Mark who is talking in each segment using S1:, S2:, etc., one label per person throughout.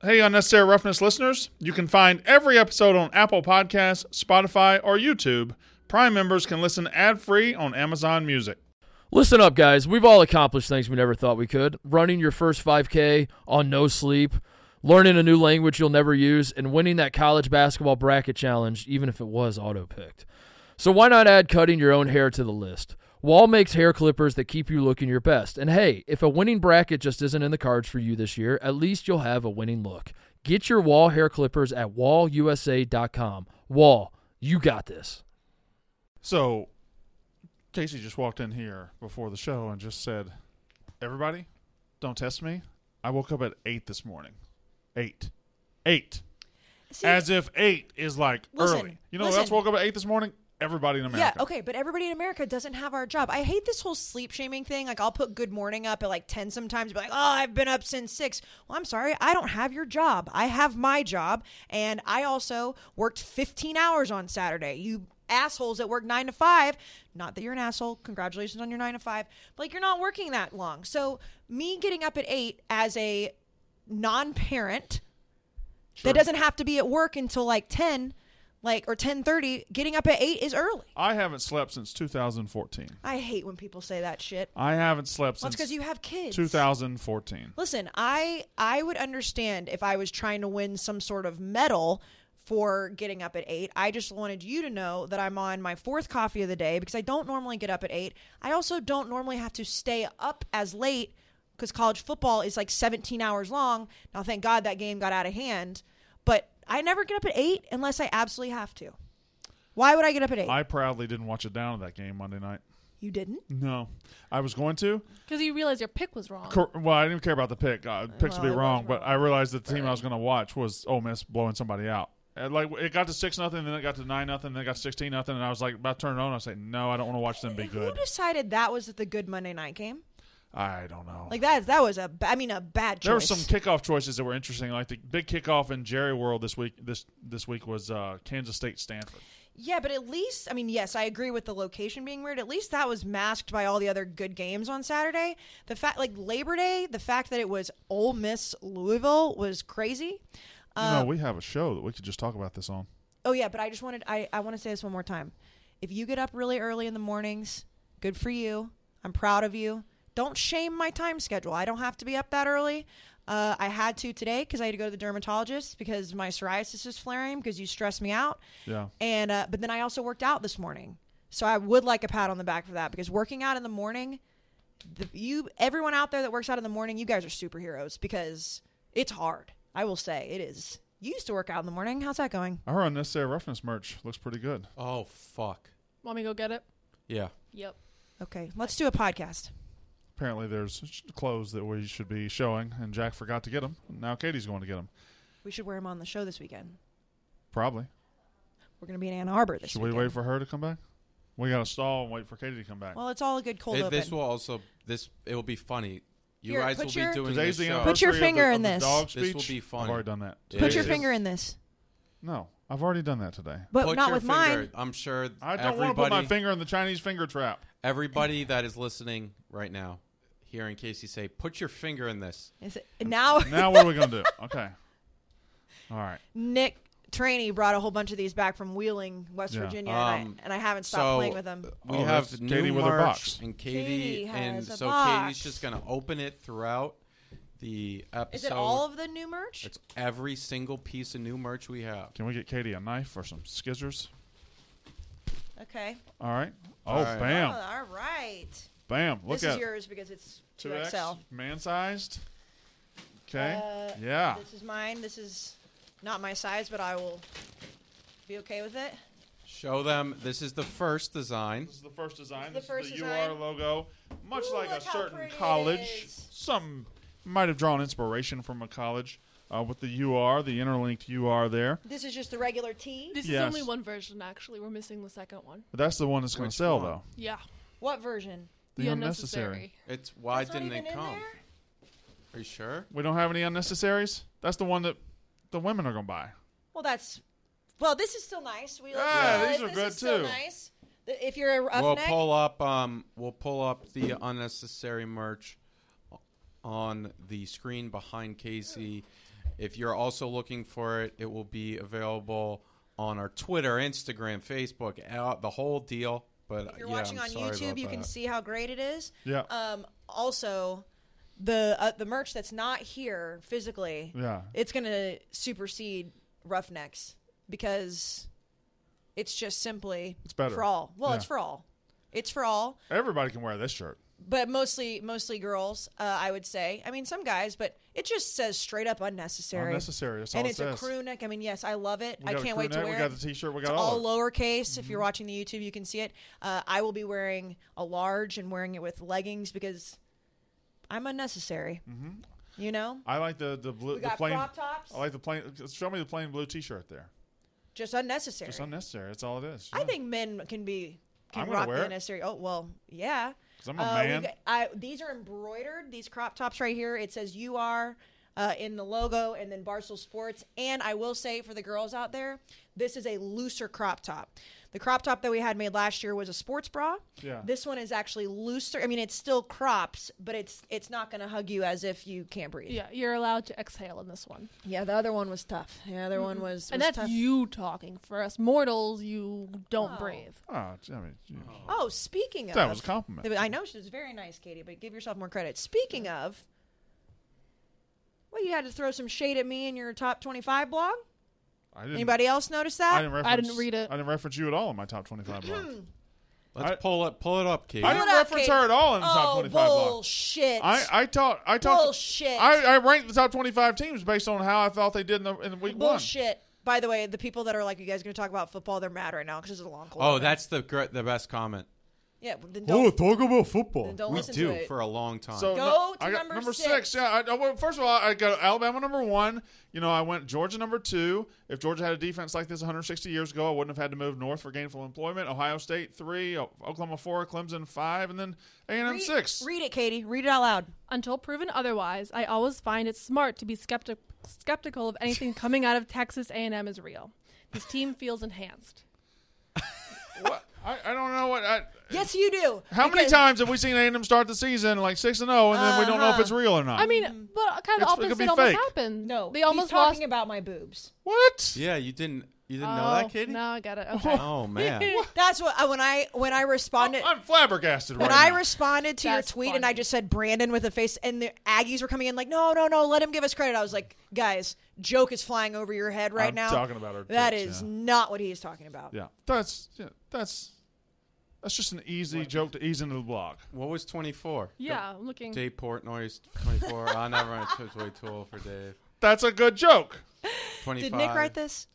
S1: Hey, Unnecessary Roughness listeners, you can find every episode on Apple Podcasts, Spotify, or YouTube. Prime members can listen ad free on Amazon Music.
S2: Listen up, guys. We've all accomplished things we never thought we could. Running your first 5K on no sleep, learning a new language you'll never use, and winning that college basketball bracket challenge, even if it was auto picked. So, why not add cutting your own hair to the list? Wall makes hair clippers that keep you looking your best. And hey, if a winning bracket just isn't in the cards for you this year, at least you'll have a winning look. Get your wall hair clippers at wallusa.com. Wall, you got this.
S1: So, Casey just walked in here before the show and just said, Everybody, don't test me. I woke up at 8 this morning. 8. 8.
S3: See,
S1: As if 8 is like
S3: Listen,
S1: early. You know,
S3: listen.
S1: that's woke up at 8 this morning. Everybody in America.
S3: Yeah, okay, but everybody in America doesn't have our job. I hate this whole sleep shaming thing. Like, I'll put good morning up at like 10 sometimes, be like, oh, I've been up since six. Well, I'm sorry, I don't have your job. I have my job, and I also worked 15 hours on Saturday. You assholes that work nine to five, not that you're an asshole, congratulations on your nine to five, but like, you're not working that long. So, me getting up at eight as a non parent, that doesn't have to be at work until like 10 like or 10:30 getting up at 8 is early.
S1: I haven't slept since 2014.
S3: I hate when people say that shit.
S1: I haven't slept
S3: Well,
S1: since
S3: it's because you have kids.
S1: 2014.
S3: Listen, I I would understand if I was trying to win some sort of medal for getting up at eight. I just wanted you to know that I'm on my fourth coffee of the day because I don't normally get up at eight. I also don't normally have to stay up as late because college football is like 17 hours long. Now, thank God that game got out of hand, but I never get up at eight unless I absolutely have to. Why would I get up at eight?
S1: I proudly didn't watch it down to that game Monday night.
S3: you didn't.
S1: No, I was going to.
S4: Because you realize your pick was wrong.
S1: Cor- well, I didn't care about the pick. Uh, picks would
S3: Well, it
S1: be
S3: was
S1: wrong, but I realized that the team I was going to watch was Ole Miss blowing somebody out. And like it got to six nothing, then it got to nine nothing, then it got to sixteen nothing, and I was like about to turn it on. I was like, no, I don't want to watch them be
S3: Who
S1: good.
S3: decided that was the good Monday night game?
S1: I don't know.
S3: Like that. That was a. ba- I mean, a bad choice.
S1: there were some kickoff choices that were interesting. Like the big kickoff in Jerry World this week. This this week was uh, Kansas State Stanford.
S3: Yeah, but at least I mean, yes, I agree with the location being weird. At least that was masked by all the other good games on Saturday. The fact, like Labor Day, the fact that it was Ole Miss Louisville was crazy. Um,
S1: you
S3: Uh,
S1: know, we have a show that we could just talk about this on.
S3: Oh yeah, but I just wanted I, I want to say this one more time. If you get up really early in the mornings, good for you. I'm proud of you. Don't shame my time schedule. I don't have to be up that early. Uh, I had to today because I had to go to the dermatologist because my psoriasis is flaring because you stress me out.
S1: Yeah.
S3: And uh, but then I also worked out this morning, so I would like a pat on the back for that because working out in the morning, the, you everyone out there that works out in the morning, you guys are superheroes because it's hard. I will say it is. You used to work out in the morning. How's that going?
S1: Our unnecessary roughness merch looks pretty good.
S5: Oh fuck.
S4: Want me to go get it?
S5: Yeah.
S4: Yep.
S3: Okay, let's do a podcast.
S1: Apparently, there's sh- clothes that we should be showing, and Jack forgot to get them. Now Katie's going to get them.
S3: We should wear him on the show this weekend.
S1: Probably.
S3: We're going to be in Ann Arbor this
S1: Should we
S3: weekend.
S1: wait for her to come back? We got to stall and wait for Katie to come back.
S3: Well, it's all a good cold
S5: Th-
S3: open.
S5: this will also this it will be funny. You
S3: Here,
S5: guys
S3: put
S5: will
S3: your-
S5: be doing
S1: Today's
S5: this
S1: the
S5: show.
S1: anniversary
S3: Put your
S1: of
S3: finger
S1: the,
S3: in
S1: of the
S3: this.
S1: dog
S5: This will
S1: speech.
S5: be fun.
S1: I've already done that.
S5: Yeah.
S3: Put
S5: It
S3: your
S5: is.
S3: finger in this,
S1: No, I've already done that today.
S3: but
S5: Put
S3: not
S5: your
S3: with
S5: finger-
S3: mine.
S5: I'm sure
S1: I don't want to
S5: everybody,
S1: put my finger in the Chinese finger trap.
S5: everybody that is listening right now, hearing Casey say, "Put your finger in this."
S3: Is it- now,
S1: Now what are we going to do? Okay. All right.
S3: Nick Trainey brought a whole bunch of these back from Wheeling, West
S1: Yeah.
S3: Virginia,
S5: Um,
S3: and, I, and I haven't stopped
S5: so
S3: playing with them.
S5: we
S1: Oh,
S5: have
S1: that's
S5: new
S1: Katie with a
S5: merch,
S1: box.
S5: and
S3: Katie
S5: Katie, and
S3: has a
S5: so
S3: box.
S5: Katie's just gonna open it throughout the episode.
S3: Is it all of the new merch?
S5: It's every single piece of new merch we have.
S1: Can we get Katie a knife or some scissors?
S3: Okay.
S1: All right. Oh,
S5: All right.
S1: bam.
S3: Oh, all right.
S1: Bam. Look
S3: this
S1: at
S3: is yours because it's
S1: 2X,
S3: 2XL.
S1: man-sized. Okay.
S3: Uh,
S1: yeah.
S3: This is mine. This is not my size, but I will be okay with it.
S5: Show them. This is the first design.
S1: This is the first design.
S3: This
S1: This,
S3: is the
S1: is
S3: first
S1: the
S3: design.
S1: UR logo, much
S3: Ooh,
S1: like a
S3: look how
S1: certain
S3: pretty it
S1: college.
S3: is.
S1: Some might have drawn inspiration from a college uh, with the UR, the interlinked UR there.
S3: This is just the regular tee.
S4: This
S1: Yes.
S4: is only one version, actually. We're missing the second one.
S1: But that's the one that's going
S5: Which
S1: to sell,
S5: one?
S1: though.
S4: Yeah.
S3: What version?
S1: The, unnecessary.
S5: It's why
S3: That's not
S5: didn't it
S3: even in
S5: come?
S3: there?
S5: Are you sure?
S1: We don't have any unnecessaries. That's the one that the women are going to buy.
S3: Well, that's well. This is still nice. We like
S1: Yeah,
S3: this.
S1: these are
S3: This
S1: good
S3: is still
S1: too.
S3: nice. Th- If you're a
S5: we'll
S3: roughneck,
S5: pull up. Um, we'll pull up the unnecessary merch on the screen behind Casey, If you're also looking for it, it will be available on our Twitter, Instagram, Facebook, uh, the whole deal. But
S3: If you're
S5: yeah,
S3: watching
S5: I'm
S3: on
S5: sorry
S3: YouTube,
S5: about
S3: you can
S5: that.
S3: see how great it is.
S1: Yeah.
S3: Um, also, the uh, the merch that's not here physically,
S1: yeah.
S3: it's gonna supersede Roughnecks because it's just simply
S1: It's better.
S3: for all. Well,
S1: Yeah.
S3: it's for all. It's for all,
S1: Everybody can wear this shirt.
S3: but mostly mostly girls. Uh, I would say. I mean, some guys, but it just says straight up unnecessary.
S1: Unnecessary. That's all
S3: And
S1: it
S3: it's a
S1: says.
S3: crew neck. I mean, yes, I love it.
S1: We
S3: I
S1: got a
S3: can't
S1: crew
S3: wait to
S1: neck,
S3: wear
S1: We got
S3: it.
S1: the Mm-hmm. T-shirt. We got
S3: It's
S1: all.
S3: all
S1: of it.
S3: lowercase. If you're watching the YouTube, you can see it. Uh, I will be wearing a large and wearing it with leggings because I'm unnecessary.
S1: Mm-hmm.
S3: You know,
S1: I like the the blue.
S3: we
S1: the
S3: got
S1: plain,
S3: crop tops.
S1: I like the plain. Show me the plain blue T-shirt there.
S3: just unnecessary.
S1: Just unnecessary. That's all it is.
S3: I
S1: Yeah.
S3: think men can be can
S1: I'm gonna
S3: rock
S1: wear
S3: the
S1: it.
S3: unnecessary. Oh well, yeah.
S1: 'Cause I'm a
S3: Uh, we
S1: man.
S3: got- I, these are embroidered. These crop tops right here. It says you are. Uh, in the logo and then Barstool Sports. And I will say for the girls out there, this is a looser crop top. The crop top that we had made last year was a sports bra.
S1: Yeah.
S3: This one is actually looser. I mean, it still crops, but it's it's not going to hug you as if you can't breathe.
S4: Yeah, you're allowed to exhale in this one.
S3: Yeah, the other one was tough. The other one was,
S4: and
S3: was
S4: that's
S3: tough.
S4: you talking. For us mortals, you don't
S3: Oh.
S4: breathe.
S1: Oh, I mean, you-
S3: Oh, speaking of
S1: that was a compliment.
S3: I know she was very nice, Katie, but give yourself more credit. Speaking of, well, you had to throw some shade at me in your top 25 blog.
S1: I didn't,
S3: Anybody else notice that?
S1: I didn't, reference,
S4: didn't read it.
S1: I didn't reference you at all in my top twenty-five blogs.
S5: Let's
S1: I-
S5: pull it. Pull it up, Katie.
S1: I didn't
S3: up,
S1: reference
S3: Katie.
S1: her at all in the
S3: oh,
S1: top twenty-five blogs.
S3: bullshit.
S1: I I taught I taught
S3: Bullshit.
S1: I, I ranked the top twenty-five teams based on how I thought they did in the in week
S3: bullshit. By the way, the people that are like, you guys going to talk about football, they're mad right now because it's a long quarter.
S5: oh, that's the gr- the best comment
S3: Yeah, well, then
S1: one. Oh,
S3: don't,
S1: talk about
S3: then
S1: football.
S3: don't
S5: we
S3: listen
S5: do
S3: to it.
S5: for a long time.
S1: So
S3: Go
S1: no,
S3: to
S1: I got
S3: number
S1: six.
S3: six.
S1: Yeah. I, I- well, first of all, I got Alabama number one. You know, I went Georgia number two. If Georgia had a defense like this 160 years ago, I wouldn't have had to move north for gainful employment. Ohio State three, O- Oklahoma four, Clemson five, and then A and M
S3: Read-
S1: six.
S3: Read it, Katie. Read it out loud.
S4: Until proven otherwise, I always find it smart to be skeptic- skeptical of anything coming out of Texas A&M is real. This team feels enhanced.
S1: What? I, I don't know what. I,
S3: Yes, you do.
S1: how many
S3: Because-
S1: times have we seen A and M start the season like six and zero, and then we don't know if
S3: Uh-huh.
S1: it's real or not?
S4: I mean, but kind of
S1: Mm-hmm. It's- it could
S4: opposite
S1: be
S4: almost
S1: fake.
S4: happened.
S3: No,
S4: they almost
S3: he's talking
S4: lost.
S3: about my boobs.
S1: what?
S5: yeah, you didn't. You didn't know that, Katie.
S4: Oh, No, I got it. Okay.
S5: Oh man.
S3: That's what I, when I when I responded.
S1: I'm flabbergasted
S3: When
S1: right
S3: I
S1: now.
S3: responded to your
S4: That's
S3: tweet and I
S4: funny.
S3: just said Brandon with a face, and the Aggies were coming in like, no, no, no, let him give us credit. I was like, guys, joke is flying over your head right
S1: I'm
S3: now.
S1: talking about our
S3: That
S1: jokes,
S3: is
S1: yeah.
S3: not what he is talking about.
S1: yeah, that's yeah, that's that's just an easy joke to ease into the blog.
S5: what was twenty four?
S4: yeah, I'm looking.
S5: Dave Portnoy's 24. I never run a Twitch way tool for Dave.
S1: That's a good joke.
S5: 25.
S3: Did Nick write this?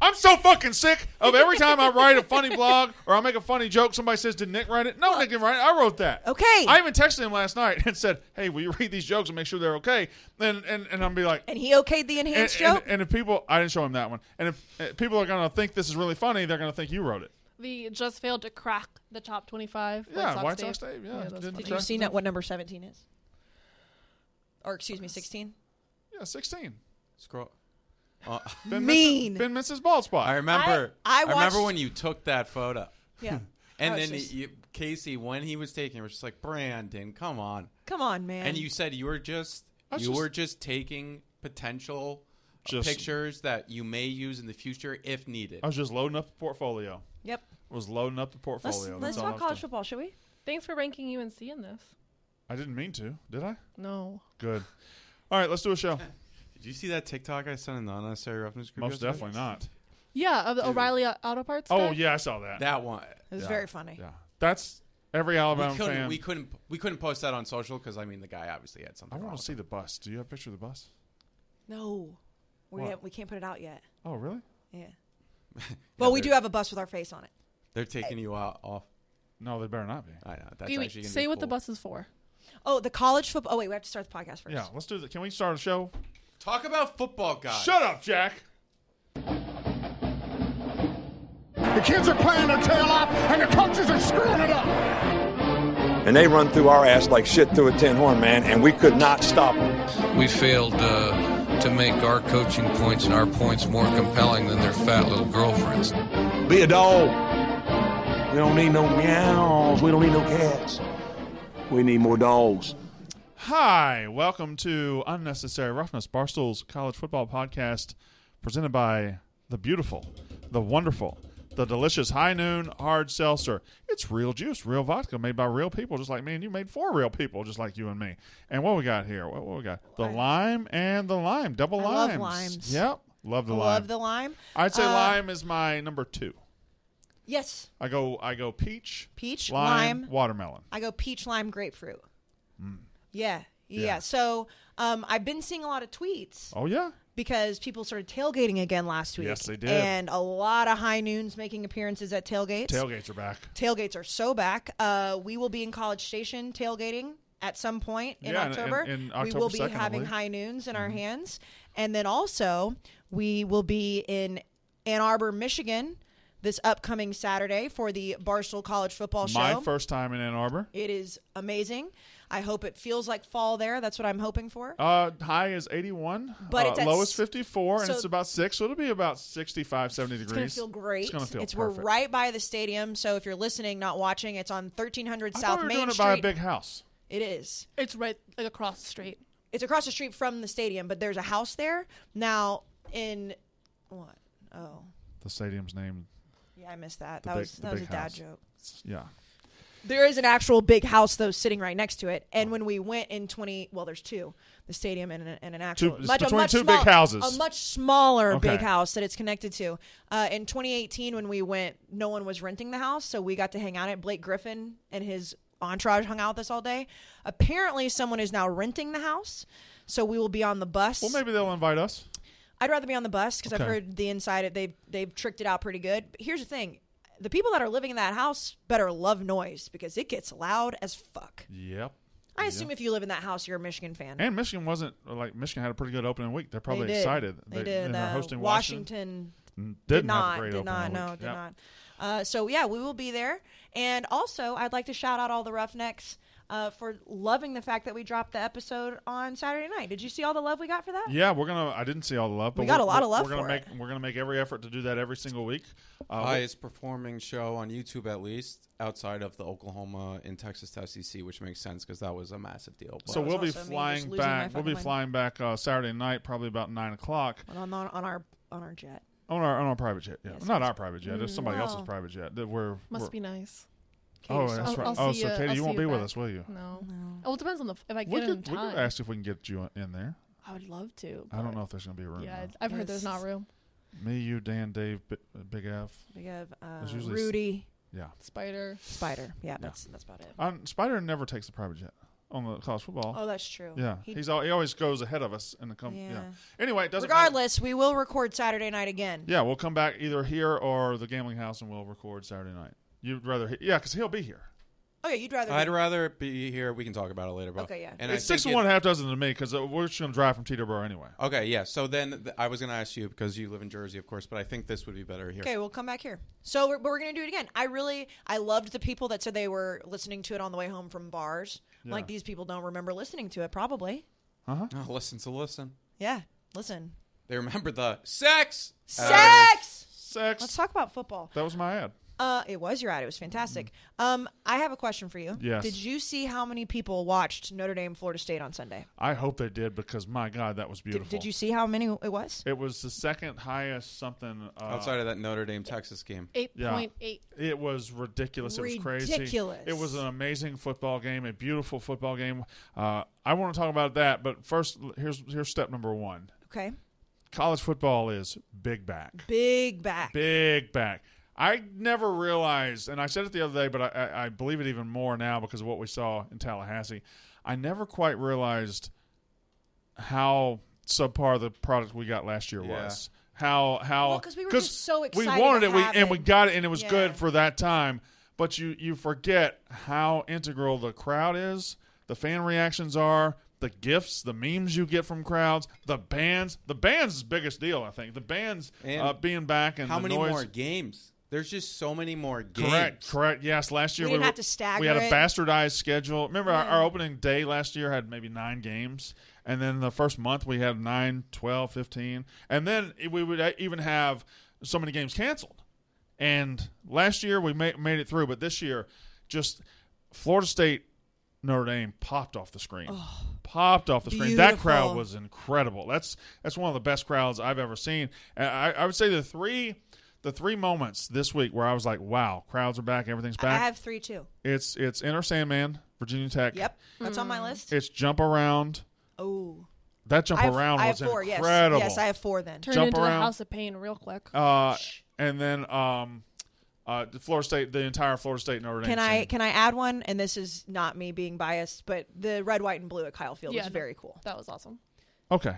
S1: I'm so fucking sick of every time I write a funny blog or I make a funny joke, somebody says, Did Nick write it? No, Nick didn't write it. I wrote that.
S3: Okay.
S1: I even texted him last night and said, Hey, will you read these jokes and make sure they're okay? And and, and I'm be like,
S3: And he okayed the
S1: and,
S3: enhanced
S1: and,
S3: joke?
S1: and if people, I didn't show him that one. And if uh, people are going to think this is really funny, they're going to think you wrote it.
S4: The just failed to crack the top 25.
S1: Yeah, White Sox
S4: Dave.
S1: Dave. Yeah.
S4: Yeah, that's
S1: Didn't
S4: funny.
S3: You've
S1: track-
S3: seen that what number 17 is? Or excuse me, 16?
S1: Yeah, 16.
S5: Scroll. Uh,
S1: Ben
S3: Mean.
S1: Misses, ben misses bald spot.
S5: I remember.
S3: I- I
S5: I,
S3: watched-
S5: remember when you took that photo,
S3: Yeah.
S5: and
S3: I was
S5: then
S3: just-
S5: you, Casey, when he was taking, it, was just like Brandon, come on.
S3: Come on, man.
S5: And you said you were just
S1: I
S5: you
S1: was just-
S5: were just taking potential
S1: Just-
S5: pictures that you may use in the future if needed.
S1: I was just loading up the portfolio.
S3: Yep.
S1: Was loading up the portfolio.
S3: Let's,
S1: That's
S3: let's
S1: all I
S3: talk
S1: was
S3: college
S1: doing.
S3: football, should we?
S4: Thanks for ranking UNC in this.
S1: I didn't mean to, did I?
S4: No.
S1: Good. All right, let's do a show.
S5: Did you see that TikTok I sent in the unnecessary roughness group?
S1: Most
S5: yesterday?
S1: definitely not.
S4: Yeah, of the
S5: Dude.
S4: O'Reilly Au- Auto Parts.
S1: Oh
S4: guy?
S1: yeah, I saw that.
S5: That one.
S3: It was
S1: Yeah.
S3: very funny.
S1: Yeah, that's every Alabama
S5: We couldn't,
S1: fan.
S5: we couldn't we couldn't post that on social because I mean the guy obviously had
S1: I
S5: something. wrong
S1: want
S5: with
S1: to see the bus. Do you have a picture of the bus?
S3: No. We,
S1: What?
S3: have, we can't put it out yet.
S1: Oh, really?
S3: Yeah. Well, we
S5: there-
S3: do have a bus with our face on it.
S5: it. They're taking you out off.
S1: No, they better not be.
S5: I know that's
S4: Wait, wait,
S5: actually gonna
S4: say
S5: be
S4: what the
S5: cool.
S4: bus is for.
S3: Oh, the college football. Oh, wait, we have to start the podcast first.
S1: Yeah, let's do that. Can we start a show?
S5: Talk about football, guys.
S1: Shut up, Jack.
S6: The kids are playing their tail off, and the coaches are screwing it up.
S7: And they run through our ass like shit through a tin horn, man, and we could not stop them.
S8: We failed uh, to make our coaching points and our points more compelling than their fat little girlfriends.
S7: Be a dog. We don't need no meows. We don't need no cats. We need more dogs.
S1: Hi, welcome to Unnecessary Roughness, Barstool's college football podcast, presented by the beautiful, the wonderful, the delicious High Noon Hard Seltzer. It's real juice, real vodka, made by real people, just like me and you. Made for real people, just like you and me. And what we got here? What, what we got? The lime and the lime, double
S3: I love
S1: limes.
S3: limes.
S1: Yep, love the
S3: I
S1: lime.
S3: love the lime.
S1: I'd say
S3: Uh,
S1: lime is my number two.
S3: Yes,
S1: I go, I go peach,
S3: peach,
S1: lime,
S3: lime.
S1: watermelon.
S3: I go peach, lime, grapefruit. Yeah, yeah.
S1: Mm. Yeah.
S3: So um, I've been seeing a lot of tweets
S1: Oh yeah,
S3: because people started tailgating again last week.
S1: Yes, they did.
S3: And a lot of high noons making appearances at tailgates.
S1: tailgates are back.
S3: Tailgates are so back. Uh, we will be in College Station tailgating at some point in
S1: Yeah, in-
S3: October.
S1: in- in
S3: we
S1: October
S3: will be
S1: 2nd, I
S3: having
S1: believe. Mm-hmm.
S3: high noons in our hands, and then also we will be in Ann Arbor, Michigan, this upcoming Saturday for the Barstool College Football
S1: My
S3: Show.
S1: first time in Ann Arbor.
S3: It is amazing. I hope it feels like fall there. That's what I'm hoping for.
S1: Uh, high is 81,
S3: But
S1: uh,
S3: it's at
S1: low
S3: s-
S1: is 54, and
S3: so-
S1: it's about six, so it'll be about 65, 70
S3: It's
S1: degrees.
S3: gonna feel great.
S1: It's gonna feel
S3: we're
S1: perfect.
S3: right by the stadium, so if you're listening, not watching, it's on 1300
S1: I thought
S3: South
S1: we were
S3: Main
S1: doing
S3: Street.
S1: it by a big house.
S3: it is.
S4: It's right like across the street.
S3: It's across the street from the stadium, but there's a house there now. In what? Oh,
S1: The stadium's named.
S3: yeah, I missed that.
S1: The
S3: that
S1: big-
S3: was
S1: the
S3: that was a
S1: big
S3: dad
S1: house.
S3: joke.
S1: Yeah,
S3: There is an actual big house though sitting right next to it. And when we went in twenty, well, there's two, the stadium and, an- and an actual
S1: Two- it's
S3: much, a
S1: between
S3: much
S1: two big
S3: smaller-
S1: houses.
S3: a much smaller
S1: Okay.
S3: big house that it's connected to. Uh, in 2018, when we went, no one was renting the house, so we got to hang out at Blake Griffin and his entourage hung out with us all day. Apparently, someone is now renting the house, so we will be on the bus.
S1: well, maybe they'll invite us.
S3: I'd rather be on the bus because
S1: Okay.
S3: I've heard the inside. it- They've they've tricked it out pretty good. But here's the thing: the people that are living in that house better love noise because it gets loud as fuck.
S1: Yep.
S3: I assume if you live in that house, you're a Michigan fan.
S1: And Michigan wasn't like Michigan had a pretty good opening week. They're
S3: They
S1: probably
S3: did.
S1: excited.
S3: They, did.
S1: And they're
S3: uh,
S1: hosting Washington.
S3: Washington
S1: Didn't
S3: did not.
S1: have a great
S3: did
S1: opening
S3: not.
S1: week.
S3: No, did
S1: Yeah.
S3: not. Uh, so yeah, we will be there. And also, I'd like to shout out all the Roughnecks uh, for loving the fact that we dropped the episode on Saturday night. Did you see all the love we got for that?
S1: Yeah, we're gonna. I didn't see all the love, but
S3: We got
S1: we're-
S3: a lot of
S1: we're-
S3: love
S1: We're gonna
S3: for
S1: make.
S3: it.
S1: We're gonna make every effort to do that every single week. Uh,
S5: highest performing show on YouTube, at least outside of the Oklahoma and Texas SEC, which makes sense because that was a massive deal. But
S1: so we'll be
S3: also me just
S1: flying
S3: losing my
S1: back. We'll
S3: fucking
S1: be
S3: mind.
S1: flying back uh, Saturday night, probably about nine o'clock.
S3: On, on on our on our jet.
S1: On our on our private jet, yeah.
S3: Yes,
S1: Not our private jet. It's somebody
S3: No.
S1: else's private jet. That we're
S4: Must
S1: we're-
S4: be nice.
S1: Oh,
S3: Katie's
S1: that's
S4: I'll-
S1: right.
S4: I'll
S1: oh,
S4: see
S1: so
S4: ya.
S1: Katie,
S4: I'll
S1: you
S4: see
S1: won't
S4: ya
S1: be with
S4: back.
S1: us, will you?
S4: No. Well, it depends on the if I get
S1: We
S4: in
S1: could, we
S4: time.
S1: could ask if we can get you in there.
S4: I would love to.
S1: I don't
S4: but-
S1: know if there's gonna be a room.
S4: Yeah,
S1: though.
S4: I've heard there's not
S3: Yes.
S4: room.
S1: Me, you, Dan, Dave, B- uh, Big F.
S3: We have uh,
S1: There's usually s-
S3: Rudy
S1: Yeah.
S4: Spider.
S3: Spider. Yeah, that's that's about it.
S1: Um, Spider never takes the private jet on the college football.
S3: Oh, that's true.
S1: yeah.
S3: He-
S1: He's all, he always goes ahead of us and come. Yeah.
S3: Yeah.
S1: Anyway, it doesn't. matter.
S3: regardless, we will record Saturday night again.
S1: Yeah, we'll come back either here or the gambling house, and we'll record Saturday night. You'd rather, he- yeah, because he'll be here.
S3: Oh yeah, you'd rather.
S5: I'd
S3: be-
S5: rather it be here. We can talk about it later. But,
S3: Okay, yeah.
S5: And I
S1: it's six
S5: think
S1: and
S5: it-
S1: one half dozen to me because we're just gonna drive from Teterboro anyway.
S5: Okay, yeah. So then th- I was going to ask you because you live in Jersey, of course, but I think this would be better here.
S3: okay, we'll come back here. So, we're, but we're gonna do it again. I really, I loved the people that said they were listening to it on the way home from bars. I'm
S1: Yeah.
S3: Like these people don't remember listening to it, probably.
S5: Oh, listen to listen.
S3: Yeah, listen.
S5: They remember the sex.
S1: Uh,
S3: Sex.
S1: Sex.
S3: Let's talk about football.
S1: that was my ad.
S3: Uh, it was your ad. It was fantastic. Um, I have a question for you.
S1: Mm. Yes.
S3: Did you see how many people watched Notre Dame Florida State on Sunday?
S1: I hope they did because my God, that was
S3: Did,
S1: beautiful.
S3: did you see how many it was?
S1: It was the second highest something uh,
S5: Outside of that Notre Dame Texas game.
S4: 8.8.
S1: It was ridiculous. It was crazy.
S3: Ridiculous.
S1: It was an amazing football game, a beautiful football game. Uh, I want to talk about that, but first, l- here's here's step number one.
S3: Okay.
S1: College football is big back,
S3: Big back.
S1: big back. I never realized, and I said it the other day, but I, I, I believe it even more now because of what we saw in Tallahassee. I never quite realized how subpar the product we got last year
S5: Yeah.
S1: was. How how
S3: Well, 'cause we were just so excited
S1: We wanted
S3: to
S1: it, we,
S3: have
S1: and we
S3: it.
S1: got it, and it was
S3: Yeah.
S1: good for that time. But you you forget how integral the crowd is, the fan reactions are, the gifts, the memes you get from crowds, the bands. The bands is the biggest deal, I think. The bands
S5: And
S1: uh, being back and
S5: How
S1: the
S5: many
S1: noise.
S5: more games? There's just so many more games.
S1: Correct, correct. Yes, last year
S3: We
S1: we,
S3: didn't
S1: were-
S3: have to stagger
S1: We had a
S3: it.
S1: bastardized schedule. Remember, our, our opening day last year had maybe nine games, and then the first month we had nine, 12, 15. and then it- we would uh, even have so many games canceled. And last year we ma- made it through, but this year, just Florida State, Notre Dame popped off the screen. popped off the screen. That crowd
S3: Oh, Beautiful.
S1: was incredible. That's that's one of the best crowds I've ever seen. And I, I would say the three the three moments this week where I was like, wow, crowds are back, everything's
S3: I
S1: back.
S3: have three too.
S1: it's it's Inner Sandman, Virginia Tech.
S3: Yep, that's on my list.
S1: It's Jump Around.
S3: Oh,
S1: That jump
S3: I have,
S1: around
S3: I have
S1: was
S3: four.
S1: incredible.
S3: Yes, yes, I have four. Then
S4: Turn
S1: Jump
S4: into
S1: around.
S4: the House of Pain real quick.
S1: Uh, and then um, uh, the Florida State, the entire Florida State Notre Dame.
S3: can I
S1: scene.
S3: can I add one? And this is not me being biased, but the red, white, and blue at Kyle Field
S4: Yeah,
S3: was
S4: no.
S3: very cool.
S4: that was awesome.
S1: Okay.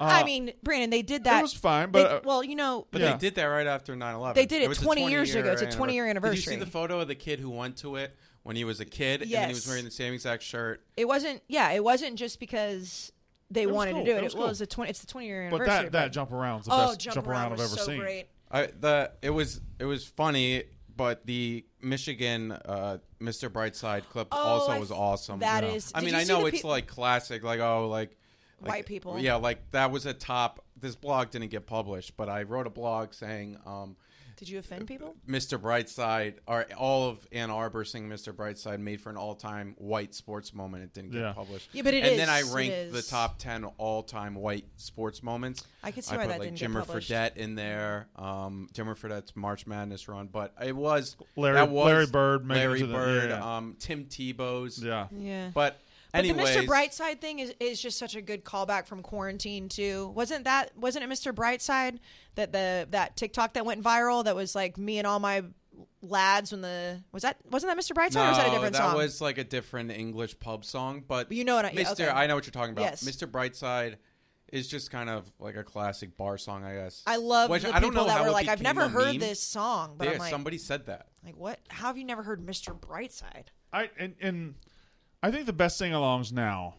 S3: I mean, Brandon, they did that.
S1: Uh, was fine,
S3: they-
S1: but, uh,
S3: well, you know,
S5: But
S1: Yeah.
S5: they did that right after 9-11.
S3: They did it
S5: was a
S3: 20 years ago. It's a 20 year
S5: Did you see
S3: anniversary.
S5: the photo of the kid who went to it when he was a kid and then he was
S3: Yes.
S5: wearing the same exact shirt?
S3: it wasn't. Yeah, it wasn't just because they
S1: was
S3: wanted
S1: cool.
S3: to do
S1: It
S3: it.
S1: was
S3: It
S1: cool.
S3: was a twenty. It's the twenty year
S1: But
S3: anniversary.
S1: that, that
S3: but-
S1: jump around's the
S3: oh,
S1: best
S3: jump,
S1: jump, around,
S3: was
S1: I've ever
S3: so
S1: seen.
S3: Great.
S5: I, the it was it was funny, but the Michigan uh, Mr. Brightside clip also
S3: Oh, I f-
S5: was awesome.
S3: that
S5: That
S3: Yeah.
S5: is.
S3: is-
S5: I
S3: did
S5: mean,
S3: you
S5: I
S3: see
S5: know
S3: the
S5: it's
S3: peop-
S5: like classic, like oh, like. like-
S3: White people.
S5: Yeah, like that was a top. This blog didn't get published, but I wrote a blog saying um,
S3: Did you offend people?
S5: Mr. Brightside, or all of Ann Arbor singing Mr. Brightside, made for an all-time white sports moment. It didn't get
S1: Yeah.
S5: published.
S3: Yeah, but it
S5: and
S3: is-
S5: then I
S3: it
S5: ranked the
S3: is.
S5: top ten all-time white sports moments.
S3: I could see why
S5: put,
S3: that
S5: like,
S3: didn't get
S5: Jimmer
S3: published.
S5: Fredette in there. Um, Jimmer Fredette's March Madness run, but it was
S1: Larry-
S5: that was
S1: Larry Bird made it
S5: Larry
S1: to the-
S5: Bird,
S1: yeah.
S5: um, Tim Tebow's.
S1: Yeah.
S3: Yeah.
S5: but anyways,
S3: the Mr. Brightside thing is, is just such a good callback from quarantine too. Wasn't that wasn't it Mr. Brightside that the that TikTok that went viral that was like me and all my lads when the was that wasn't that Mr. Brightside or was that a
S5: No,
S3: different
S5: that
S3: song?
S5: was like a different English pub song, but
S3: You know what I- yeah,
S5: Mr.
S3: okay.
S5: I know what you're talking about.
S3: Yes.
S5: Mr. Brightside is just kind of like a classic bar song, I guess.
S3: I love
S5: Which
S3: the
S5: I
S3: people
S5: don't know
S3: that
S5: how
S3: were
S5: it
S3: like, I've
S5: became
S3: never
S5: a
S3: heard
S5: meme.
S3: this song, but
S5: Yeah,
S3: I'm like,
S5: somebody said that.
S3: like what? How have you never heard Mr. Brightside?
S1: I and, and I think the best sing-alongs now.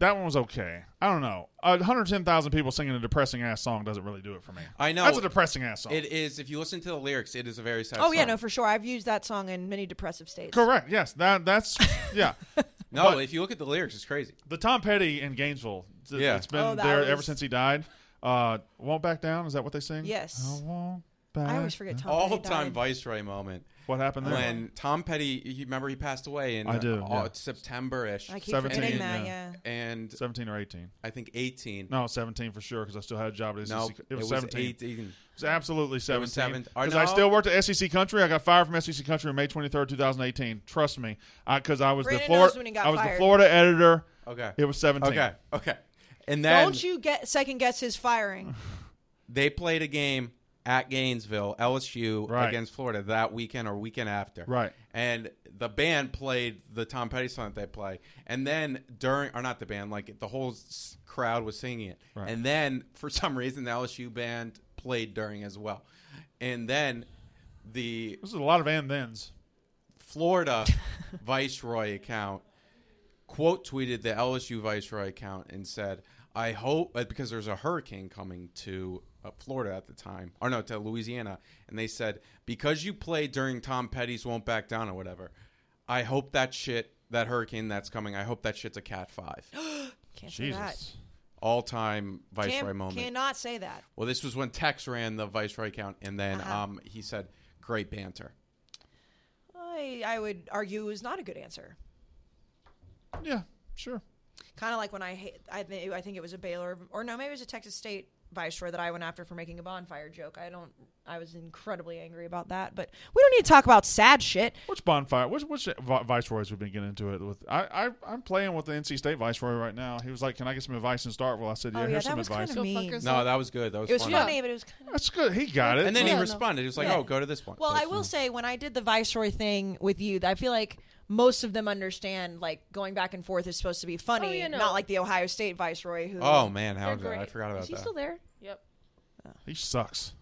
S1: That one was okay. I don't know. Uh, 110,000 people singing a depressing ass song doesn't really do it for me.
S5: I know.
S1: That's a depressing ass song.
S5: It is. If you listen to the lyrics, it is a very sad.
S3: Oh yeah,
S5: song.
S3: no, for sure. I've used that song in many depressive states.
S1: Correct. Yes. That that's yeah.
S5: no.
S1: but-
S5: if you look at the lyrics, it's crazy.
S1: the Tom Petty in Gainesville. th-
S5: Yeah.
S1: It's been
S3: Oh, that
S1: there
S3: was-
S1: ever since he died. Uh, won't back down. Is that what they sing?
S3: Yes.
S1: I won't back.
S3: I always forget Tom. Petty
S5: All
S3: Oh, died.
S5: time Viceroy moment
S1: What happened there?
S5: when Tom Petty. You remember he passed away in
S1: I do,
S5: uh,
S1: yeah.
S5: September ish,
S3: I keep
S1: 17,
S3: forgetting that.
S1: yeah.
S3: Yeah.
S5: and
S1: 17 or 18.
S5: I think eighteen.
S1: No, 17 for sure because I still had a job at SEC.
S5: No,
S1: it was 17.
S5: 18.
S1: It was absolutely
S5: was
S1: 17.
S5: seven- or
S1: Because I
S5: no.
S1: still worked at SEC Country. I got fired from SEC Country on May 23rd, 2018. Trust me. Because I, was, the,
S3: Brandon
S1: Flor-
S3: knows when he got
S1: I was the
S3: fired.
S1: Florida editor.
S5: Okay.
S1: It was 17.
S5: Okay. Okay. And then
S3: Don't you get second guess his firing?
S5: they played a game at Gainesville, LSU
S1: Right.
S5: against Florida that weekend or weekend after.
S1: Right.
S5: And the band played the Tom Petty song that they play. And then during, or not the band, like the whole s- crowd was singing it.
S1: Right.
S5: And then for some reason, the LSU band played during as well. And then the
S1: This is a lot of and thens.
S5: Florida Viceroy account quote tweeted the LSU Viceroy account and said, I hope uh, because there's a hurricane coming to uh, Florida at the time, or no, to Louisiana. And they said, because you played during Tom Petty's Won't Back Down or whatever, I hope that shit, that hurricane that's coming, I hope that shit's a Cat 5.
S3: Can't say that.
S1: Jesus.
S5: All time Viceroy
S3: Can't-
S5: moment.
S3: Cannot say that.
S5: Well, this was when Tex ran the Viceroy account, and then
S3: Uh-huh.
S5: um, he said, great banter.
S3: I, I would argue it was not a good answer.
S1: Yeah, sure.
S3: Kind of like when I hate, I, thi- I think it was a Baylor or no, maybe it was a Texas State viceroy that I went after for making a bonfire joke. I don't. I was incredibly angry about that. But we don't need to talk about sad shit.
S1: Which bonfire? Which which vi- viceroys we've been getting into it with? I, I I'm playing with the NC State viceroy right now. He was like, "Can I get some advice in Starkville?" I said, "Yeah,
S3: oh yeah,
S1: here's
S3: that
S1: some
S3: was
S1: advice."
S3: kind of
S4: Go fuck
S3: mean.
S4: yourself.
S5: No, that was good. That was
S3: It was
S5: funny.
S3: funny, but it was kind of.
S1: That's good. He got it.
S5: And then
S4: Yeah,
S5: he
S4: no.
S5: responded. He was like,
S3: Yeah.
S5: "Oh, go to this one."
S3: Well,
S5: That
S3: I
S5: was
S3: will
S5: fun.
S3: say when I did the Viceroy thing with you, I feel like most of them understand like going back and forth is supposed to be funny,
S4: Oh, yeah, no.
S3: not like the Ohio State Viceroy who
S5: Oh man, how
S4: They're
S5: was that? I
S4: great.
S5: forgot about
S4: Is he
S5: that.
S4: still there? Yep.
S1: he sucks.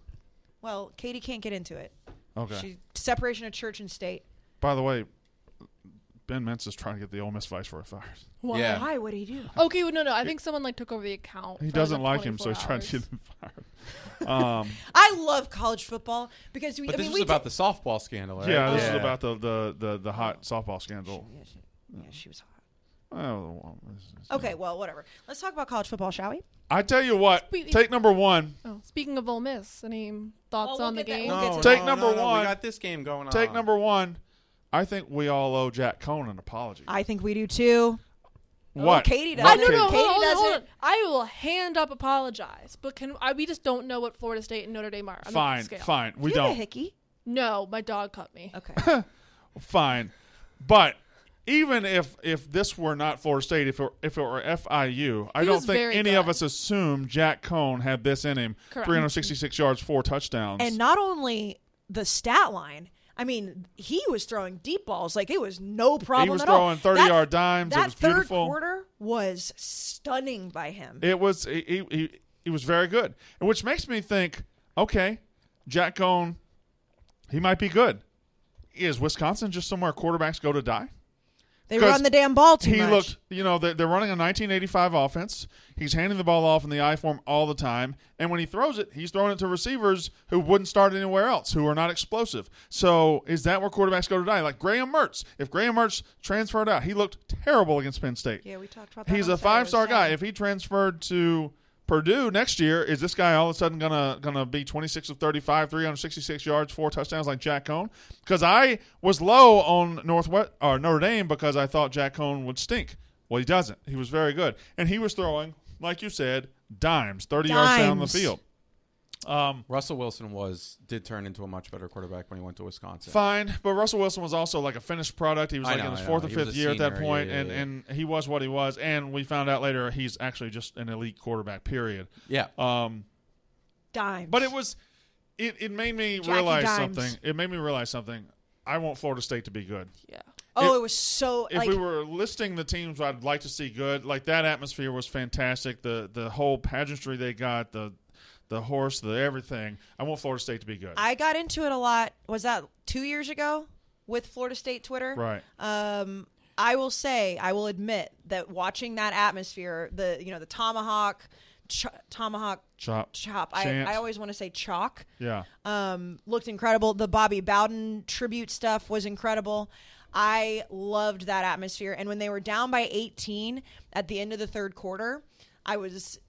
S3: well, Katie can't get into it.
S1: Okay.
S3: She separation of church and state.
S1: By the way, Ben Mintz is trying to get the Ole Miss viceroy fired.
S4: Why?
S5: Yeah.
S3: Why would he do?
S4: Okay, well, no, no. I think someone like took over the account.
S1: He
S4: for
S1: doesn't
S4: like
S1: like him, so he's
S4: 24
S1: trying to
S4: hours.
S1: get him fired. Um,
S3: I love college football because we.
S5: But
S3: I
S5: this
S3: mean,
S5: was
S3: we
S5: about
S3: did-
S5: the softball scandal, right? Oh,
S1: yeah, this is about the, the, the, the hot softball scandal.
S3: Yeah, she, yeah, she was hot.
S1: Well,
S4: Oh.
S3: Okay, well, whatever. Let's talk about college football, shall we?
S1: I tell you what,
S4: Sweet.
S1: take number one.
S4: Oh, speaking of Ole Miss, any thoughts
S3: Oh, we'll
S4: on the
S3: get that-
S4: game?
S3: we'll get to
S1: Take
S3: that.
S1: number one.
S5: We got this game going on.
S1: Take
S4: Uh.
S1: number one. I think we all owe Jack Cohn an apology.
S3: I think we do
S1: Oh,
S3: too.
S1: What?
S3: Katie does
S1: What
S4: I
S3: it.
S4: no no
S3: Katie
S4: hold on, hold on, hold
S3: does
S4: on.
S3: it.
S4: I will hand up apologize, but can I, we just don't know what Florida State and Notre Dame are. on the
S1: Fine,
S4: scale.
S1: fine. We
S3: Do you have a
S1: don't.
S3: hickey?
S4: No, my dog cut me.
S3: Okay.
S1: fine. But even if if this were not Florida State, if it, if it were FIU, I
S4: He
S1: don't
S4: was
S1: think
S4: very
S1: any
S4: good.
S1: of us assumed Jack Cohn had this in him.
S4: Correct.
S1: 366 yards, four touchdowns.
S3: And not only the stat line. I mean, he was throwing deep balls like it was no problem
S1: was
S3: at all.
S1: throwing 30-yard dimes. It
S3: That
S1: was
S3: third
S1: beautiful.
S3: quarter was stunning by him.
S1: it was he, he- he he was very good, and which makes me think, okay, Jack Cohn, he might be good. Is Wisconsin just somewhere quarterbacks go to die?
S3: they
S1: 'cause
S3: run the damn ball too
S1: he
S3: much.
S1: looked you know they're, they're running a 1985 offense he's handing the ball off in the i form all the time and when he throws it he's throwing it to receivers who wouldn't start anywhere else who are not explosive so is that where quarterbacks go to die like graham mertz if graham mertz transferred out he looked terrible against penn state
S3: yeah, we talked about that.
S1: he's
S3: on
S1: a
S3: Saturday.
S1: five star guy
S3: Yeah.
S1: if he transferred to Purdue next year is this guy all of a sudden gonna gonna be 26 of 35 366 yards four touchdowns like Jack Cohn because I was low on Northwest or Notre Dame because I thought Jack Cohn would stink well he doesn't he was very good and he was throwing like you said dimes 30 yards down the
S3: Dimes.
S1: field um
S5: Russell Wilson was did turn into a much better quarterback when he went to Wisconsin.
S1: fine but Russell Wilson was also like a finished product he was
S5: I
S1: like
S5: know,
S1: in his
S5: I know.
S1: fourth or
S5: He was
S1: fifth
S5: a
S1: year at that
S5: senior.
S1: point,
S5: Yeah, yeah,
S1: and
S5: yeah.
S1: and he was what he was and we found out later he's actually just an elite quarterback period
S5: Yeah. Uh,
S1: um
S3: Dimes.
S1: But it was it, it made me
S3: Jackie
S1: realize
S3: Dimes.
S1: something. It made me realize something. I want Florida State to be good.
S4: Yeah.
S3: oh,
S1: if-
S3: it, was so
S1: If
S3: like
S1: we were listing the teams I'd like to see good, like that atmosphere was fantastic. The the whole pageantry they got, the the horse, the everything. I want Florida State to be good.
S3: I got into it a lot. Was that two years ago with Florida State Twitter?
S1: right.
S3: Um, I will say, I will admit that watching that atmosphere, the you know the tomahawk, ch- tomahawk
S1: Chop.
S3: chop.
S1: Chance.
S3: I, I always want to say chalk.
S1: Yeah.
S3: Um, looked incredible. The Bobby Bowden tribute stuff was incredible. I loved that atmosphere. And when they were down by 18 at the end of the third quarter, I was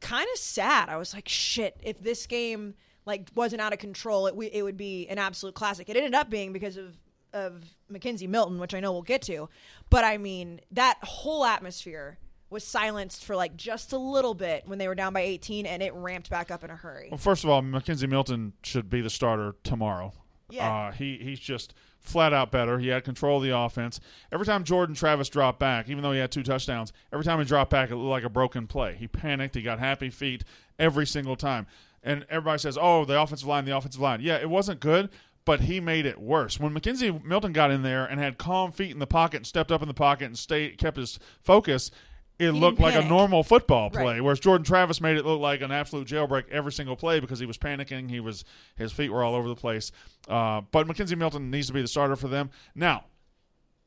S3: kind of sad. I was like, shit, if this game like wasn't out of control, it, we, it would be an absolute classic. It ended up being because of of Mackenzie Milton, which I know we'll get to. But I mean, that whole atmosphere was silenced for like just a little bit when they were down by 18 and it ramped back up in a hurry.
S1: Well, first of all, Mackenzie Milton should be the starter tomorrow.
S3: Yeah.
S1: Uh, he he's just flat out better. He had control of the offense. Every time Jordan Travis dropped back, even though he had two touchdowns, every time he dropped back, it looked like a broken play. He panicked. He got happy feet every single time. And everybody says, "Oh, the offensive line, the offensive line." Yeah, it wasn't good, but he made it worse. When Mackenzie Milton got in there and had calm feet in the pocket and stepped up in the pocket and stayed kept his focus, it
S3: didn't
S1: looked like a
S3: panic.
S1: normal normal football play.
S3: Right.
S1: Whereas Jordan Travis made it look like an absolute jailbreak every single play because he was panicking. He was his feet were all over the place. Uh, but Mackenzie Milton needs to be the starter for them now.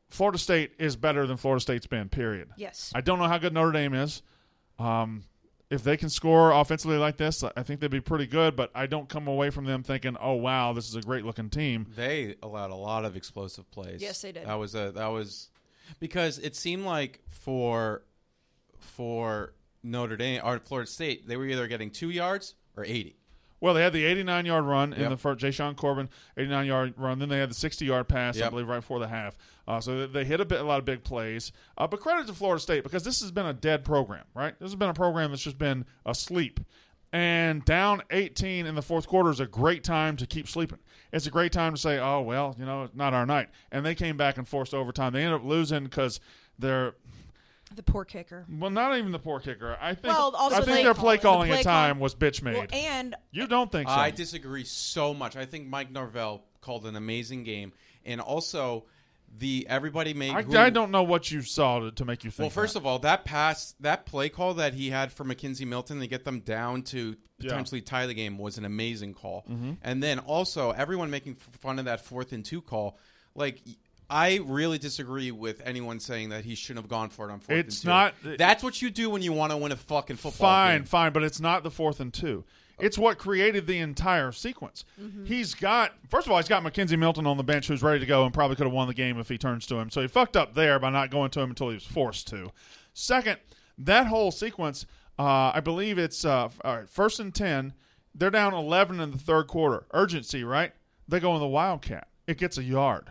S1: Florida State is better than Florida State's been. Period.
S3: Yes.
S1: I don't know how good Notre Dame is. Um, if they can score offensively like this, I think they'd be pretty good. But I don't come away from them thinking, "Oh wow, this is a great looking team."
S5: They allowed a lot of explosive plays.
S3: Yes, they did.
S5: That was a that was because it seemed like for for Notre Dame or Florida State, they were either getting two yards or eighty.
S1: Well, they had the 89 yard run in
S5: Yep.
S1: the first, Jay Sean Corbin 89 yard run. Then they had the 60 yard pass, I
S5: Yep.
S1: believe, right before the half. Uh, so they, they hit a bit, a lot of big plays. Uh, but credit to Florida State because this has been a dead program, right? This has been a program that's just been asleep. And down 18 in the fourth quarter is a great time to keep sleeping. It's a great time to say, oh, well, you know, not our night. And they came back and forced overtime. They ended up losing because they're,
S3: The poor kicker.
S1: well, not even the poor kicker. I think,
S3: Well, also
S1: I
S3: the
S1: think
S3: play
S1: their play
S3: calling.
S1: calling
S3: The play
S1: at time
S3: call-
S1: was bitch made.
S3: Well, and
S1: you don't think so?
S5: I disagree so much. I think Mike Norvell called an amazing game, and also the everybody made.
S1: I,
S5: who-
S1: I don't know what you saw to, to make you think.
S5: Well, first of all, that pass, that play call that he had for McKenzie Milton to get them down to
S1: Yeah. Mm-hmm.
S5: potentially tie the game was an amazing call. And then also, everyone making f- fun of that fourth and two call, like. y- I really disagree with anyone saying that he shouldn't have gone for it on fourth.
S1: It's
S5: and two.
S1: not-
S5: That's what you do when you want to win a fucking football
S1: fine,
S5: game.
S1: fine, but it's not the fourth and two. It's what created the entire sequence. He's got first of all, he's got Mackenzie Milton on the bench who's ready to go and probably could have won the game if he turns to him. So he fucked up there by not going to him until he was forced to. Second, that whole sequence, uh, I believe it's uh, f- all right, first and ten. They're down eleven in the third quarter. Urgency, right? They go in the wildcat. It gets a yard.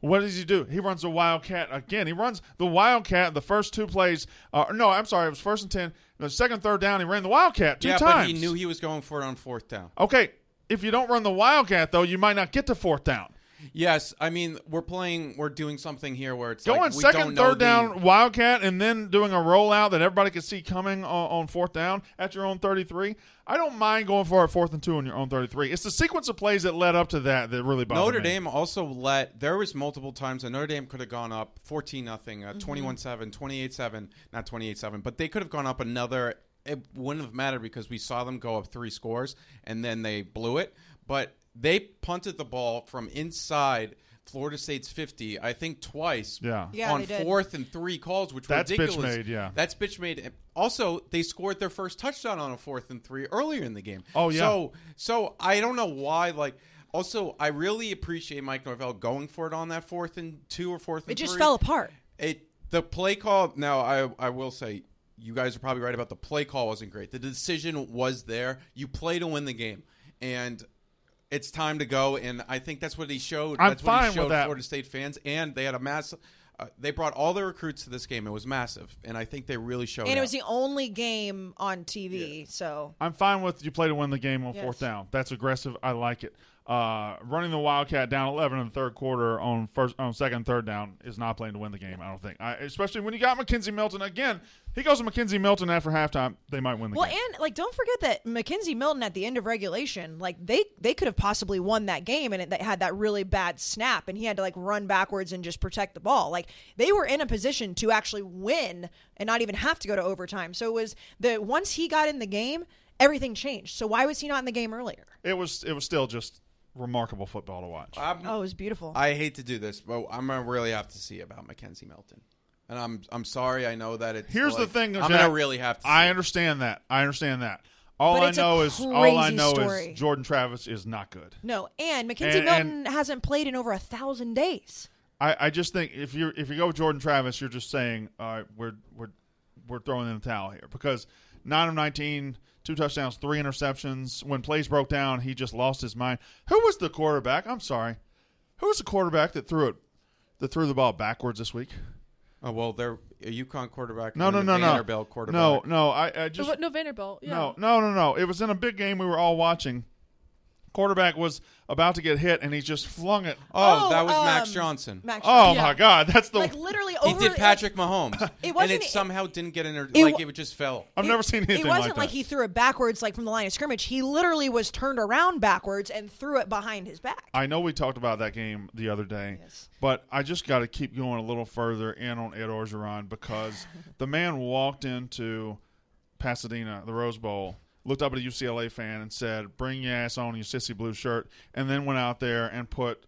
S1: What does he do? He runs the Wildcat again. He runs the Wildcat the first two plays. Uh, no, I'm sorry. It was first and 10. The second, third down, he ran the Wildcat two
S5: yeah,
S1: times.
S5: but he knew he was going for it on fourth down.
S1: Okay, if you don't run the Wildcat, though, you might not get to fourth down.
S5: Yes, I mean we're playing, we're doing something here where it's
S1: Going
S5: like, we don't
S1: second,
S5: know
S1: third down,
S5: the-
S1: Wildcat, and then doing a rollout that everybody could see coming on, on fourth down at your own 33. I don't mind going for a fourth and two on your own 33. It's the sequence of plays that led up to that that really bothers
S5: Notre
S1: me.
S5: Dame also let there was multiple times that Notre Dame could have gone up 14 nothing, uh, 21-7, 28-7, not 28-7, but they could have gone up another it wouldn't have mattered because we saw them go up three scores and then they blew it, but they punted the ball from inside Florida State's 50, I think twice
S1: Yeah.
S3: Yeah,
S5: on
S3: they did.
S5: fourth and three calls, which
S1: That's
S5: were
S1: bitch
S5: ridiculous.
S1: made, yeah.
S5: That's bitch made. Also, they scored their first touchdown on a fourth and three earlier in the game.
S1: Oh, yeah.
S5: So so I don't know why. Like also, I really appreciate Mike Norvell going for it on that fourth and two or fourth. and
S3: It just
S5: three.
S3: fell apart.
S5: It the play call. Now I I will say you guys are probably right about the play call wasn't great. The decision was there. You play to win the game, and. It's time to go, and I think that's what he showed.
S1: I'm
S5: that's
S1: fine
S5: what
S1: with
S5: he showed
S1: that.
S5: Florida State fans, and they had a mass. Uh, they brought all their recruits to this game. It was massive, and I think they really showed.
S3: And it
S5: out.
S3: was the only game on TV, so
S1: I'm fine with you play to win the game on
S3: Yes.
S1: fourth down. That's aggressive. I like it. Uh, running the Wildcat down 11 in the third quarter on first on second and third down is not playing to win the game. I don't think. I, especially when you got McKenzie Milton again. He goes to McKenzie Milton after halftime. They might win the
S3: Well,
S1: game.
S3: and like, don't forget that Mackenzie Milton at the end of regulation, like they they could have possibly won that game, and it they had that really bad snap, and he had to like run backwards and just protect the ball. Like they were in a position to actually win and not even have to go to overtime. So it was the once he got in the game, everything changed. So why was he not in the game earlier?
S1: it was it was still just remarkable football to watch.
S5: I'm-
S3: Oh, it was beautiful.
S5: I hate to do this, but I'm gonna really have to see about Mackenzie Melton. And I'm I'm sorry. I know that it's.
S1: Here's the
S5: like-
S1: thing.
S5: I'm
S1: Jack,
S5: gonna really have to. See
S1: I
S5: it.
S1: understand that. I understand that. All
S3: But
S1: I
S3: it's a
S1: know is all I
S3: crazy
S1: know
S3: story.
S1: is Jordan Travis is not good.
S3: no, and Mackenzie
S1: And-
S3: Milton
S1: and-
S3: hasn't played in over a thousand days.
S1: I, I just think if you if you go with Jordan Travis, you're just saying, all right, we're we're we're throwing in the towel here because nine of 19, two touchdowns, three interceptions. When plays broke down, he just lost his mind. Who was the quarterback? I'm sorry, who was the quarterback that threw it that threw the ball backwards this week?
S5: Oh well, they're a UConn quarterback.
S1: No,
S5: and
S1: no,
S5: a
S1: no, no,
S5: Vanderbilt quarterback.
S1: No, no, I, I just
S4: what, no, Vanderbilt. Yeah.
S1: No, no, no, no. It was in a big game we were all watching. Quarterback was about to get hit, and he just flung it.
S5: Oh, that was
S3: um,
S5: Max Johnson.
S3: Max
S1: Oh
S3: Johnson.
S1: my God, that's the.
S3: Like literally
S5: he
S3: over uh,
S5: did Patrick Mahomes, and
S3: wasn't- e-
S5: it somehow didn't get in. There,
S3: It
S5: like
S3: wa-
S5: it just fell.
S1: I've
S3: It-
S1: never seen anything
S3: It wasn't like,
S1: that.
S3: he threw it backwards, like from the line of scrimmage. He literally was turned around backwards and threw it behind his back.
S1: I know we talked about that game the other day, but I just got to keep going a little further in on Ed Orgeron because the man walked into Pasadena, the Rose Bowl, looked up at a UCLA fan and said, "Bring your ass on, your sissy blue shirt," and then went out there and put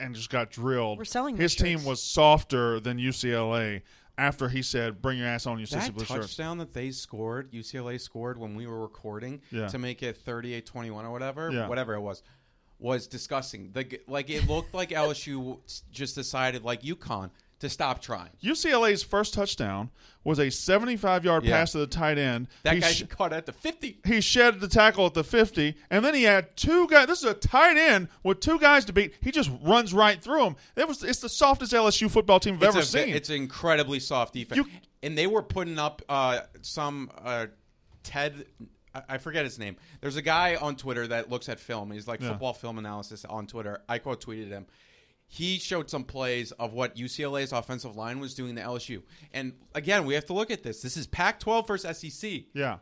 S1: and just got drilled.
S3: We're selling
S1: His
S3: those
S1: team
S3: shirts.
S1: was softer than UCLA after he said, "Bring your ass on, your sissy
S5: That
S1: blue shirt."
S5: touchdown that they scored, UCLA scored when we were recording
S1: Yeah.
S5: to make it 38-21 or whatever,
S1: Yeah.
S5: whatever it was, was disgusting. The, g- like it looked like LSU just decided, like UConn, to stop trying.
S1: UCLA's first touchdown was a 75-yard
S5: Yeah.
S1: pass to the tight end.
S5: That
S1: He
S5: guy
S1: sh-
S5: caught at the 50.
S1: he shed the tackle at the 50, and then he had two guys. This is a tight end with two guys to beat. He just runs right through them. It was it's the softest LSU football team I've ever
S5: it's a,
S1: seen.
S5: It's an incredibly soft defense.
S1: You-
S5: and they were putting up uh, some uh, Ted. I- I forget his name. There's a guy on Twitter that looks at film. He's like football film analysis on Twitter. I quote tweeted him. He showed some plays of what UCLA's offensive line was doing to LSU. And again, we have to look at this. This is Pac 12 versus SEC.
S1: yeah,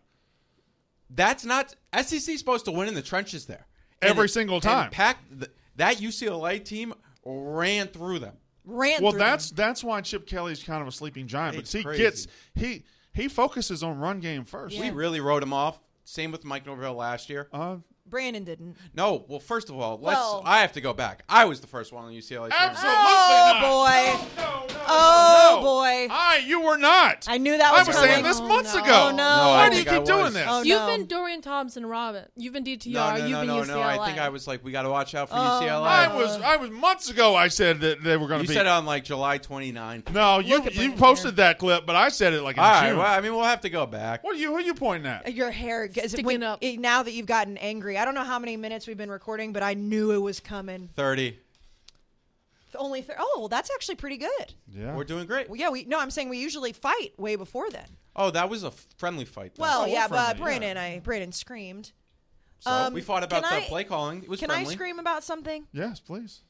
S5: That's not SEC supposed to win in the trenches there And-
S1: Every single time.
S5: And Pac, th- that UCLA team ran through them.
S3: Ran.
S1: well
S3: through
S1: that's
S3: him.
S1: that's why Chip Kelly's kind of a sleeping giant because
S5: It's
S1: he
S5: crazy.
S1: gets he he focuses on run game first.
S5: We really wrote him off. Same with Mike Norvell last year.
S1: Uh-huh.
S3: Brandon didn't.
S5: no, well, first of all, let's.
S3: Well-
S5: I have to go back. I was the first one on the UCLA. team.
S1: Absolutely
S3: Oh
S1: not.
S3: boy.
S1: No, no, no,
S3: Oh,
S1: no.
S3: boy.
S1: I you were not.
S3: I knew that
S1: I
S3: was
S1: was
S3: coming.
S1: saying this
S4: Oh,
S1: months
S4: no.
S1: ago.
S4: Oh, no. No,
S1: Why
S5: I
S1: do you
S5: think I
S1: keep doing
S5: was.
S1: this?
S3: Oh,
S4: You've
S3: no.
S4: been Dorian Thompson Robin. You've been DTR.
S5: No, no,
S4: You've
S5: no,
S4: been
S5: no,
S4: UCLA.
S5: no. I think I was like, we got to watch out for
S1: I
S3: Oh,
S5: UCLA.
S1: was I was months ago. I said that they were going
S5: you
S1: to be.
S5: said on like July 29th.
S1: no, you
S3: Look at
S1: you
S3: Brandon
S1: posted that clip, but I said it like in
S5: All right.
S1: June.
S5: Well, I mean, we'll have to go back.
S1: What are you? Who are you pointing at?
S3: Your hair gets
S4: Sticking
S3: when-
S4: up.
S3: it- now that you've gotten angry. I don't know how many minutes we've been recording, but I knew it was coming.
S5: 30.
S3: only th- oh, well, that's actually pretty good.
S1: Yeah.
S5: We're doing great.
S3: Well, yeah, we no, I'm saying we usually fight way before then.
S5: Oh, that was a f- friendly fight. Though.
S3: Well,
S5: Oh,
S3: yeah,
S5: friendly,
S3: but Brandon, I Brandon screamed. Um,
S5: So we fought about
S3: can
S5: the
S3: I-
S5: play calling. It was
S3: Can
S5: friendly.
S3: I scream about something?
S1: Yes, please.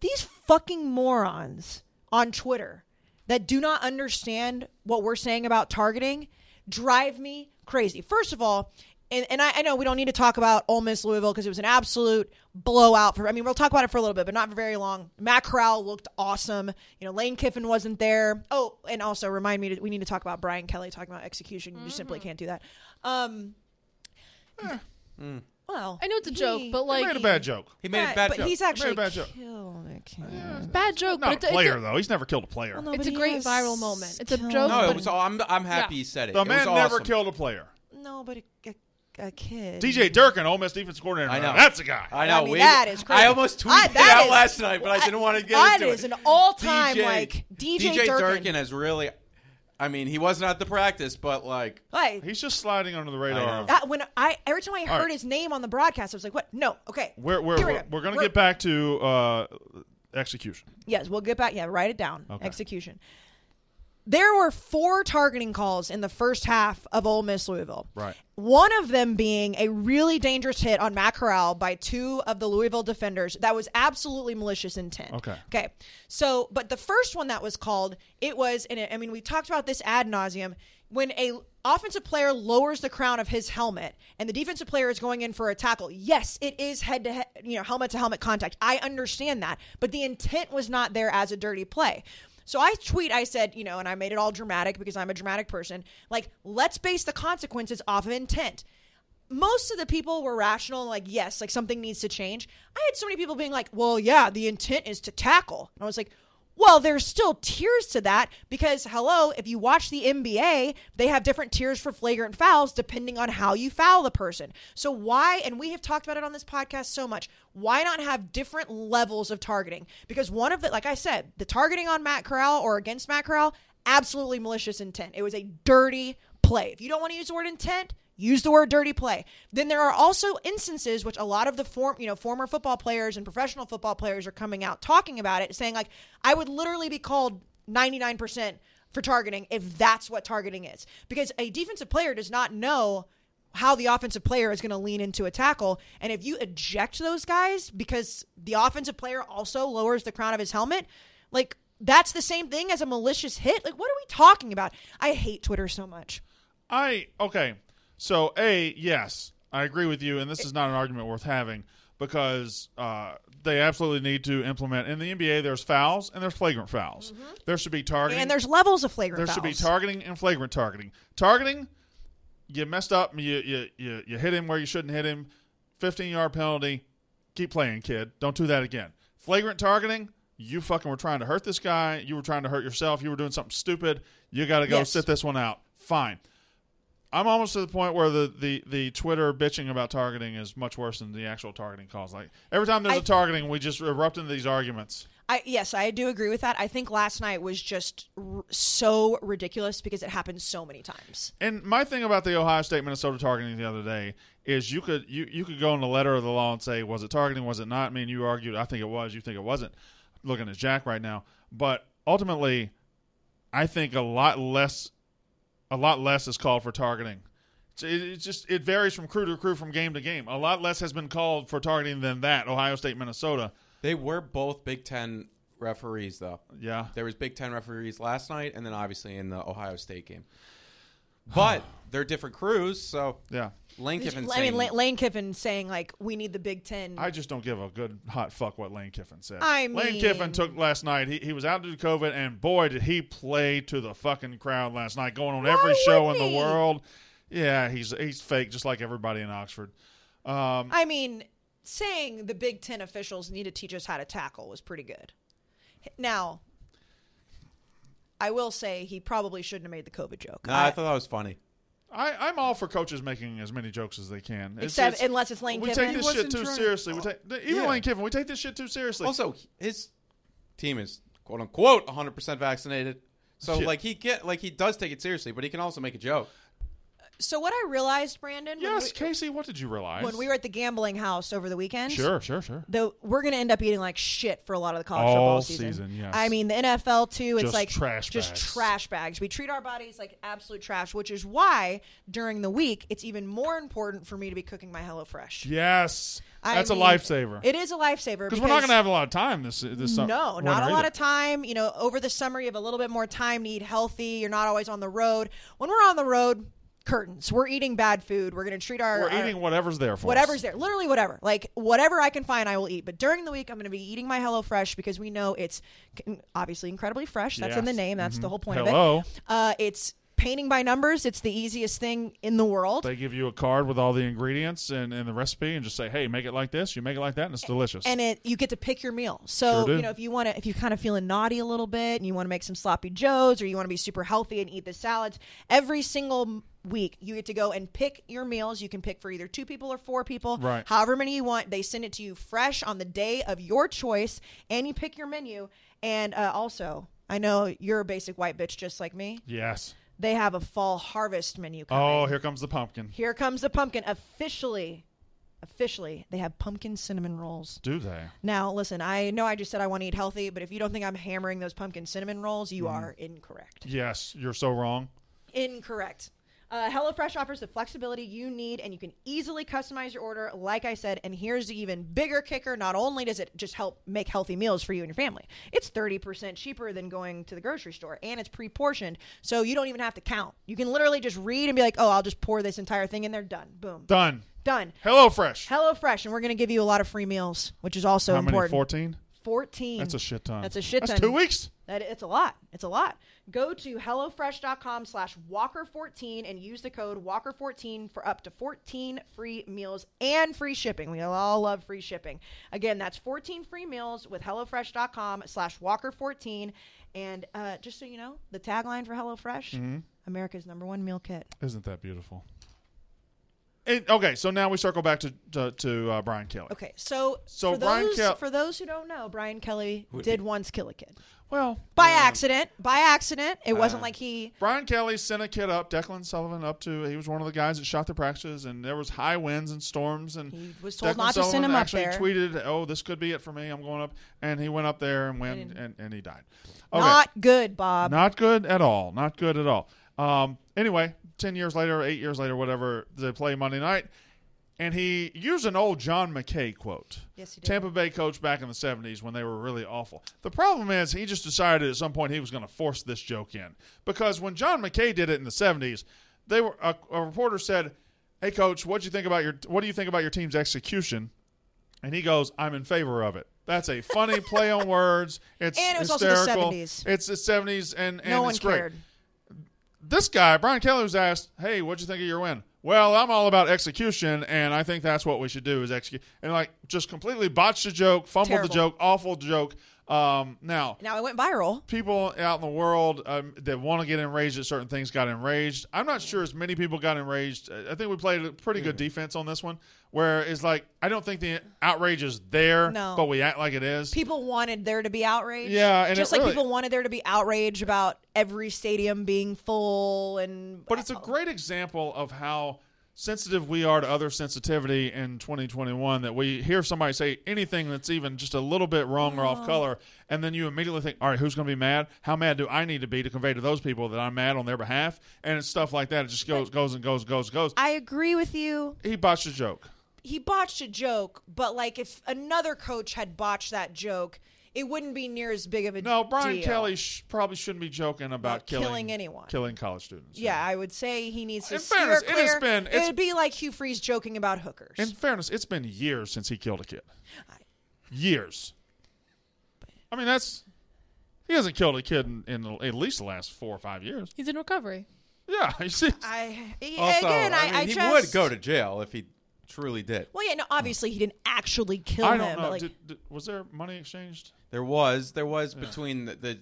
S3: These fucking morons on Twitter that do not understand what we're saying about targeting drive me crazy. First of all, and, and I, I know we don't need to talk about Ole Miss Louisville because it was an absolute blowout. For I mean, we'll talk about it for a little bit, but not for very long. Matt Corral looked awesome. You know, Lane Kiffin wasn't there. Oh, and also remind me to, we need to talk about Brian Kelly talking about execution. You simply
S4: Mm-hmm.
S3: can't do that. Um, Well,
S4: Mm. I know it's a
S3: he-
S4: joke, but
S1: He
S4: like
S1: made a bad joke.
S5: He made a
S3: Right,
S5: bad
S3: but
S5: joke.
S3: he's actually
S1: bad joke.
S3: killed a kid.
S4: bad joke,
S1: Not
S4: but
S1: a
S4: it's,
S1: player
S4: it's a,
S1: though. He's never killed a player.
S3: Well, Oh, no,
S4: it's
S3: but
S4: a
S3: he
S4: great
S3: is
S4: viral moment. It's a
S3: killed-
S4: joke,
S5: no,
S4: but-
S5: it was. all I'm. I'm happy
S4: Yeah.
S5: he said it.
S1: The
S5: it was
S1: man
S5: awesome.
S1: never killed a player.
S3: No, but a, a, a kid.
S1: DJ Durkin, Ole Miss defense coordinator.
S5: I know.
S1: That's a guy.
S5: I know.
S3: I mean,
S5: we,
S3: that is crazy.
S5: I almost tweeted
S3: I-
S5: it
S3: that
S5: out
S3: is-
S5: last night, but I didn't want to get
S3: that
S5: into
S3: is
S5: it.
S3: an all-time, like, DJ Durkin.
S5: has really. I mean, he wasn't at the practice, but like
S3: Like,
S1: He's just sliding under the
S5: I
S1: radar.
S5: know.
S1: of-
S3: that, when I every time I heard
S1: right.
S3: his name on the broadcast, I was like, "What? No, okay."
S1: We're we're
S3: Here we
S1: we're,
S3: go.
S1: we're gonna get back to uh, execution.
S3: Yes, we'll get back. Yeah, write it down. Execution. There were four targeting calls in the first half of Ole Miss Louisville.
S5: Right.
S3: One of them being a really dangerous hit on Matt Corral by two of the Louisville defenders that was absolutely malicious intent.
S1: Okay.
S3: Okay. So, but the first one that was called, it was, and it, I mean, we talked about this ad nauseum when a offensive player lowers the crown of his helmet and the defensive player is going in for a tackle. Yes, it is head to head, you know, helmet to helmet contact. I understand that, but the intent was not there as a dirty play. So I tweet, I said, you know, and I made it all dramatic because I'm a dramatic person. Like, let's base the consequences off of intent most of the people were rational and like yes like something needs to change i had so many people being like well yeah the intent is to tackle and i was like well there's still tiers to that because hello if you watch the nba they have different tiers for flagrant fouls depending on how you foul the person so why and we have talked about it on this podcast so much why not have different levels of targeting because one of the like i said the targeting on matt corral or against matt corral absolutely malicious intent it was a dirty play if you don't want to use the word intent use the word dirty play then there are also instances which a lot of the form you know former football players and professional football players are coming out talking about it saying like i would literally be called 99% for targeting if that's what targeting is because a defensive player does not know how the offensive player is going to lean into a tackle and if you eject those guys because the offensive player also lowers the crown of his helmet like that's the same thing as a malicious hit like what are we talking about i hate twitter so much
S1: I okay. So a yes, I agree with you, and this is not an argument worth having because uh, they absolutely need to implement in the NBA. There's fouls and there's flagrant fouls. There should be targeting.
S3: And there's levels of flagrant
S1: there
S3: fouls.
S1: should be targeting and flagrant targeting. Targeting, you messed up. You you you, you hit him where you shouldn't hit him. Fifteen yard penalty. Keep playing, kid. Don't do that again. Flagrant targeting. You fucking were trying to hurt this guy. You were trying to hurt yourself. You were doing something stupid. You got to go
S3: Yes.
S1: sit this one out. Fine. I'm almost to the point where the, the, the Twitter bitching about targeting is much worse than the actual targeting calls. Like every time there's a
S3: I-
S1: targeting, we just erupt into these arguments.
S3: I, yes, I do agree with that. I think last night was just r- so ridiculous because it happened so many times.
S1: And my thing about the Ohio State Minnesota targeting the other day is you could you, you could go in the letter of the law and say was it targeting was it not? I mean you argued I think it was you think it wasn't. Looking at Jack right now, but ultimately, I think a lot less a lot less is called for targeting. It's- It, it just it varies from crew to crew from game to game. A lot less has been called for targeting than that Ohio State Minnesota.
S5: they were both Big Ten referees, though.
S1: Yeah,
S5: There was Big Ten referees last night, and then obviously in the Ohio State game. But they're different crews, so
S1: yeah.
S5: Lane Kiffin.
S3: I mean,
S5: saying-
S3: La- Lane Kiffin saying like we need the Big Ten.
S1: I just don't give a good hot fuck what Lane Kiffin said.
S3: I
S1: Lane
S3: mean-
S1: Kiffin took last night. He, he was out due to COVID, and boy, did he play to the fucking crowd last night, going on every show in
S3: wouldn't
S1: the
S3: he?
S1: world. Yeah, he's he's fake, just like everybody in Oxford. Um,
S3: I mean, saying the Big Ten officials need to teach us how to tackle was pretty good. Now, I will say he probably shouldn't have made the COVID joke.
S5: Nah, I thought that was funny.
S1: I, I'm all for coaches making as many jokes as they can, It's-
S3: Except-
S1: it's-
S3: unless it's Lane
S1: we
S3: Kiffin.
S1: take
S3: He
S1: this shit
S5: wasn't
S1: too
S5: trying-
S1: seriously. We take even
S5: Yeah.
S1: Lane Kiffin. We take this shit too seriously.
S5: Also, his team is "quote unquote" 100 percent vaccinated, so
S1: Yeah.
S5: like he get like he does take it seriously, but he can also make a joke.
S3: So what I realized, Brandon, when
S1: Yes,
S3: we-
S1: Casey, what did you realize?
S3: when we were at the gambling house over the weekend,
S1: Sure, sure, sure.
S3: though we're going to end up eating like shit for a lot of the college
S1: All
S3: football season.
S1: season, yes.
S3: I mean, the NFL too. It's
S1: Just
S3: like
S1: trash
S3: just
S1: bags.
S3: trash bags. We treat our bodies like absolute trash, which is why during the week it's even more important for me to be cooking my HelloFresh.
S1: Yes.
S3: I
S1: That's
S3: mean,
S1: a lifesaver.
S3: It is a lifesaver
S1: Because we're not going to have a lot of time this this summer.
S3: no, not a lot of time. You know, over the summer you have a little bit more time to eat healthy. You're not always on the road. When we're on the road, curtains. We're eating bad food. We're going to treat our
S1: We're
S3: our-
S1: eating whatever's there for
S3: whatever's
S1: us.
S3: there. Literally whatever. Like whatever I can find, I will eat. But during the week, I'm going to be eating my HelloFresh because we know it's c- obviously incredibly fresh. That's in the
S1: Yes. Mm-hmm.
S3: name. That's the whole point
S1: Hello.
S3: of it. Uh, it's painting by numbers. It's the easiest thing in the world.
S1: They give you a card with all the ingredients and, and the recipe and just say, hey, make it like this, you make it like that, and it's delicious.
S3: and it you get to pick your meal. So
S1: Sure do.
S3: you know if you want to, if you're kind of feeling naughty a little bit, and you want to make some sloppy joes, or you want to be super healthy and eat the salads, every single m- week you get to go and pick your meals. You can pick for either two people or four people,
S1: Right.
S3: However many you want, they send it to you fresh on the day of your choice, and you pick your menu. And uh, also, I know you're a basic white bitch just like me.
S1: yes.
S3: They have a fall harvest menu. Coming.
S1: Oh, here comes the pumpkin.
S3: here comes the pumpkin officially. Officially, they have pumpkin cinnamon rolls.
S1: Do they?
S3: Now, listen, I know I just said I want to eat healthy, but if you don't think I'm hammering those pumpkin cinnamon rolls,
S1: Mm-hmm.
S3: you are incorrect.
S1: Yes, you're so wrong.
S3: Incorrect. Uh, HelloFresh offers the flexibility you need, and you can easily customize your order, like I said. And here's the even bigger kicker not only does it just help make healthy meals for you and your family, it's 30% cheaper than going to the grocery store, and it's pre portioned, so you don't even have to count. You can literally just read and be like, oh, I'll just pour this entire thing in there. Done. Boom.
S1: Done.
S3: Done.
S1: Hello, Fresh.
S3: HelloFresh, and we're going to give you a lot of free meals, which is also
S1: How many?
S3: important.
S1: 14?
S3: 14.
S1: That's a shit ton.
S3: That's a shit
S1: That's
S3: ton.
S1: two weeks?
S3: That it's a lot. It's a lot. Go to HelloFresh.com slash Walker14 and use the code Walker14 for up to 14 free meals and free shipping. We all love free shipping. Again, that's 14 free meals with HelloFresh.com slash Walker14. And uh, just so you know, the tagline for HelloFresh
S1: Mm-hmm.
S3: America's number one meal kit.
S1: Isn't that beautiful? And, okay, so now we circle back to, to, to uh, Brian Kelly.
S3: Okay, so,
S1: So
S3: for,
S1: Brian
S3: those,
S1: Kel-
S3: for those who don't know, Brian Kelly did once kill a kid.
S1: Well,
S3: By accident. By accident. It wasn't
S1: Uh,
S3: like he.
S1: Brian Kelly sent a kid up, Declan Sullivan up to. He was one of the guys that shot the practices, and there was high winds and storms. And
S3: He was told
S1: Declan
S3: not to
S1: Sullivan
S3: send him up
S1: actually
S3: there.
S1: tweeted, "Oh, this could be it for me. I'm going up." And he went up there and went, and, and he died. Okay.
S3: Not good, Bob.
S1: Not good at all. Not good at all. Um, anyway, 10 years later, eight years later, whatever, they play Monday night. And he used an old John McKay quote.
S3: Yes, he did.
S1: Tampa Bay coach back in the 70s when they were really awful. The problem is he just decided at some point he was going to force this joke in. Because when John McKay did it in the 70s, they were a, a reporter said, "Hey coach, what do you think about your what do you think about your team's execution?" And he goes, "I'm in favor of it." That's a funny play on words. It's
S3: And it was also the
S1: hysterical.
S3: 70s.
S1: It's the 70s and, and
S3: no one
S1: it's great.
S3: cared.
S1: This guy, Brian Kelly, was asked, "Hey, what'd you think of your win?" Well, I'm all about execution, and I think that's what we should do is execute. And like, just completely botched the joke, fumbled
S3: Terrible.
S1: the joke, awful joke. Um, now,
S3: Now it went viral.
S1: people out in the world um, that want to get enraged at certain things got enraged. I'm not sure as many people got enraged. I I think we played a pretty good defense on this one, where it's like I don't think the outrage is there,
S3: No.
S1: but we act like it is.
S3: People wanted there to be outrage.
S1: Yeah, and
S3: just
S1: it
S3: like
S1: really-
S3: people wanted there to be outrage about every stadium being full and.
S1: But it's a great example of how sensitive we are to other sensitivity in 2021 that we hear somebody say anything that's even just a little bit wrong or
S3: Uh-huh.
S1: off color and then you immediately think all right who's going to be mad how mad do i need to be to convey to those people that i'm mad on their behalf and it's stuff like that it just goes goes and goes goes goes
S3: I agree with you.
S1: he botched a joke
S3: He botched a joke, but like if another coach had botched that joke, it wouldn't be near as big of a
S1: no brian
S3: deal.
S1: kelly sh- probably shouldn't be joking about,
S3: About
S1: killing,
S3: killing anyone.
S1: killing college students
S3: Yeah, I would say he needs to
S1: In
S3: steer
S1: fairness, it
S3: clear.
S1: has been- it's-
S3: It'd be like Hugh Freeze joking about hookers.
S1: In fairness, it's been years since he killed a kid. Years. I mean, that's he hasn't killed a kid in, in at least the last four or five years.
S4: He's in recovery.
S1: Yeah, you see,
S3: I
S5: Also,
S3: again, I,
S5: I mean,
S3: I
S5: he
S3: just
S5: would go to jail if he truly did.
S3: Well, yeah, no, obviously he didn't actually kill
S1: I
S3: him,
S1: don't know.
S3: but like
S1: Did- did- was there money exchanged?
S5: There was there was between the, the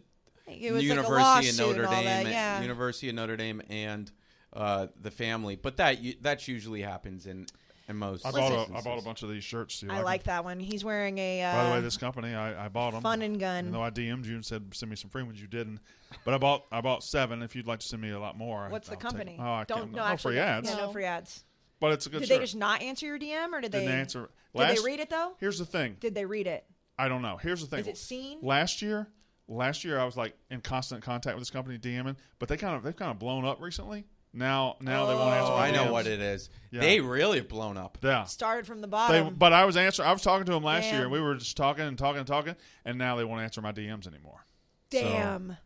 S3: it was
S5: University
S3: like a lawsuit
S5: of Notre
S3: and all
S5: Dame,
S3: that. Yeah.
S5: University of Notre Dame, and uh, the family. But that u- that's usually happens in in most.
S1: I bought, a, I
S5: instances.
S1: bought a bunch of these shirts. Do you
S3: I like that one. He's wearing a. Uh,
S1: By the way, this company I, I bought them.
S3: Fun and Gun.
S1: Even though I DM'd you and said send me some free ones, you didn't. But I bought I bought seven. If you'd like to send me a lot more, I-
S3: what's the
S1: I'll take it.
S3: company?
S1: oh, I
S3: don't
S1: can't,
S3: no,
S1: no
S3: actually,
S1: free ads.
S3: Yeah, no
S4: No.
S3: free ads.
S1: But it's a good
S3: Did
S1: shirt.
S3: they just not answer your DM or did they
S1: Didn't answer.
S3: Did
S1: Last-
S3: they read it though?
S1: Here's the thing.
S3: Did they read it?
S1: I don't know. Here's the thing.
S3: Is it seen?
S1: Last year, last year I was like in constant contact with this company DMing, but they kind of they've kind of blown up recently. Now now they won't answer.
S5: Oh,
S1: my
S5: I know
S1: DMs.
S5: what it is.
S1: Yeah.
S5: They really have blown up.
S1: Yeah.
S3: Started from the
S1: They,
S3: bottom.
S1: but I was answering. I was talking to them last
S3: Damn.
S1: year. and We were just talking and talking and talking, and now they won't answer my DMs anymore.
S3: Damn.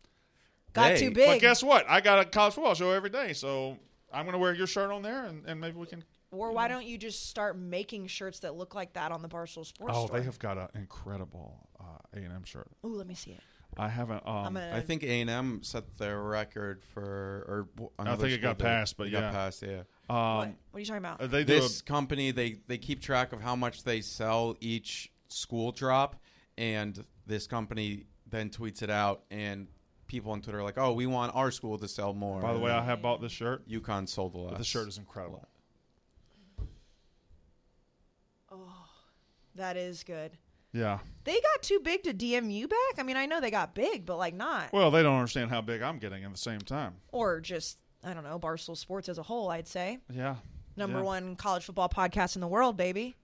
S3: Got
S5: They-
S3: too
S5: But
S3: big.
S1: But guess what? I got a college football show every day, so I'm going to wear your shirt on there, and, and maybe we can.
S3: or why don't you just start making shirts that look like that on the Barstool Sports
S1: Oh,
S3: store?
S1: they have got an incredible uh, A and M shirt.
S3: Ooh, let me see it.
S1: I haven't.
S3: I'm
S1: Um,
S3: gonna.
S5: I think A and M set their record for, or w-
S1: I think
S5: another
S1: it
S5: school
S1: got
S5: did.
S1: passed, but
S5: It
S1: yeah.
S5: got passed. Yeah,
S3: what,
S1: um,
S3: what are you talking about?
S1: they do.
S5: this company they they keep track of how much they sell each school drop, and this company then tweets it out, and people on Twitter are like, "Oh, we want our school to sell more."
S1: a, by the way, I have bought this shirt.
S5: UConn sold a
S1: But
S5: lot.
S1: the shirt is incredible.
S3: that is good.
S1: Yeah.
S3: They got too big to DM you back. I mean, I know they got big, but like not.
S1: Well, they don't understand how big I'm getting at the same time.
S3: Or just I don't know. Barstool Sports as a whole, I'd say
S1: Yeah.
S3: number
S1: Yeah.
S3: one college football podcast in the world, baby.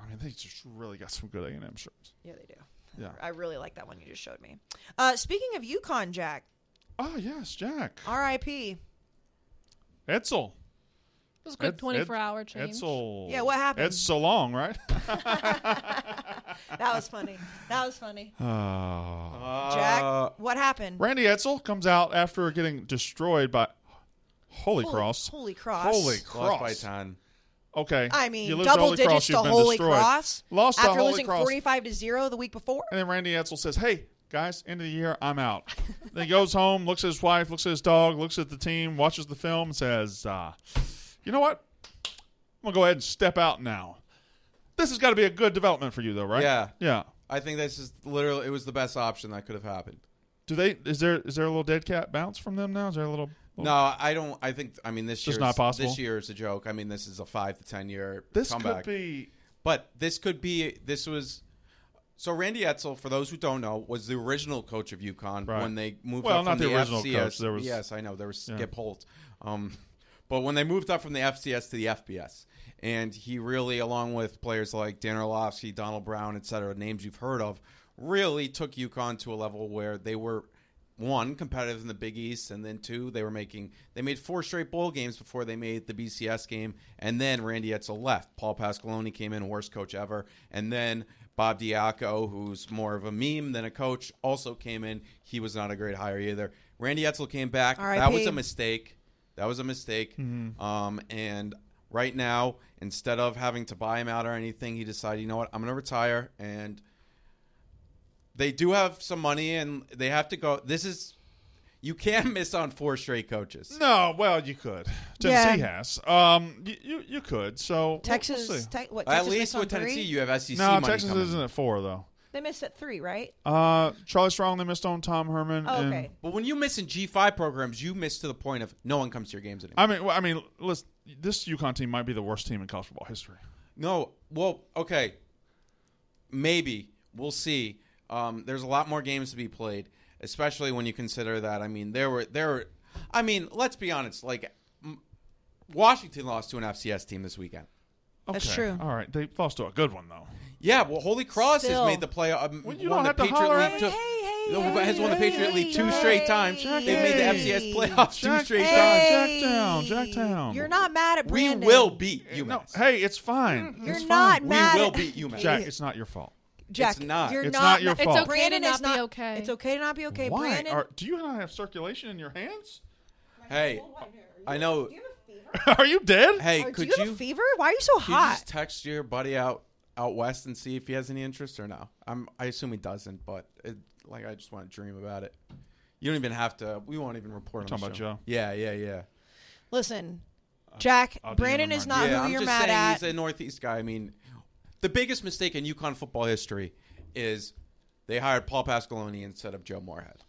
S1: I mean, they just really got some good A and M shirts.
S3: Yeah, they do.
S1: Yeah.
S3: I really like that one you just showed me. Uh, speaking of Yukon Jack,
S1: Oh yes, Jack
S3: R.I.P.
S1: Edsel.
S4: It was a good
S1: Ed-
S4: 24
S1: Ed-
S4: hour change.
S1: Edsel.
S3: Yeah, what happened?
S1: It's so long, right?
S3: That was funny. That was funny.
S1: Uh, Oh.
S5: Uh,
S3: Jack, what happened?
S1: Randy Edsel comes out after getting destroyed by Holy, Cross.
S3: Holy Cross.
S1: Holy
S5: Lost by
S1: Cross.
S5: ten.
S1: Okay.
S3: I mean,
S1: You lose
S3: double
S1: Holy
S3: digits
S1: Cross,
S3: to
S1: you've been
S3: Holy
S1: destroyed.
S3: Cross.
S1: Lost to
S3: after
S1: Holy
S3: losing
S1: Cross.
S3: 45 to 0 the week before.
S1: And then Randy Edsel says, Hey, guys, end of the year, I'm out. then he goes home, looks at his wife, looks at his dog, looks at the team, watches the film, and says, uh, You know what? I'm going to go ahead and step out now. This has got to be a good development for you, though, right?
S5: Yeah.
S1: Yeah.
S5: I think this is literally it was the best option that could have happened.
S1: Do they? Is there? Is there a little dead cat bounce from them now? Is there a little? little
S5: No, I don't. I think. I mean, this
S1: Just
S5: year's-
S1: not possible.
S5: This year is a joke. I mean, this is a five to ten year
S1: this
S5: comeback.
S1: could be.
S5: But this could be. This was. So Randy Etzel, for those who don't know, was the original coach of UConn
S1: Right.
S5: when they moved
S1: Well,
S5: up
S1: not
S5: from
S1: the original
S5: FCS.
S1: coach. There was-
S5: yes, I know there was
S1: Yeah.
S5: Skip Holt, um, but when they moved up from the FCS to the FBS, and he really, along with players like Dan Orlovsky, Donald Brown, et cetera, names you've heard of, really took UConn to a level where they were one competitive in the Big East, and then two they were making they made four straight bowl games before they made the BCS game, and then Randy Etzel left. Paul Pasqualoni came in, worst coach ever, and then Bob Diaco, who's more of a meme than a coach, also came in. He was not a great hire either. Randy Etzel came back. That
S3: R.I.P..
S5: was a mistake. That was a mistake.
S1: Mm-hmm.
S5: Um, and right now, instead of having to buy him out or anything, he decided, you know what, I'm going to retire and they do have some money and they have to go. This is you can't miss on four straight coaches.
S1: No, well, you could. Tennessee has. Um, you you, you could. So we'll-
S3: Texas,
S1: we'll see.
S3: Te- what,
S5: At
S3: Texas missed
S5: least
S3: on
S5: with Tennessee,
S3: three?
S5: you have SEC
S1: no,
S5: money
S1: Texas
S5: coming.
S1: isn't at four though.
S3: They missed at three, right?
S1: Uh, Charlie Strong. They missed on Tom Herman.
S3: Oh,
S1: and-
S3: okay.
S5: But when you miss in G five programs, you miss to the point of no one comes to your games anymore.
S1: I mean, well, I mean, listen. This UConn team might be the worst team in college football history.
S5: No, well, okay, maybe we'll see. Um, there's a lot more games to be played, especially when you consider that. I mean, there were there. Were, I mean, let's be honest. Like, m- Washington lost to an FCS team this weekend.
S1: Okay. Uh,
S3: That's true.
S1: All right, they lost to a good one though.
S5: Yeah, well, Holy Cross
S3: Still.
S5: has made the play. Um,
S1: Well, you
S5: won
S1: don't
S5: the
S1: have to
S5: Patriot
S1: holler at
S5: League
S1: me.
S5: two-
S3: Hey, hey,
S5: No,
S3: hey,
S5: but has won the
S3: hey,
S5: Patriot League two
S3: hey,
S5: straight times.
S3: hey.
S5: They've made the
S1: Hey.
S5: FCS playoffs two
S1: Jack-
S5: straight
S1: Hey.
S5: times.
S1: Jacktown, Jacktown.
S3: You're not mad at
S5: We
S3: Brandon.
S5: will beat UMass.
S1: No, hey, it's fine.
S3: You're
S1: It's
S3: not
S1: fine.
S5: we
S3: mad
S5: will
S3: at-
S5: beat UMass.
S1: Jack, it's not your fault.
S3: Jack,
S5: It's not.
S3: You're
S1: It's
S3: not,
S1: not your
S3: mad-
S1: fault. It's okay
S3: Brandon
S4: to
S3: is
S4: not be
S3: not
S4: okay.
S3: It's okay to not be okay.
S1: Why?
S3: Brandon,
S1: Are, do you not have circulation in your hands?
S5: Hey, I know.
S1: Are you dead?
S5: Hey,
S3: Or, do
S5: could
S3: you have a
S5: you,
S3: fever? Why are you so
S5: could you
S3: hot?
S5: just text your buddy out out west and see if he has any interest or no? I'm. I assume he doesn't, but it, like I just want to dream about it. You don't even have to. We won't even report on
S1: talking
S5: the
S1: about
S5: show.
S1: Joe?
S5: Yeah, yeah, yeah.
S3: Listen,
S5: Uh,
S3: Jack,
S1: I'll DM
S3: Brandon
S1: him
S3: is
S1: right
S3: not
S5: yeah,
S3: Uh, who
S5: I'm
S3: you're
S5: just
S3: mad
S5: saying
S3: at.
S5: he's a Northeast guy. I mean, the biggest mistake in Yukon football history is they hired Paul Pasqualoni instead of Joe Moorhead.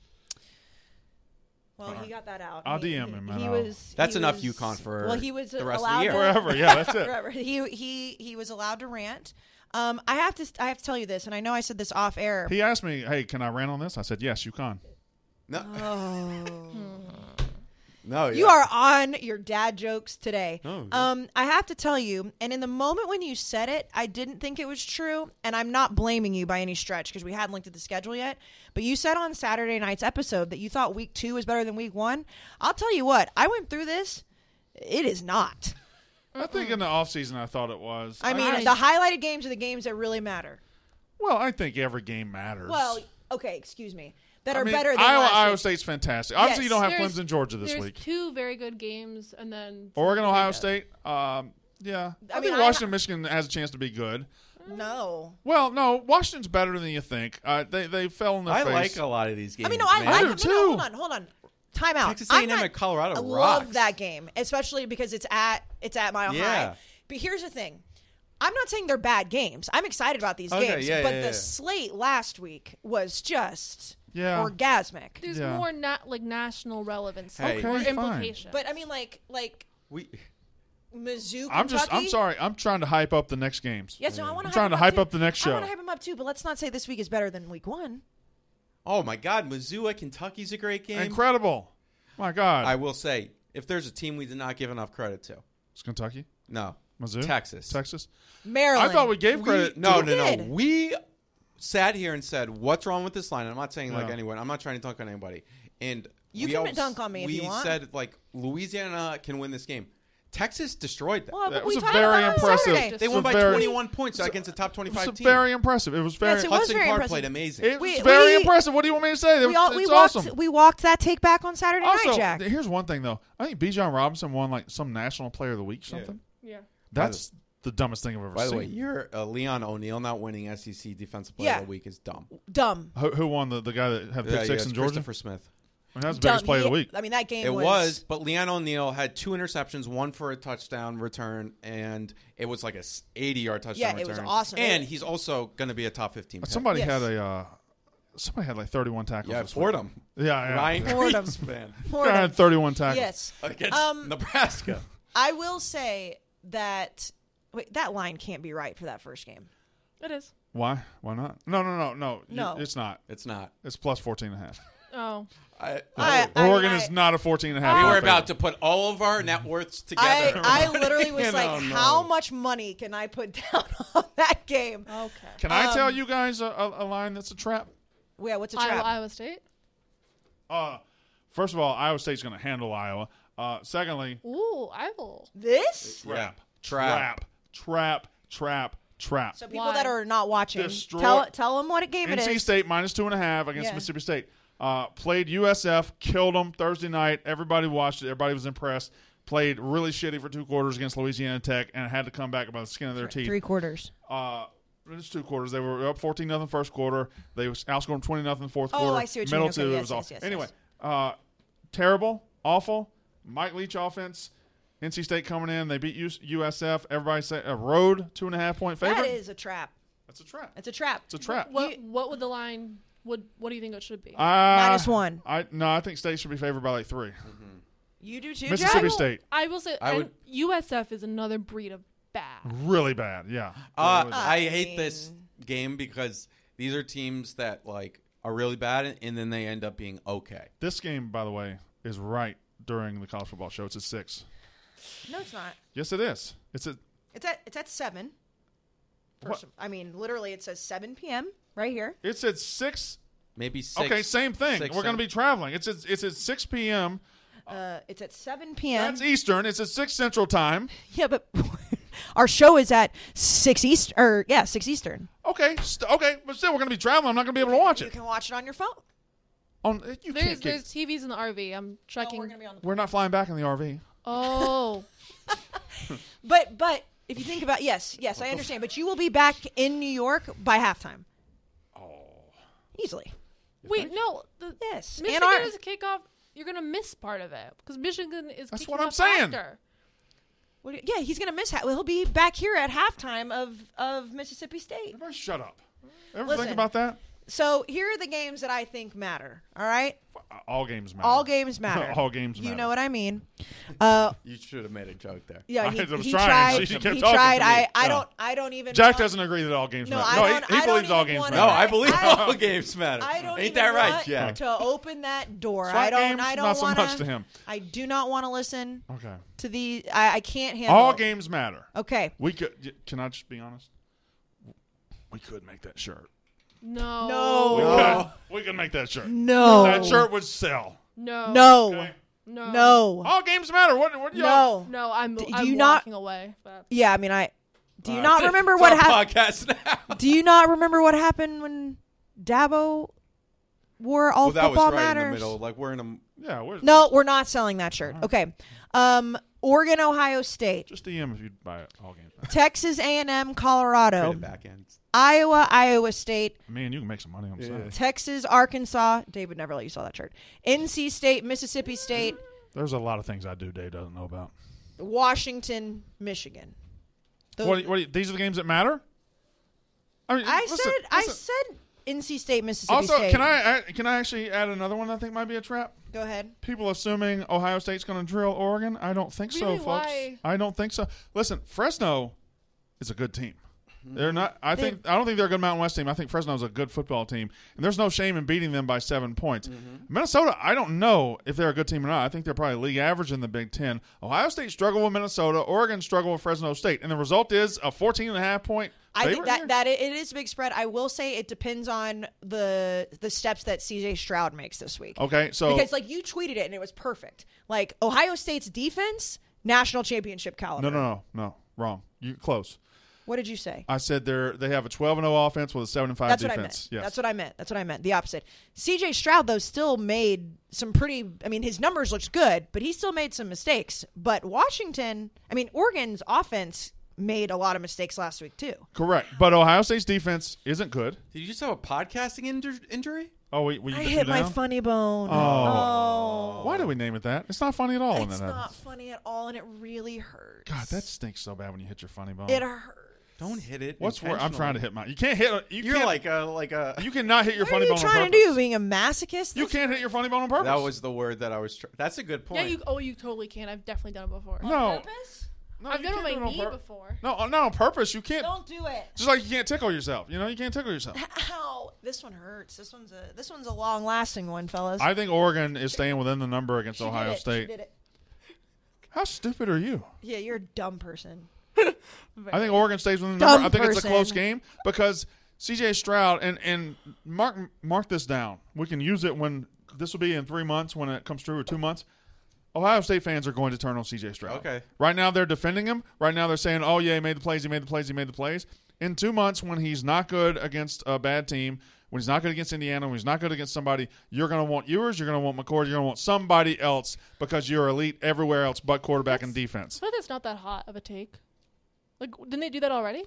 S3: Well, he got that out.
S1: I'll
S3: He-
S1: DM him, man.
S3: He
S1: I'll-
S3: was.
S5: That's
S3: he
S5: enough
S3: was-
S5: UConn for
S3: Well, he was
S5: the rest of the
S3: allowed
S5: year.
S3: to-
S1: Forever, yeah, that's it.
S3: Forever. He he he was allowed to rant. Um, I have to st- I have to tell you this, and I know I said this off air.
S1: He asked me, "Hey, can I rant on this?" I said, "Yes, you can."
S5: No,
S3: oh.
S5: no,
S3: You
S5: yeah.
S3: are on your dad jokes today.
S5: Oh, yeah.
S3: um, I have to tell you, and in the moment when you said it, I didn't think it was true, and I'm not blaming you by any stretch because we hadn't looked at the schedule yet. But you said on Saturday night's episode that you thought week two was better than week one. I'll tell you what, I went through this. It is not.
S1: I think in the offseason I thought it was.
S3: I mean, the highlighted games are the games that really matter.
S1: well, I think every game matters.
S3: Well, okay, excuse me, that
S1: I
S3: are
S1: mean,
S3: better than
S1: Iowa,
S3: last
S1: Iowa
S3: week's.
S1: State's fantastic. Obviously, you
S3: Yes.
S1: don't have
S4: There's-
S1: Clemson, Georgia this
S4: there's
S1: week.
S4: two very good games, and then
S1: Oregon, Ohio State. Um, yeah, I,
S3: I mean,
S1: think
S3: I'm
S1: Washington, Michigan has a chance to be good.
S3: No,
S1: Well, no, Washington's better than you think. Uh, they they fell in the
S5: I
S1: face.
S5: like a lot of these games.
S3: I mean, no, I
S5: man.
S1: I
S3: like
S1: do
S3: no, no,
S1: too.
S3: hold on, hold on. Time out.
S5: Texas
S3: I'm
S5: A&M
S3: not-
S5: and Colorado
S3: I
S5: rocks.
S3: love that game, especially because it's at it's at Mile
S5: Yeah.
S3: High. But here's the thing. I'm not saying they're bad games. I'm excited about these
S5: Okay,
S3: games,
S5: yeah,
S3: but
S5: yeah,
S3: the
S5: yeah.
S3: slate last week was just
S1: Yeah.
S3: orgasmic.
S4: there's
S1: Yeah.
S4: more not like national relevance
S5: Hey.
S4: or
S1: Okay, fine.
S4: implication.
S3: But I mean, like like
S5: we
S3: Mizzou.
S1: I'm just. I'm
S3: Kentucky-
S1: sorry. I'm trying to hype up the next games.
S3: Yes, no, I want
S1: I'm trying to hype up the next
S3: I want
S1: show.
S3: to hype them up too, but let's not say this week is better than week one.
S5: Oh my God, Missoula, Kentucky's a great game.
S1: Incredible. My God.
S5: I will say, if there's a team we did not give enough credit to,
S1: it's Kentucky,
S5: no,
S1: Mizzou,
S5: Texas,
S1: Texas.
S3: Maryland.
S1: I thought we gave
S5: We-
S1: credit. to-
S5: no,
S3: We
S5: no, no.
S3: did.
S5: We sat here and said, "What's wrong with this line?" I'm not saying like
S1: Yeah.
S5: anyone. I'm not trying to dunk on anybody. And
S3: You
S5: we
S3: can
S5: always-
S3: dunk on me if
S5: we
S3: you want.
S5: said like Louisiana can win this game. Texas destroyed them.
S3: Well,
S1: That
S3: but
S1: was
S3: we
S1: a
S3: talked
S1: very
S3: about it on
S1: impressive-
S3: Saturday.
S5: they
S1: it's
S5: won
S1: a
S5: by
S1: very-
S5: 21 points against a
S1: It
S5: top
S1: was
S5: 25 team.
S1: very impressive. It was very.
S3: Yes, it was
S5: Hudson
S3: very
S5: Clark
S3: impressive.
S5: played amazing.
S1: It's
S3: We-
S1: very
S3: we-
S1: impressive. What do you want me to say? It
S3: we,
S1: was-
S3: all,
S1: it's
S3: we walked
S1: awesome.
S3: we walked that take back on Saturday
S1: also,
S3: night, Jack.
S1: th- here's one thing though. I think Bijan Robinson won like some National Player of the Week or something.
S4: yeah.
S1: That's the dumbest thing I've ever
S5: By the
S1: seen.
S5: way, you're uh, Leon O'Neal not winning SEC Defensive Player
S3: Yeah.
S5: of the Week is dumb. Uh,
S3: Dumb.
S1: who, who won the, the guy that had pick
S5: Yeah, yeah,
S1: six
S5: it's
S1: in Georgia?
S5: Christopher Smith.
S1: I mean, that's the
S3: Dumb.
S1: biggest play of the
S3: He-
S1: week.
S3: I mean, that game
S5: It was, but Leon O'Neal had two interceptions, one for a touchdown return, and it was like a 80 yard touchdown
S3: Yeah,
S5: return.
S3: it was awesome.
S5: And
S3: It-
S5: he's also going to be a top 15 pick.
S1: Somebody
S3: Yes.
S1: had a uh, somebody had like 31 tackles.
S5: yeah,
S1: this
S5: Fordham.
S1: Week. Yeah, yeah.
S5: Ryan
S3: Fordham.
S5: Greenspan
S1: Guy had 31 tackles.
S3: Yes.
S5: against
S3: Um,
S5: Nebraska.
S3: I will say that wait, that line can't be right for that first game.
S4: It is.
S1: Why? Why not? No, no, no, no. You-
S3: No.
S1: it's not.
S5: It's not.
S1: It's plus 14 and a half.
S4: Oh,
S5: I,
S3: I- I-
S1: Oregon
S3: I-
S1: is not a 14 and a half.
S5: we
S1: point
S5: were
S1: favorite.
S5: about to put all of our net worths
S3: I,
S5: together.
S3: I literally was
S5: You
S3: like,
S5: know, no.
S3: how much money can I put down on that game?
S4: okay.
S1: Can I
S3: Um,
S1: tell you guys a, a, a line that's a trap?
S3: Yeah, what's a
S4: Iowa,
S3: trap?
S4: Iowa State.
S1: Uh, first of all, Iowa State's going to handle Iowa. Uh, secondly,
S4: Ooh, Iowa.
S3: This?
S1: trap,
S5: Trap.
S1: trap, trap, trap.
S3: So people
S4: Why?
S3: that are not watching,
S1: Destroy-
S3: tell tell them what game it
S1: NC
S3: is.
S1: State minus two and a half against
S3: Yeah.
S1: Mississippi State. Uh, played USF, killed them Thursday night. Everybody watched it. Everybody was impressed. Played really shitty for two quarters against Louisiana Tech and had to come back by the skin of their teeth.
S3: Three quarters.
S1: Uh, it's two quarters. They were up fourteen nothing first quarter. They was outscored them twenty nothing fourth
S3: Oh,
S1: quarter.
S3: I see what you
S1: Middle
S3: mean. Okay,
S1: two, it
S3: yes,
S1: was
S3: yes,
S1: off.
S3: yes,
S1: anyway,
S3: yes.
S1: uh, terrible, awful. Mike Leach offense. NC State coming in. They beat US- USF. Everybody say a road two and a half point favorite.
S3: That is a trap.
S1: That's a trap.
S3: It's a trap.
S1: It's a trap.
S4: What what would the line would what do you think it should be?
S1: Uh,
S3: Minus one.
S1: I no, I think State should be favored by like three.
S3: You do too,
S1: Mississippi
S3: Jack?
S1: State,
S4: I will say
S5: I
S4: and
S5: would-
S4: USF is another breed of bad.
S1: really bad. Yeah,
S5: Uh,
S1: Really bad.
S5: I hate this game because these are teams that like are really bad and then they end up being okay.
S1: this game, by the way, is right during the college football show. It's at six.
S3: No, it's not.
S1: Yes, it is. It's at
S3: It's at it's at seven. First of- I mean, literally, it says seven p.m. right here.
S1: it's at six.
S5: Maybe six.
S1: okay, same thing.
S5: six,
S1: We're going to be
S5: seven.
S1: traveling. It's at, it's at six p.m.
S3: Uh, it's at seven p.m.
S1: That's Eastern. It's at six Central Time.
S3: Yeah, but our show is at six east or yeah, six Eastern.
S1: Okay, st- okay, but still, we're going to be traveling. I'm not going to be able to watch
S3: You
S1: it.
S3: can watch it on your phone.
S1: On you
S4: There's
S1: can't get-
S4: there's TVs in the RV. I'm checking.
S3: Oh, be on the.
S1: We're not flying back in the RV.
S4: oh,
S3: But but if you think about yes yes I understand, but you will be back in New York by halftime. Oh, easily.
S4: wait, no. The,
S3: Yes, and
S4: Michigan
S3: our-
S4: is a kickoff. You're gonna miss part of it because Michigan is.
S1: That's
S4: kicking
S1: what I'm
S4: off
S1: saying.
S4: After.
S3: What do you- yeah, he's gonna miss. Ha- well, he'll be back here at halftime of of Mississippi State.
S1: Everybody, shut up. Ever
S3: Listen.
S1: think about that?
S3: So here are the games that I think matter. All right,
S1: Uh, All games matter.
S3: all games matter.
S1: All games
S3: You
S1: matter.
S3: know what I mean? Uh,
S5: You should have made a joke there.
S3: yeah,
S1: I
S3: he,
S1: was
S3: he
S1: trying.
S3: tried.
S1: She- she kept
S3: he
S1: talking
S3: tried.
S1: to me.
S3: I, I
S1: Yeah.
S3: don't. I don't even.
S1: Jack
S3: want-
S1: doesn't agree that all games
S3: No,
S1: matter.
S3: I
S1: no,
S3: don't-
S1: he,
S3: I
S1: he
S3: don't
S1: believes all
S3: even
S1: games
S3: wanna-
S1: matter.
S5: No, I
S3: I-
S5: believe
S3: I-
S5: all games matter.
S3: I don't
S5: Ain't
S3: even
S5: that right,
S3: want
S5: Jack?
S3: To open that door,
S1: Slot
S3: I don't.
S1: games,
S3: I don't
S1: not so
S3: want
S1: much to him.
S3: I do not want to listen
S1: okay.
S3: to the. I, I can't handle.
S1: All
S3: it.
S1: games matter.
S3: Okay.
S1: We could. y- Can I just be honest? We could make that shirt.
S4: No.
S3: No.
S1: We could. We could make that shirt.
S3: Oh. No.
S1: That shirt would sell.
S4: No.
S3: No.
S1: Okay.
S4: No.
S3: No.
S1: All games matter. What? What? Y'all?
S3: No.
S4: No, I'm,
S3: Do
S4: I'm
S3: you not-
S4: walking away. But
S3: Yeah, I mean, I. Do you
S5: Uh,
S3: not
S5: it's-
S3: remember
S5: it's
S3: what
S5: our
S3: happened?
S5: Podcast now.
S3: Do you not remember what happened when Dabo wore all
S5: Well, that was
S3: football
S5: right
S3: matters?
S5: in the middle. Like we're in a.
S1: Yeah. We're,
S3: No, we're not selling that shirt. Okay. Um, Oregon, Ohio State,
S1: Just DM if you'd buy it. All games matter.
S3: Texas A&M, Colorado,
S5: Trade it back end.
S3: Iowa, Iowa State,
S1: Man, you can make some money on yeah.
S3: Texas, Arkansas. Dave would never let you sell that shirt. NC State, Mississippi State,
S1: There's a lot of things I do Dave doesn't know about.
S3: Washington, Michigan. Those-
S1: What, what? These are the games that matter. I mean,
S3: Uh, I
S1: listen,
S3: said
S1: listen.
S3: I said NC State, Mississippi
S1: Also,
S3: State.
S1: can I I- can I actually add another one? that I think might be a trap.
S3: go ahead?
S1: people assuming Ohio State's going to drill Oregon. I don't think so,
S4: Really?
S1: folks.
S4: Why?
S1: I don't think so. Listen, Fresno is a good team. They're not. I think. I don't think they're a good Mountain West team. I think Fresno's a good football team, and there's no shame in beating them by seven points. Minnesota. I don't know if they're a good team or not. I think they're probably league average in the Big Ten. Ohio State struggled with Minnesota. Oregon struggled with Fresno State, and the result is a 14 and a half point.
S3: I think
S1: favorite
S3: that
S1: here?
S3: that it it is a big spread. I will say it depends on the the steps that CJ Stroud makes this week.
S1: Okay, so
S3: because like you tweeted it and it was perfect. Like Ohio State's defense, national championship
S1: no,
S3: caliber.
S1: no, no, no, wrong. You close.
S3: What did you say?
S1: I said they're they have a 12 and 0 offense with a 7 and 5
S3: That's what I
S1: defense.
S3: meant.
S1: Yes.
S3: That's what I meant. That's what I meant. The opposite. CJ Stroud though still made some pretty. I mean, his numbers looked good, but he still made some mistakes. But Washington, I mean, Oregon's offense made a lot of mistakes last week too.
S1: Correct. But Ohio State's defense isn't good.
S5: Did you just have a podcasting injur- injury?
S1: Oh, we, we
S3: I hit my funny bone.
S1: Oh.
S3: Oh.
S1: Why do we name it that? It's not funny at all when
S3: It's
S1: that
S3: not
S1: happens.
S3: funny at all, and it really hurts.
S1: God, that stinks so bad when you hit your funny bone.
S3: it hurts.
S5: Don't hit it.
S1: What's wor- I'm
S5: intentionally.
S1: trying to hit my. You can't hit. You
S5: You're
S1: can't,
S5: like a like a.
S1: You cannot hit your
S3: What are
S1: funny
S3: you
S1: bone. on
S3: trying to
S1: purpose.
S3: do? Being a masochist?
S1: You can't hit your funny bone on purpose.
S5: That was the word that I was. Tr- That's a good
S4: yeah,
S5: point.
S4: you. Oh, you totally can. I've definitely done it before.
S1: no. no
S4: I've
S1: you
S4: done
S1: can't
S4: it on my
S1: do
S4: knee
S1: pur-
S4: before.
S1: No, uh, not on purpose. You can't.
S3: Don't do it.
S1: Just like you can't tickle yourself. You know, you can't tickle yourself.
S3: Ow! This one hurts. This one's a this one's a long lasting one, fellas.
S1: I think Oregon is staying within the number against
S3: She did
S1: Ohio
S3: it. She
S1: State.
S3: did it.
S1: How stupid are you?
S3: Yeah, you're a dumb person.
S1: I think Oregon stays within the
S3: Dumb
S1: number. I think it's a
S3: person.
S1: close game because CJ Stroud and and mark mark this down. We can use it when this will be in three months when it comes through or two months. Ohio State fans are going to turn on CJ Stroud.
S5: Okay.
S1: Right now they're defending him. Right now they're saying, "Oh yeah, he made the plays. He made the plays. He made the plays." In two months, when he's not good against a bad team, when he's not good against Indiana, when he's not good against somebody, you're going to want Ewers, you're going to want McCord, you're going to want somebody else because you're elite everywhere else but quarterback and defense.
S4: I feel like that's not that hot of a take. Like, didn't they do that already?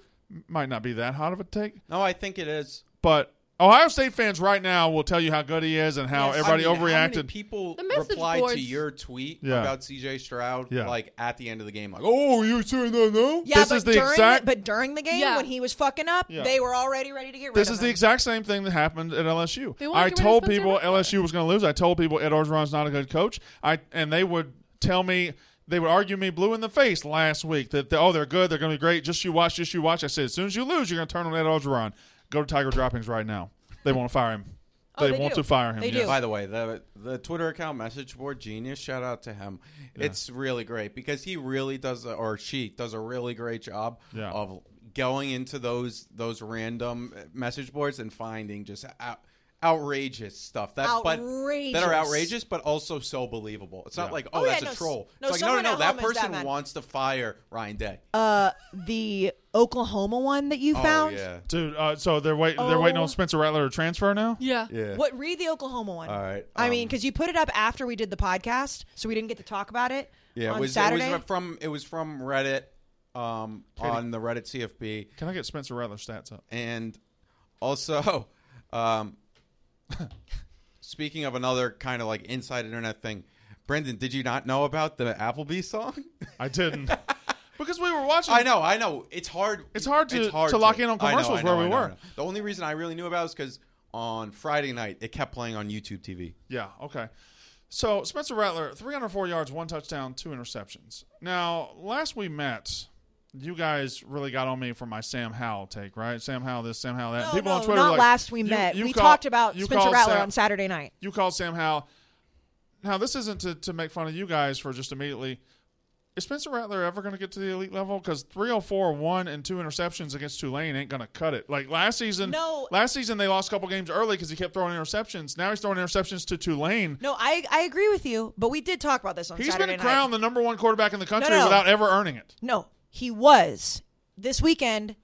S1: Might not be that hot of a take.
S5: no, I think it is.
S1: But Ohio State fans right now will tell you how good he is and how
S3: Yes.
S1: everybody
S5: I mean, how many
S1: overreacted.
S5: people
S4: The message
S5: replied to
S4: boards-
S5: your tweet
S1: Yeah.
S5: about CJ Stroud
S1: Yeah.
S5: like at the end of the game, like, oh, you're saying that now?
S3: Yeah,
S1: This
S3: but
S1: is the
S3: during
S1: exact-
S3: but during the game
S4: Yeah.
S3: when he was fucking up,
S1: Yeah.
S3: they were already ready to get rid
S1: this
S3: of
S1: is the
S3: him.
S1: exact same thing that happened at LSU.
S4: They wanted
S1: I
S4: to get rid of
S1: told
S4: Spencer
S1: people
S4: Rattler.
S1: LSU was going to lose. I told people Ed Orgeron's not a good coach. I and they would tell me they would argue me blue in the face last week that they- oh they're good, they're going to be great. Just you watch, just you watch. I said as soon as you lose, you're going to turn on Ed Orgeron. Go to Tiger Droppings right now. They want to fire him.
S3: Oh, they
S1: want
S3: do.
S1: to fire him.
S3: They
S1: yes.
S3: do.
S5: By the way, the the Twitter account message board genius. Shout out to him. It's really great because he really does, a, or she does a really great job
S1: Yeah.
S5: of going into those those random message boards and finding just out, outrageous stuff that but that are
S3: Outrageous.
S5: outrageous, but also so believable. It's not
S1: Yeah.
S5: like oh,
S3: Oh, yeah,
S5: that's
S3: no,
S5: a
S3: s-
S5: troll.
S3: no,
S5: it's like no, no,
S3: someone
S5: no.
S3: at
S5: That
S3: home is that
S5: person
S3: mad.
S5: wants to fire Ryan Day.
S1: Oh,
S3: uh, the Oklahoma one that you
S5: oh
S3: found.
S5: yeah,
S1: Dude, uh, so they're wait, they're waiting
S3: Oh.
S1: on Spencer Rattler to transfer now.
S4: Yeah.
S5: yeah.
S3: What read the Oklahoma one?
S5: All right,
S3: I mean,
S5: um,
S3: because you put it up after we did the podcast, so we didn't get to talk about it.
S5: Yeah,
S3: on
S5: it was,
S3: Saturday.
S5: it was from it was from Reddit um, on the Reddit CFB.
S1: Can I get Spencer Rattler stats up?
S5: And also, um, speaking of another kind of like inside internet thing, Brendan, did you not know about the Applebee song?
S1: I didn't. because we were watching.
S5: I know, I know. It's hard.
S1: It's hard to- to lock in on
S5: I know,
S1: commercials
S5: I know,
S1: where we
S5: I know, I
S1: were.
S5: know. The only reason I really knew about it was because on Friday night. It kept playing on YouTube TV.
S1: Yeah, okay. So Spencer Rattler, 304 yards, one touchdown, two interceptions. Now, last we met, you guys really got on me for my Sam Howell take, right? Sam Howell this, Sam Howell that.
S3: No,
S1: People
S3: Oh, no,
S1: on Twitter were
S3: not
S1: like,
S3: last we
S1: you-
S3: met.
S1: you
S3: we
S1: call-
S3: talked about
S1: you
S3: Spencer
S1: call
S3: Rattler
S1: Sam-
S3: on Saturday night.
S1: You called Sam Howell. Now, this isn't to, to make fun of you guys for just immediately. Is Spencer Rattler ever going to get to the elite level? Because 304, one and two interceptions against Tulane ain't going to cut it. Like last season,
S3: No.
S1: last season they lost a couple games early because he kept throwing interceptions. Now he's throwing interceptions to Tulane.
S3: No, I I agree with you, but we did talk about this on
S1: He's
S3: Saturday
S1: been crowned
S3: night.
S1: the number one quarterback in the country
S3: No, no.
S1: without ever earning it.
S3: No, he was this weekend.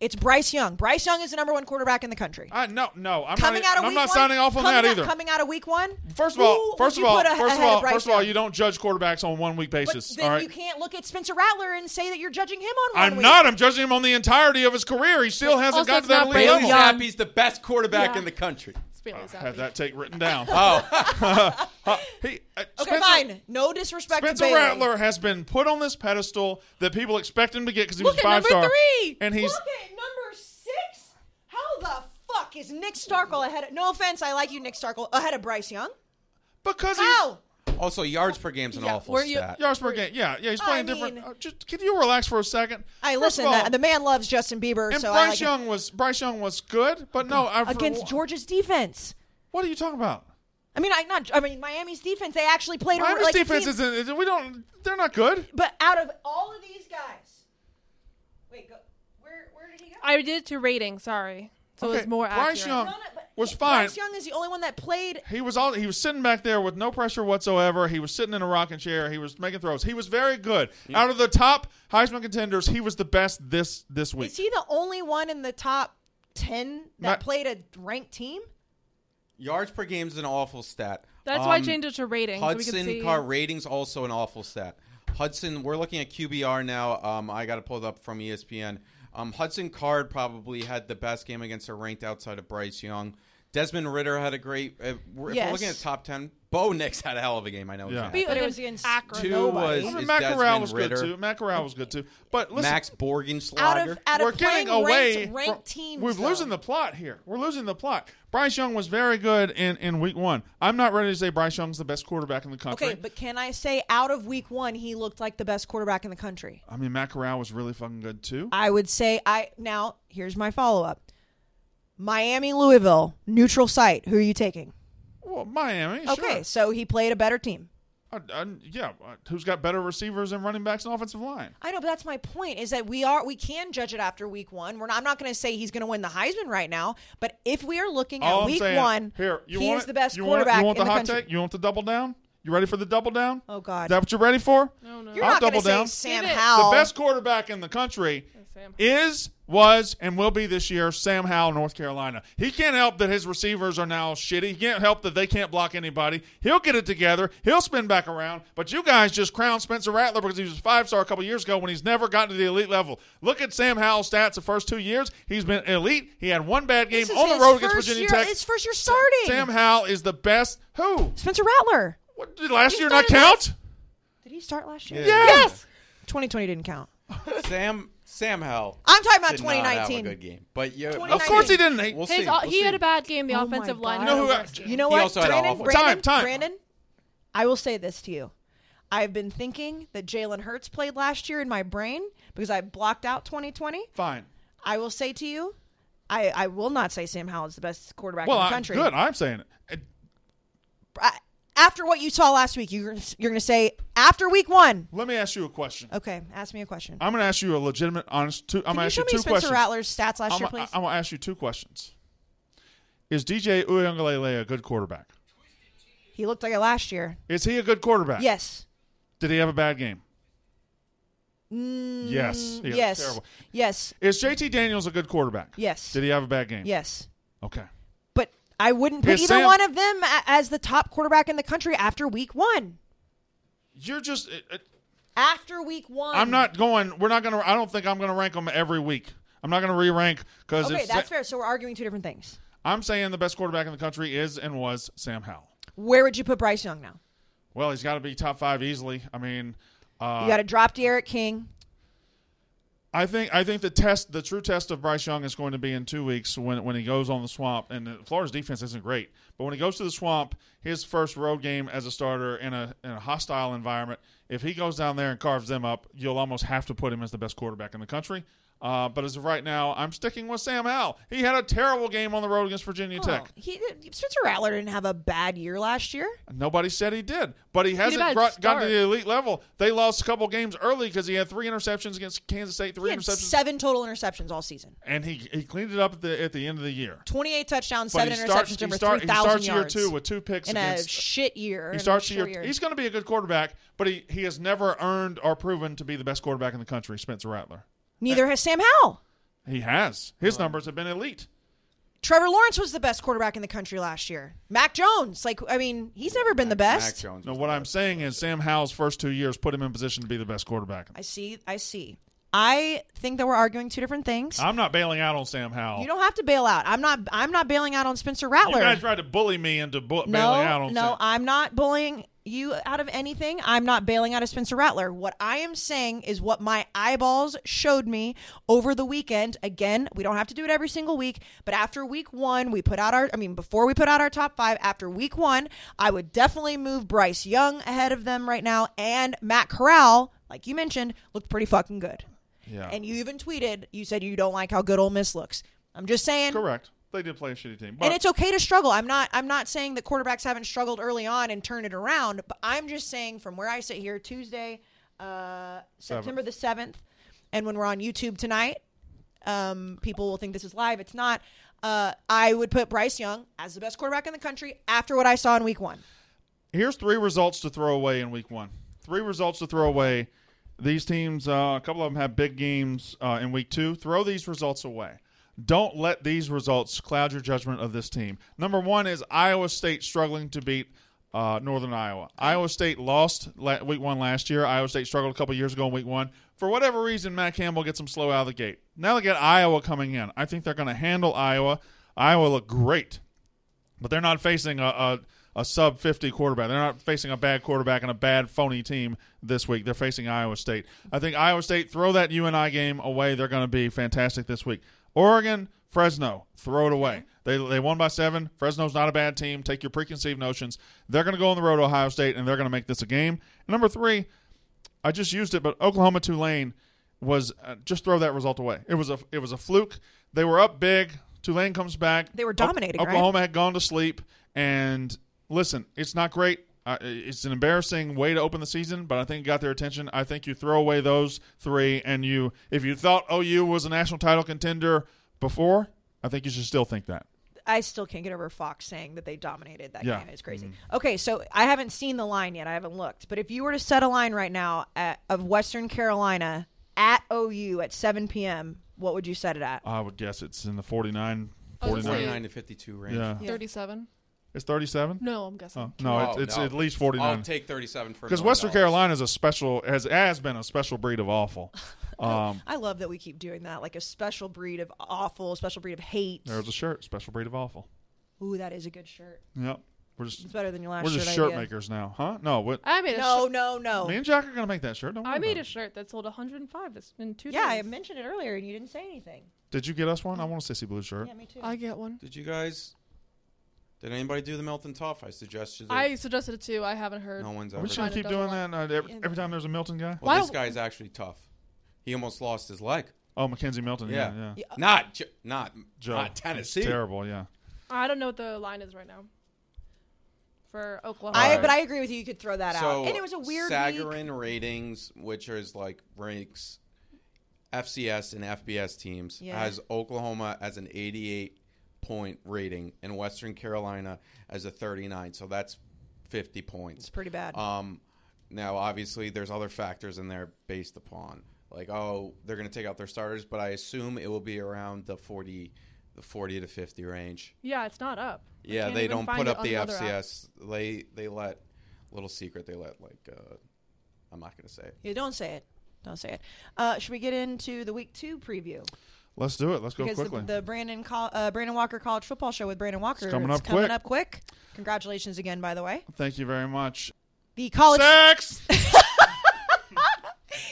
S3: It's Bryce Young. Bryce Young is the number one quarterback in the country.
S1: I no no. I'm
S3: coming
S1: not,
S3: out of
S1: I'm
S3: week
S1: not
S3: one-
S1: signing off on
S3: coming
S1: that
S3: out-
S1: either.
S3: Coming out of week one,
S1: First of
S3: who
S1: all, first
S3: would
S1: of
S3: you
S1: all,
S3: put a-
S1: first of
S3: ahead
S1: all,
S3: Bryce
S1: first of all,
S3: Young?
S1: you don't judge quarterbacks on one week basis.
S3: But then
S1: all right.
S3: you can't look at Spencer Rattler and say that you're judging him on. One
S1: I'm
S3: week.
S1: not. I'm judging him on the entirety of his career. He still hasn't
S4: Also,
S1: got
S4: it's
S1: to that
S4: not
S1: elite
S4: Bailey
S1: level.
S5: Bailey
S4: Young.
S5: Zappi's the best quarterback
S4: Yeah.
S5: in the country.
S4: It's Bailey
S1: I
S4: Zappi.
S1: Had Uh, that take written down.
S5: Oh,
S1: He- uh,
S3: Okay,
S1: Spencer-
S3: fine. No disrespect
S1: Spencer
S3: to Bailey.
S1: Rattler has been put on this pedestal that people expect him to get because he
S4: Look
S1: was
S4: at
S1: five
S4: number
S1: star.
S4: three.
S1: And he's
S3: Look at number six. How the fuck is Nick Starkle ahead? Of, no offense, I like you, Nick Starkle, ahead of Bryce Young.
S1: because he's
S3: How?
S5: also yards per game's an
S4: Yeah,
S5: awful
S4: were you-
S5: stat.
S1: yards per game. Yeah, yeah. He's
S3: I
S1: playing
S3: mean-
S1: different. uh, just can you relax for a second?
S3: I
S1: First
S3: listen.
S1: of all-
S3: the, the man loves Justin Bieber,
S1: And
S3: so I
S1: Bryce
S3: like him.
S1: Young was Bryce Young was good, but no, I've,
S3: against Georgia's defense.
S1: What are you talking about?
S3: I mean, I not. I mean, Miami's defense. They actually played. a-
S1: Miami's
S3: like,
S1: defense
S3: team-
S1: isn't. isn't- We don't. They're not good.
S3: But out of all of these guys, wait, go, where where did he go?
S4: I did it to rating. Sorry, so it's
S1: Okay,
S4: more
S1: Bryce
S4: accurate.
S1: Young-
S3: No, no, but
S1: Was fine.
S3: Bryce Young is the only one that played.
S1: He was all. He was sitting back there with no pressure whatsoever. He was sitting in a rocking chair. He was making throws. He was very good. Out of the top Heisman contenders, he was the best this this week.
S3: Is he the only one in the top ten that
S1: Not-
S3: played a ranked team?
S5: Yards per game's an awful stat.
S4: That's why I
S5: Um,
S4: changed it to rating. so we
S5: Hudson
S4: could see.
S5: car ratings also an awful stat. Hudson, we're looking at QBR now. Um, I got to pull it up from ESPN. Um, Hudson Card probably had the best game against a ranked outside of Bryce Young. Desmond Ritter had a great. uh, If, we're, if
S3: Yes.
S5: we're looking at top ten, Bo Nix had a hell of a game. I know.
S1: Yeah.
S5: Yeah.
S4: We
S3: But it
S4: look
S3: was
S4: at
S3: against
S4: accurate.
S5: Two
S3: nobody.
S5: was-
S1: I mean,
S5: is
S1: Matt Corral
S5: Desmond
S1: was good
S5: Ritter.
S1: too. Matt Corral was good too. But listen,
S5: Max
S3: out
S5: Borgenschlager.
S3: of out
S1: we're
S3: of playing
S1: getting away.
S3: ranked, ranked
S1: from-
S3: teams.
S1: we're
S3: though.
S1: losing the plot here. We're losing the plot. Bryce Young was very good in, in week one. I'm not ready to say Bryce Young's the best quarterback in the country.
S3: Okay, but can I say out of week one, he looked like the best quarterback in the country?
S1: I mean, Matt Corral was really fucking good too.
S3: I would say I now here's my follow up. Miami, Louisville, neutral site. Who are you taking?
S1: Well, Miami.
S3: Okay,
S1: Sure.
S3: so he played a better team.
S1: I, I, yeah, uh, who's got better receivers and running backs and offensive line?
S3: I know, but that's my point is that we are we can judge it after week one. We're not, I'm not going to say he's going to win the Heisman right now, but if we are looking at
S1: All I'm
S3: week
S1: saying-
S3: one,
S1: Here, you
S3: he
S1: want
S3: is
S1: it?
S3: the best
S1: you
S3: quarterback
S1: Want, it? you
S3: in
S1: want the hot
S3: the country.
S1: take? You want the double down? You ready for the double down?
S3: Oh
S1: Is
S3: God,
S1: that what you're ready for?
S3: you're
S1: I'll
S3: not going
S1: double
S3: to say
S1: down.
S3: Sam
S4: Give it. The
S1: The
S3: Howell.
S1: best quarterback in the country
S4: Sam.
S1: is, was, and will be this year Sam Howell, North Carolina. He can't help that his receivers are now shitty. He can't help that they can't block anybody. He'll get it together. He'll spin back around. But you guys just crowned Spencer Rattler because he was a five star a couple years ago when he's never gotten to the elite level. Look at Sam Howell's stats the first two years. He's been elite. He had one bad game
S3: This is
S1: on the
S3: his
S1: road against
S3: first
S1: Virginia
S3: year,
S1: Tech.
S3: His first year starting.
S1: Sam Howell is the best. Who?
S3: Spencer Rattler.
S1: What, did last
S4: He
S1: year not
S4: started
S1: count?
S3: Did he start last year?
S1: Yes.
S3: 2020 didn't count.
S5: Sam Sam Howell.
S3: I'm talking about
S5: did not have a
S3: 2019.
S5: good game, but yeah,
S1: Of course he didn't. He-
S5: We'll see.
S4: His,
S5: We'll
S4: he had
S5: see.
S4: a bad game. The
S3: Oh my
S4: offensive
S3: God.
S4: line.
S3: You
S1: know
S4: had
S1: who-
S4: a worse game.
S3: You know
S5: He
S3: what?
S5: also had an
S3: Brandon,
S5: awful-
S1: Time,
S3: Brandon,
S1: time.
S3: Brandon, I will say this to you. I've been thinking that Jalen Hurts played last year in my brain because I blocked out 2020.
S1: Fine.
S3: I will say to you, I, I will not say Sam Howell is the best quarterback
S1: Well,
S3: in the
S1: I,
S3: country.
S1: good. I'm saying it.
S3: I- after what you saw last week, you're, you're going to say, after week one.
S1: Let me ask you a question.
S3: Okay, ask me a question.
S1: I'm going to ask you a legitimate, honest. Two, I'm
S3: Can
S1: going to
S3: you
S1: ask
S3: show
S1: you
S3: me
S1: two
S3: Spencer
S1: questions.
S3: Rattler's stats last
S1: I'm,
S3: year,
S1: gonna-
S3: please?
S1: I'm going to ask you two questions. Is DJ Uyangalele a good quarterback?
S3: he looked like it last year.
S1: Is he a good quarterback?
S3: Yes.
S1: Did he have a bad game? yes. He was
S3: Mm, yes.
S1: Terrible.
S3: Yes.
S1: Is JT Daniels a good quarterback?
S3: Yes.
S1: Did he have a bad game?
S3: Yes.
S1: Okay.
S3: But I wouldn't put
S1: Is
S3: either
S1: Sam-
S3: one of them a- as the top quarterback in the country after week one.
S1: You're just. It, it,
S3: After week one.
S1: I'm not going. We're not going to. I don't think I'm going to rank them every week. I'm not going to re rank because
S3: Okay, that's fair. So we're arguing two different things.
S1: I'm saying the best quarterback in the country is and was Sam Howell.
S3: Where would you put Bryce Young now?
S1: Well, he's got to be top five easily. I mean, uh,
S3: You got to drop Derek King.
S1: I think I think the test, the true test of Bryce Young is going to be in two weeks when when he goes on the swamp. And uh, Florida's defense isn't great, but when he goes to the swamp, his first road game as a starter in a in a hostile environment, if he goes down there and carves them up, you'll almost have to put him as the best quarterback in the country. Uh, but as of right now, I'm sticking with Sam Howell. He had a terrible game on the road against Virginia
S3: Oh.
S1: Tech.
S3: He Spencer Rattler didn't have a bad year last year.
S1: Nobody said he did, but he hasn't
S4: bad
S1: got, gotten to
S4: start.
S1: the elite level. They lost a couple games early because he had three interceptions against Kansas State,
S3: He
S1: three
S3: had
S1: interceptions,
S3: seven total interceptions all season.
S1: and he he cleaned it up at the at the end of the year.
S3: 28 touchdowns,
S1: But
S3: seven
S1: he
S3: interceptions
S1: starts, he
S3: over
S1: start- he
S3: 3,000
S1: starts year
S3: yards.
S1: two with two picks
S3: in a
S1: against.
S3: shit year. in
S1: he
S3: a
S1: starts
S3: short
S1: year.
S3: year.
S1: He's going to be a good quarterback, but he, he has never earned or proven to be the best quarterback in the country. Spencer Rattler,
S3: Neither has Sam Howell.
S1: he has. His numbers have been elite.
S3: Trevor Lawrence was the best quarterback in the country last year. Mac Jones, like I mean, he's never been the
S5: Mac
S3: best.
S5: Jones.
S1: No,
S5: was
S1: what
S5: the
S1: I'm
S5: best.
S1: saying is Sam Howell's first two years put him in position to be the best quarterback.
S3: I see. I see. I think that we're arguing two different things.
S1: I'm not bailing out on Sam Howell.
S3: you don't have to bail out. I'm not. I'm not bailing out on Spencer Rattler.
S1: You guys tried to bully me into bu-
S3: no,
S1: bailing out on
S3: no,
S1: Sam.
S3: I'm not bullying you out of anything. I'm not bailing out of Spencer Rattler. What I am saying is what my eyeballs showed me over the weekend. Again, we don't have to do it every single week, but after week one, we put out our, I mean, before we put out our top five, after week one, I would definitely move Bryce Young ahead of them right now. And Matt Corral, like you mentioned, looked pretty fucking good.
S1: yeah,
S3: And you even tweeted, you said you don't like how good Ole Miss looks. I'm just saying.
S1: correct. They did play a shitty team, but
S3: And it's okay to struggle. I'm not I'm not saying that quarterbacks haven't struggled early on and turned it around, but I'm just saying from where I sit here Tuesday, uh, September the 7th, and when we're on YouTube tonight, um, people will think this is live. It's not. Uh, I would put Bryce Young as the best quarterback in the country after what I saw in week one.
S1: here's three results to throw away in week one. Three results to throw away. These teams, uh, a couple of them have big games uh, in week two. Throw these results away. Don't let these results cloud your judgment of this team. Number one is Iowa State struggling to beat uh, Northern Iowa. Iowa State lost la- week one last year. Iowa State struggled a couple years ago in week one. For whatever reason, Matt Campbell gets them slow out of the gate. Now they get Iowa coming in. I think they're going to handle Iowa. Iowa looked great but they're not facing a, a, a sub 50 quarterback. They're not facing a bad quarterback and a bad phony team this week. They're facing Iowa State. I think Iowa State throw that UNI game away. They're going to be fantastic this week. Oregon, Fresno, throw it away. They, they won by seven. Fresno's not a bad team. Take your preconceived notions. They're going to go on the road to Ohio State and they're going to make this a game. Number three, I just used it, but Oklahoma Tulane was uh, just throw that result away. It was a it was a fluke. They were up big. Tulane comes back.
S3: They were
S1: Ok-
S3: dominating, right?
S1: Oklahoma had gone to sleep, and listen, it's not great. Uh, it's an embarrassing way to open the season, but I think it got their attention. I think you throw away those three, and you if you thought OU was a national title contender before, I think you should still think that.
S3: I still can't get over Fox saying that they dominated that
S1: Yeah. Mm-hmm.
S3: game. It's crazy. Okay, so I haven't seen the line yet. I haven't looked. But if you were to set a line right now at, of Western Carolina at OU at 7 p.m., what would you set it at?
S1: I would guess it's in the 49,
S4: I
S1: 49.
S4: was gonna say-
S5: 49 to 52 range.
S1: Yeah,
S3: Yeah.
S4: 37?
S1: it's thirty-seven.
S4: No, I'm guessing.
S1: Oh, no, it's,
S5: Oh,
S1: it's
S5: no.
S1: at least
S5: I'll
S1: 49.
S5: take 37 for a
S1: Because
S5: million
S1: Western
S5: dollars.
S1: Carolina is a special has has been a special breed of awful. Um,
S3: I love that we keep doing that, like a special breed of awful, a special breed of hate.
S1: there's a shirt, special breed of awful.
S3: Ooh, that is a good shirt.
S1: Yep, we're just
S3: It's better than your last
S1: we're just
S3: shirt
S1: shirt
S3: idea.
S1: makers now, huh? No, what,
S4: I made a
S3: No,
S4: shirt.
S3: no, no.
S1: me and Jack are gonna make that shirt. Don't worry
S4: I made
S1: about
S4: a
S1: it.
S4: shirt that sold 105 this- in two
S3: yeah, I
S4: days.
S3: mentioned it earlier and you didn't say anything.
S1: Did you get us one? I want a sissy blue shirt.
S3: Yeah, me too.
S4: I get one.
S5: Did you guys? Did anybody do the melt and tough? I suggested. It.
S4: I suggested it too. I haven't heard.
S5: no one's
S1: Are
S5: ever.
S1: we
S5: Done.
S1: should
S4: Kinda
S1: keep
S4: doesn't
S1: doing that uh, every, every time there's a Milton guy.
S5: Well,
S4: Why
S5: this
S4: don't-
S5: guy's actually tough. He almost lost his leg.
S1: Oh, Mackenzie Milton. Yeah,
S5: Yeah.
S1: yeah.
S5: Not J- not
S1: Joe,
S5: not
S1: it's
S5: Tennessee.
S1: terrible. Yeah.
S4: I don't know what the line is right now for Oklahoma.
S3: I,
S5: Alright.
S3: But I agree with you. You could throw that
S5: So
S3: out. And it was a weird week.
S5: Sagarin ratings, which is like ranks FCS and FBS teams,
S3: Yeah.
S5: has Oklahoma as an 88 point rating and Western Carolina as a 39. So that's 50 points.
S3: It's pretty bad.
S5: Um, now, obviously, there's other factors in there based upon like, oh, they're going to take out their starters, but I assume it will be around the 40, the 40 to 50 range.
S4: yeah, it's not up. I
S5: Yeah,
S4: can't
S5: they
S4: even
S5: don't
S4: find
S5: put
S4: it
S5: up
S4: on
S5: the
S4: another app.
S5: FCS. They they let little secret. They let like uh, I'm not going to say. It.
S3: Yeah, don't say it. Don't say it. Uh, should we get into the week two preview?
S1: Let's do it. Let's go
S3: Because the,
S1: quickly.
S3: the Brandon Col- uh, Brandon Walker College Football Show with Brandon Walker
S1: It's coming
S3: is
S1: up
S3: coming
S1: quick.
S3: up quick. Congratulations again, by the way. Oh,
S1: Thank you very much.
S3: The college
S1: Sex.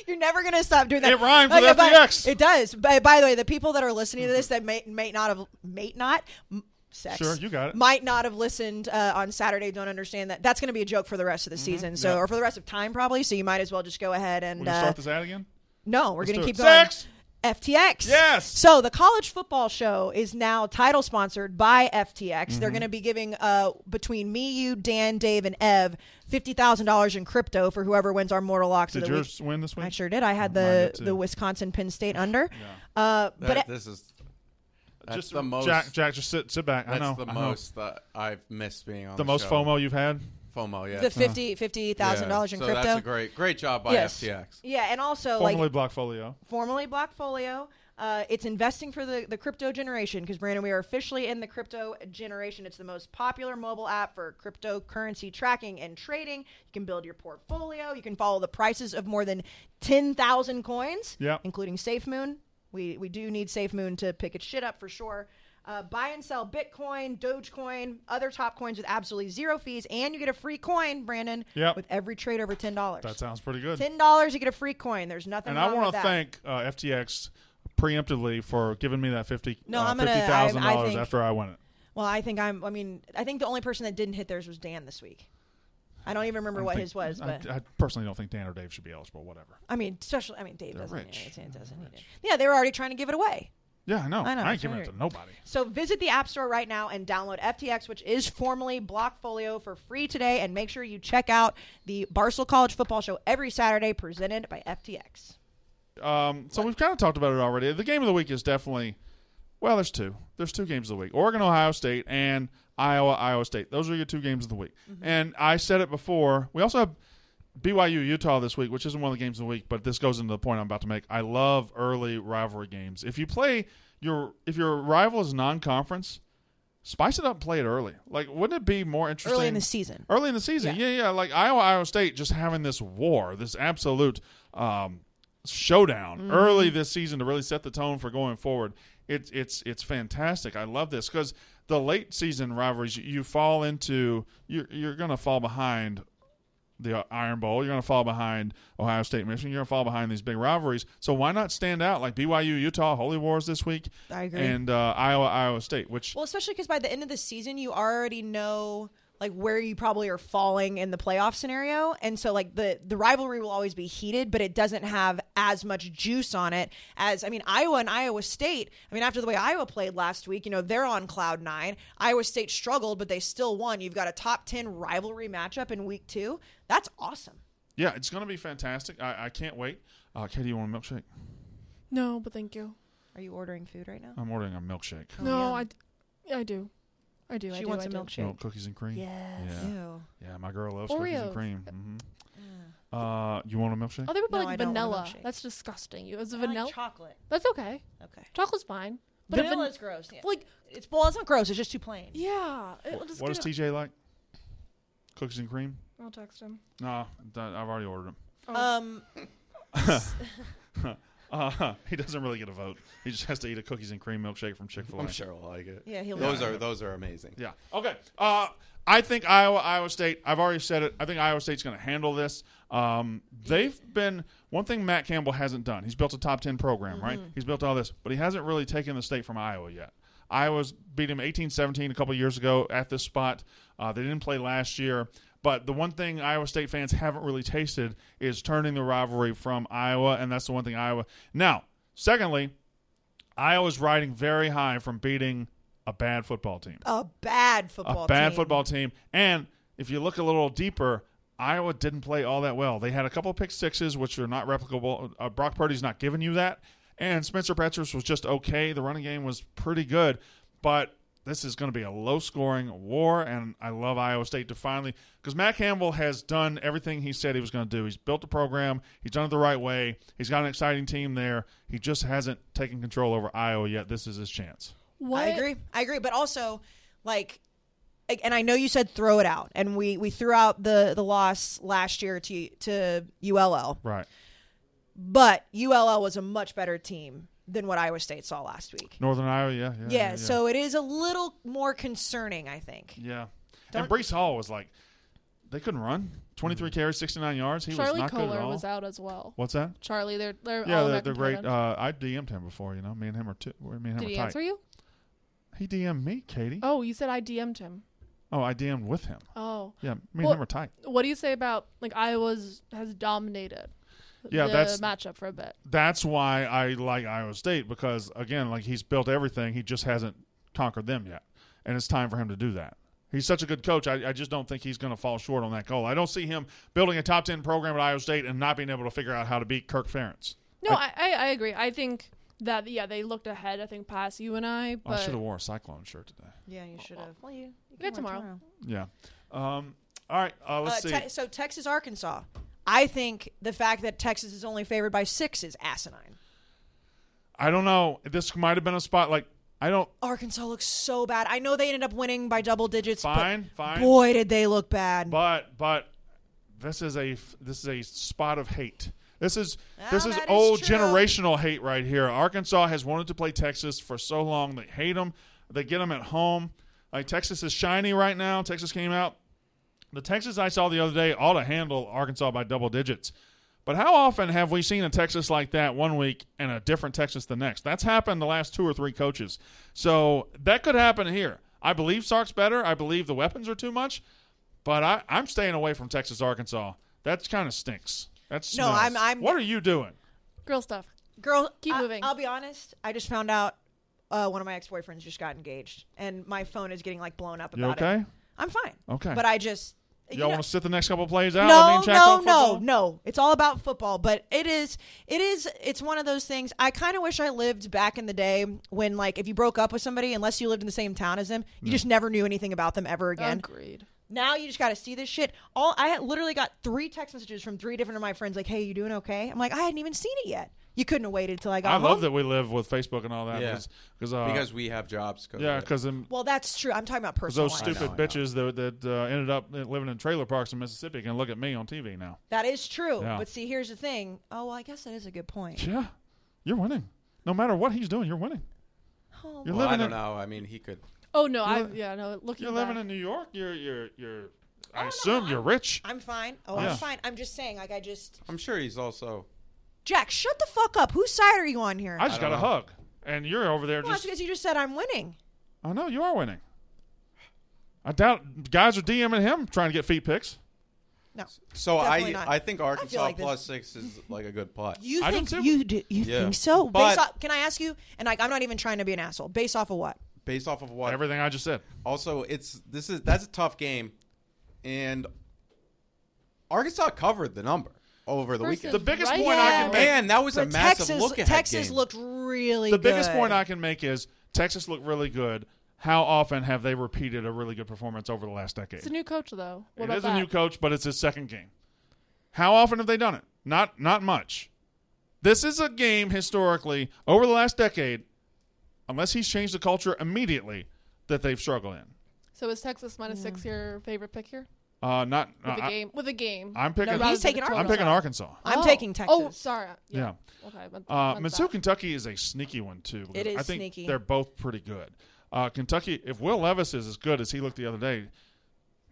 S3: You're never gonna stop doing that.
S1: It rhymes with E
S3: Okay, but
S1: FDX.
S3: It does. By, by the way, the people that are listening to this that may, may not have may not m- sex.
S1: Sure, you got it.
S3: Might not have listened uh, on Saturday. Don't understand that. That's gonna be a joke for the rest of the season. So
S1: Mm-hmm. yeah.
S3: or for the rest of time probably. So you might as well just go ahead and
S1: We can
S3: uh,
S1: start this ad again.
S3: no, we're
S1: Let's
S3: going to
S1: do it.
S3: keep going.
S1: Sex!
S3: FTX.
S1: Yes!
S3: So the college football show is now title sponsored by FTX.
S1: Mm-hmm.
S3: They're going to be giving uh, between me, you, Dan, Dave, and Ev fifty thousand dollars in crypto for whoever wins our mortal locks
S1: Did
S3: of the week.
S1: yours win this week?
S3: I sure did. I had
S1: Mine
S3: the
S1: did too.
S3: the Wisconsin Penn State under. Uh, but
S5: That- this is that's
S1: just
S5: the most.
S1: Jack, Jack, just sit, sit back. I
S5: that's
S1: know
S5: the
S1: I know.
S5: most that I've missed being on
S1: the most
S5: show.
S1: FOMO you've had.
S5: FOMO, yeah.
S3: the fifty fifty thousand dollars in
S5: so
S3: crypto.
S5: That's a great, great job by
S3: Yes.
S5: FTX.
S3: yeah, and also
S1: Formerly
S3: like
S1: Blockfolio.
S3: formerly Blockfolio. Uh, it's investing for the, the crypto generation because Brandon, we are officially in the crypto generation. It's the most popular mobile app for cryptocurrency tracking and trading. You can build your portfolio. You can follow the prices of more than ten thousand coins,
S1: Yep.
S3: including SafeMoon. We we do need SafeMoon to pick its shit up for sure. Uh, buy and sell Bitcoin, Dogecoin, other top coins with absolutely zero fees, and you get a free coin, Brandon,
S1: Yep.
S3: with every trade over ten dollars.
S1: That sounds pretty good.
S3: Ten dollars, you get a free coin. There's nothing.
S1: And
S3: wrong
S1: I
S3: with
S1: want to
S3: that.
S1: thank uh, FTX preemptively for giving me that fifty
S3: No,
S1: uh,
S3: I'm gonna-
S1: fifty thousand
S3: I- I
S1: dollars
S3: think-
S1: after I won it.
S3: Well, I think I'm. I mean, I think the only person that didn't hit theirs was Dan this week. I don't even remember
S1: I
S3: what
S1: think-
S3: his was,
S1: I,
S3: but I,
S1: I personally don't think Dan or Dave should be eligible. Whatever.
S3: mean, especially I mean, Dave
S1: They're
S3: doesn't.
S1: rich.
S3: Need it. Dan doesn't
S1: They're
S3: need it.
S1: rich.
S3: Yeah, they were already trying to give it away.
S1: Yeah, I know.
S3: I
S1: I,
S3: know,
S1: ain't
S3: it's
S1: giving it
S3: weird.
S1: to nobody.
S3: So visit the App Store right now and download FTX, which is formerly Blockfolio, for free today. And make sure you check out the Barcel College Football Show every Saturday, presented by FTX.
S1: Um, so we've kind of talked about it already. The game of the week is definitely well. There's two. There's two games of the week: Oregon, Ohio State, and Iowa, Iowa State. Those are your two games of the week. And I said it before. We also have BYU, Utah this week, which isn't one of the games of the week, but this goes into the point I'm about to make. I love early rivalry games. If you play your if your rival is non-conference, spice it up. And play it early. Like, wouldn't it be more interesting
S3: Early in the season.
S1: Early in the season, yeah, yeah. Like Iowa, Iowa State just having this war, this absolute um, showdown
S3: Mm-hmm.
S1: early this season to really set the tone for going forward. It's it's it's fantastic. I love this because the late season rivalries you, you fall into, you're you're gonna fall behind the uh, Iron Bowl. You're going to fall behind Ohio State, Michigan. You're going to fall behind these big rivalries. So why not stand out like BYU, Utah, Holy Wars this week?
S3: I agree.
S1: And uh, Iowa, Iowa State, which
S3: Well, especially because by the end of the season, you already know like where you probably are falling in the playoff scenario, and so like the the rivalry will always be heated, but it doesn't have as much juice on it as I mean Iowa and Iowa State. I mean after the way Iowa played last week, you know they're on cloud nine. Iowa State struggled, but they still won. You've got a top ten rivalry matchup in week two. That's awesome.
S1: yeah, it's going to be fantastic. I, I can't wait. Uh, Katie, you want a milkshake?
S4: No, but thank you.
S3: Are you ordering food right now?
S1: I'm ordering a milkshake.
S4: No, I, d- I do. I do. I
S3: Oh, she
S4: do,
S3: wants
S4: I
S3: a
S4: do.
S1: You
S3: milkshake.
S1: want cookies and cream. Yeah,
S3: Ew.
S1: yeah. My girl loves cookies and
S4: Oreos.
S1: cream. hmm Uh, you want a milkshake?
S4: Oh, they would put
S3: No, I
S4: like
S3: don't want a
S4: vanilla.
S3: milkshake.
S4: That's disgusting. It was
S3: I
S4: vanilla.
S3: like chocolate.
S4: That's okay.
S3: Okay.
S4: Chocolate's fine. But a van-
S3: Vanilla is gross. Yeah.
S4: like
S3: It's well, it's not gross. It's just too plain.
S4: yeah. it-
S1: Wh-
S4: I'll just
S1: what
S4: get
S1: does
S4: a-
S1: TJ like? Cookies and cream?
S4: I'll text him.
S1: Nah, that- I've already ordered them.
S3: Um,
S1: Uh, he doesn't really get a vote. He just has to eat a cookies and cream milkshake from Chick Fil A.
S5: I'm sure I'll like it.
S3: Yeah, he'll
S5: Those
S3: like
S5: are those are amazing.
S1: Yeah. Okay. Uh, I think Iowa, Iowa State. I've already said it. I think Iowa State's going to handle this. Um, they've been one thing Matt Campbell hasn't done. He's built a top ten program, right? He's built all this, but he hasn't really taken the state from Iowa yet. Iowa's beat him 18-17 a couple years ago at this spot. Uh, they didn't play last year, but the one thing Iowa State fans haven't really tasted is turning the rivalry from Iowa, and that's the one thing Iowa. Now, secondly, Iowa's riding very high from beating a bad football team
S3: a bad football.
S1: a bad
S3: team.
S1: football team. And if you look a little deeper, Iowa didn't play all that well. They had a couple of pick sixes, which are not replicable. Uh, Brock Purdy's not giving you that, and Spencer Petrus was just okay. The running game was pretty good, but this is going to be a low-scoring war, and I love Iowa State to finally because Matt Campbell has done everything he said he was going to do. He's built a program. He's done it the right way. He's got an exciting team there. He just hasn't taken control over Iowa yet. This is his chance.
S4: What?
S3: I agree. I agree. But also, like, like, and I know you said throw it out, and we we threw out the the loss last year to to ULL,
S1: Right.
S3: but ULL was a much better team than what Iowa State saw last week.
S1: Northern Iowa, yeah, yeah.
S3: yeah, So it is a little more concerning, I think.
S1: Yeah. and Brees Hall was like, They couldn't run. 23 carries, 69 yards. He was
S4: Mm. Charlie
S1: not good at
S4: Kohler
S1: all.
S4: was out as well.
S1: What's that?
S4: Charlie, they're they're
S1: Yeah,
S4: all
S1: they're,
S4: American
S1: they're
S4: tight
S1: great.
S4: end.
S1: Uh, I DM'd him before, you know. Me and him are two. Me and him
S4: Did
S1: are
S4: he
S1: tight.
S4: answer you?
S1: He DM'd me, Katie.
S4: Oh, you said I DM'd him.
S1: Oh, I DM'd with him.
S4: Oh,
S1: Yeah, me
S4: Well-
S1: and him are tight.
S4: what do you say about like Iowa's has dominated?
S1: Yeah,
S4: the
S1: that's-
S4: matchup for a bit.
S1: That's why I like Iowa State because again, like he's built everything, he just hasn't conquered them yet, and it's time for him to do that. He's such a good coach. I, I just don't think he's going to fall short on that goal. I don't see him building a top ten program at Iowa State and not being able to figure out how to beat Kirk Ferentz.
S4: No, I, I, I agree. I think that yeah, they looked ahead. I think past you and I,
S1: Oh, I
S4: but
S1: should have wore a Cyclone shirt today.
S3: Yeah, you should have. Well, you, you
S4: got
S3: wear it
S4: tomorrow.
S1: Yeah. Um, all right. Uh,
S3: Uh,
S1: let's see.
S3: te- so Texas, Arkansas. I think the fact that Texas is only favored by six is asinine.
S1: I don't know. This might have been a spot. Like I don't.
S3: Arkansas looks so bad. I know they ended up winning by double digits. but
S1: Fine. Fine.
S3: Boy, did they look bad.
S1: But but this is a this is a spot of hate. This is this
S3: Well,
S1: is
S3: that is
S1: old
S3: true.
S1: generational hate right here. Arkansas has wanted to play Texas for so long. They hate them. They get them at home. Like Texas is shiny right now. Texas came out. The Texas I saw the other day ought to handle Arkansas by double digits. But how often have we seen a Texas like that one week and a different Texas the next? That's happened the last two or three coaches. So that could happen here. I believe Sark's better. I believe the weapons are too much. But I, I'm staying away from Texas, Arkansas. That kind of stinks. That's
S3: No, I'm- I'm-
S1: What are you doing?
S4: girl stuff.
S3: Girl,
S4: Keep
S3: I,
S4: moving.
S3: I'll be honest. I just found out uh, one of my ex boyfriends just got engaged, and my phone is getting like blown up
S1: You
S3: about
S1: okay?
S3: it. I'm fine.
S1: Okay.
S3: But I just you
S1: Y'all
S3: know-
S1: want to sit the next couple plays out? Let me
S3: no,
S1: and Jack
S3: no,
S1: talk
S3: no,
S1: football?
S3: no. It's all about football, but it is, it is, it's one of those things. I kind of wish I lived back in the day when, like, if you broke up with somebody, unless you lived in the same town as them, you just never knew anything about them ever again.
S4: Agreed.
S3: Now you just got to see this shit. All I had literally got three text messages from three different of my friends, like, "Hey, you doing okay?" I'm like, I hadn't even seen it yet. You couldn't have waited till I got
S1: I
S3: home.
S1: love that we live with Facebook and all that.
S5: Yeah.
S1: Cause, 'cause, uh,
S5: because we have jobs. 'cause of
S1: yeah,
S5: it.
S1: because
S3: Well, that's true. I'm talking about personal.
S1: those
S3: life.
S5: know,
S1: stupid
S5: Oh, I know.
S1: bitches that, that uh, ended up living in trailer parks in Mississippi can look at me on TV now.
S3: That is true.
S1: Yeah.
S3: But see, here's the thing. Oh, well, I guess that is a good point.
S1: Yeah, you're winning. No matter what he's doing, you're winning.
S3: Oh,
S1: You're
S5: Well, I
S1: living
S5: don't
S1: in
S5: know. I mean, he could.
S4: Oh no, I
S1: li-
S4: yeah no. Looking
S1: you're living
S4: back-
S1: in New York. You're you're you're. I assume you're rich.
S3: I'm fine. Oh,
S1: Yeah.
S3: I'm fine. I'm just saying. Like, I just
S5: I'm sure he's also.
S3: Jack, shut the fuck up. Whose side are you on here?
S1: I just
S5: I
S1: got a
S5: don't know.
S1: hug, and you're over there
S3: well, that's
S1: just.
S3: because you just said I'm winning.
S1: I know you are winning. I doubt guys are DMing him trying to get feet picks.
S3: No,
S5: So
S3: Definitely
S5: I
S3: not.
S5: I think Arkansas
S3: like this-
S5: plus six is like a good putt.
S3: you
S1: I
S3: think
S1: don't too.
S3: you do, you
S5: Yeah.
S3: think so?
S5: But-
S3: based off, can I ask you? And like, I'm not even trying to be an asshole. Based off of what?
S5: Based off of what?
S1: Everything I just said.
S5: Also, it's this is that's a tough game, and Arkansas covered the number over the
S4: Versus
S5: weekend.
S1: The biggest
S4: right
S1: point I
S4: now.
S1: can make.
S5: Man, that was a
S3: But
S5: massive
S3: Texas,
S5: look ahead
S3: Texas
S5: game.
S3: looked really.
S1: the biggest
S3: good.
S1: point I can make is Texas looked really good. How often have they repeated a really good performance over the last decade?
S4: It's a new coach though.
S1: It
S4: What about
S1: is
S4: that?
S1: a new coach, but it's his second game. How often have they done it? Not not much. This is a game historically over the last decade, unless he's changed the culture immediately, that they've struggled in.
S4: So is Texas minus
S3: Mm.
S4: six your favorite pick here
S1: Uh, not
S4: with a
S1: I,
S4: game? With a game,
S1: I'm picking-
S4: rather
S1: He's
S4: than
S3: taking
S4: a
S1: am
S4: total.
S1: picking Arkansas.
S3: I'm
S4: Oh.
S3: taking Texas.
S4: Oh, sorry.
S1: Yeah.
S4: Okay. I meant-
S1: Uh,
S4: meant
S1: Mizzou,
S4: that.
S1: Kentucky is a sneaky one too. because
S3: It is
S1: I think
S3: sneaky.
S1: They're both pretty good. Uh, Kentucky, if Will Levis is as good as he looked the other day,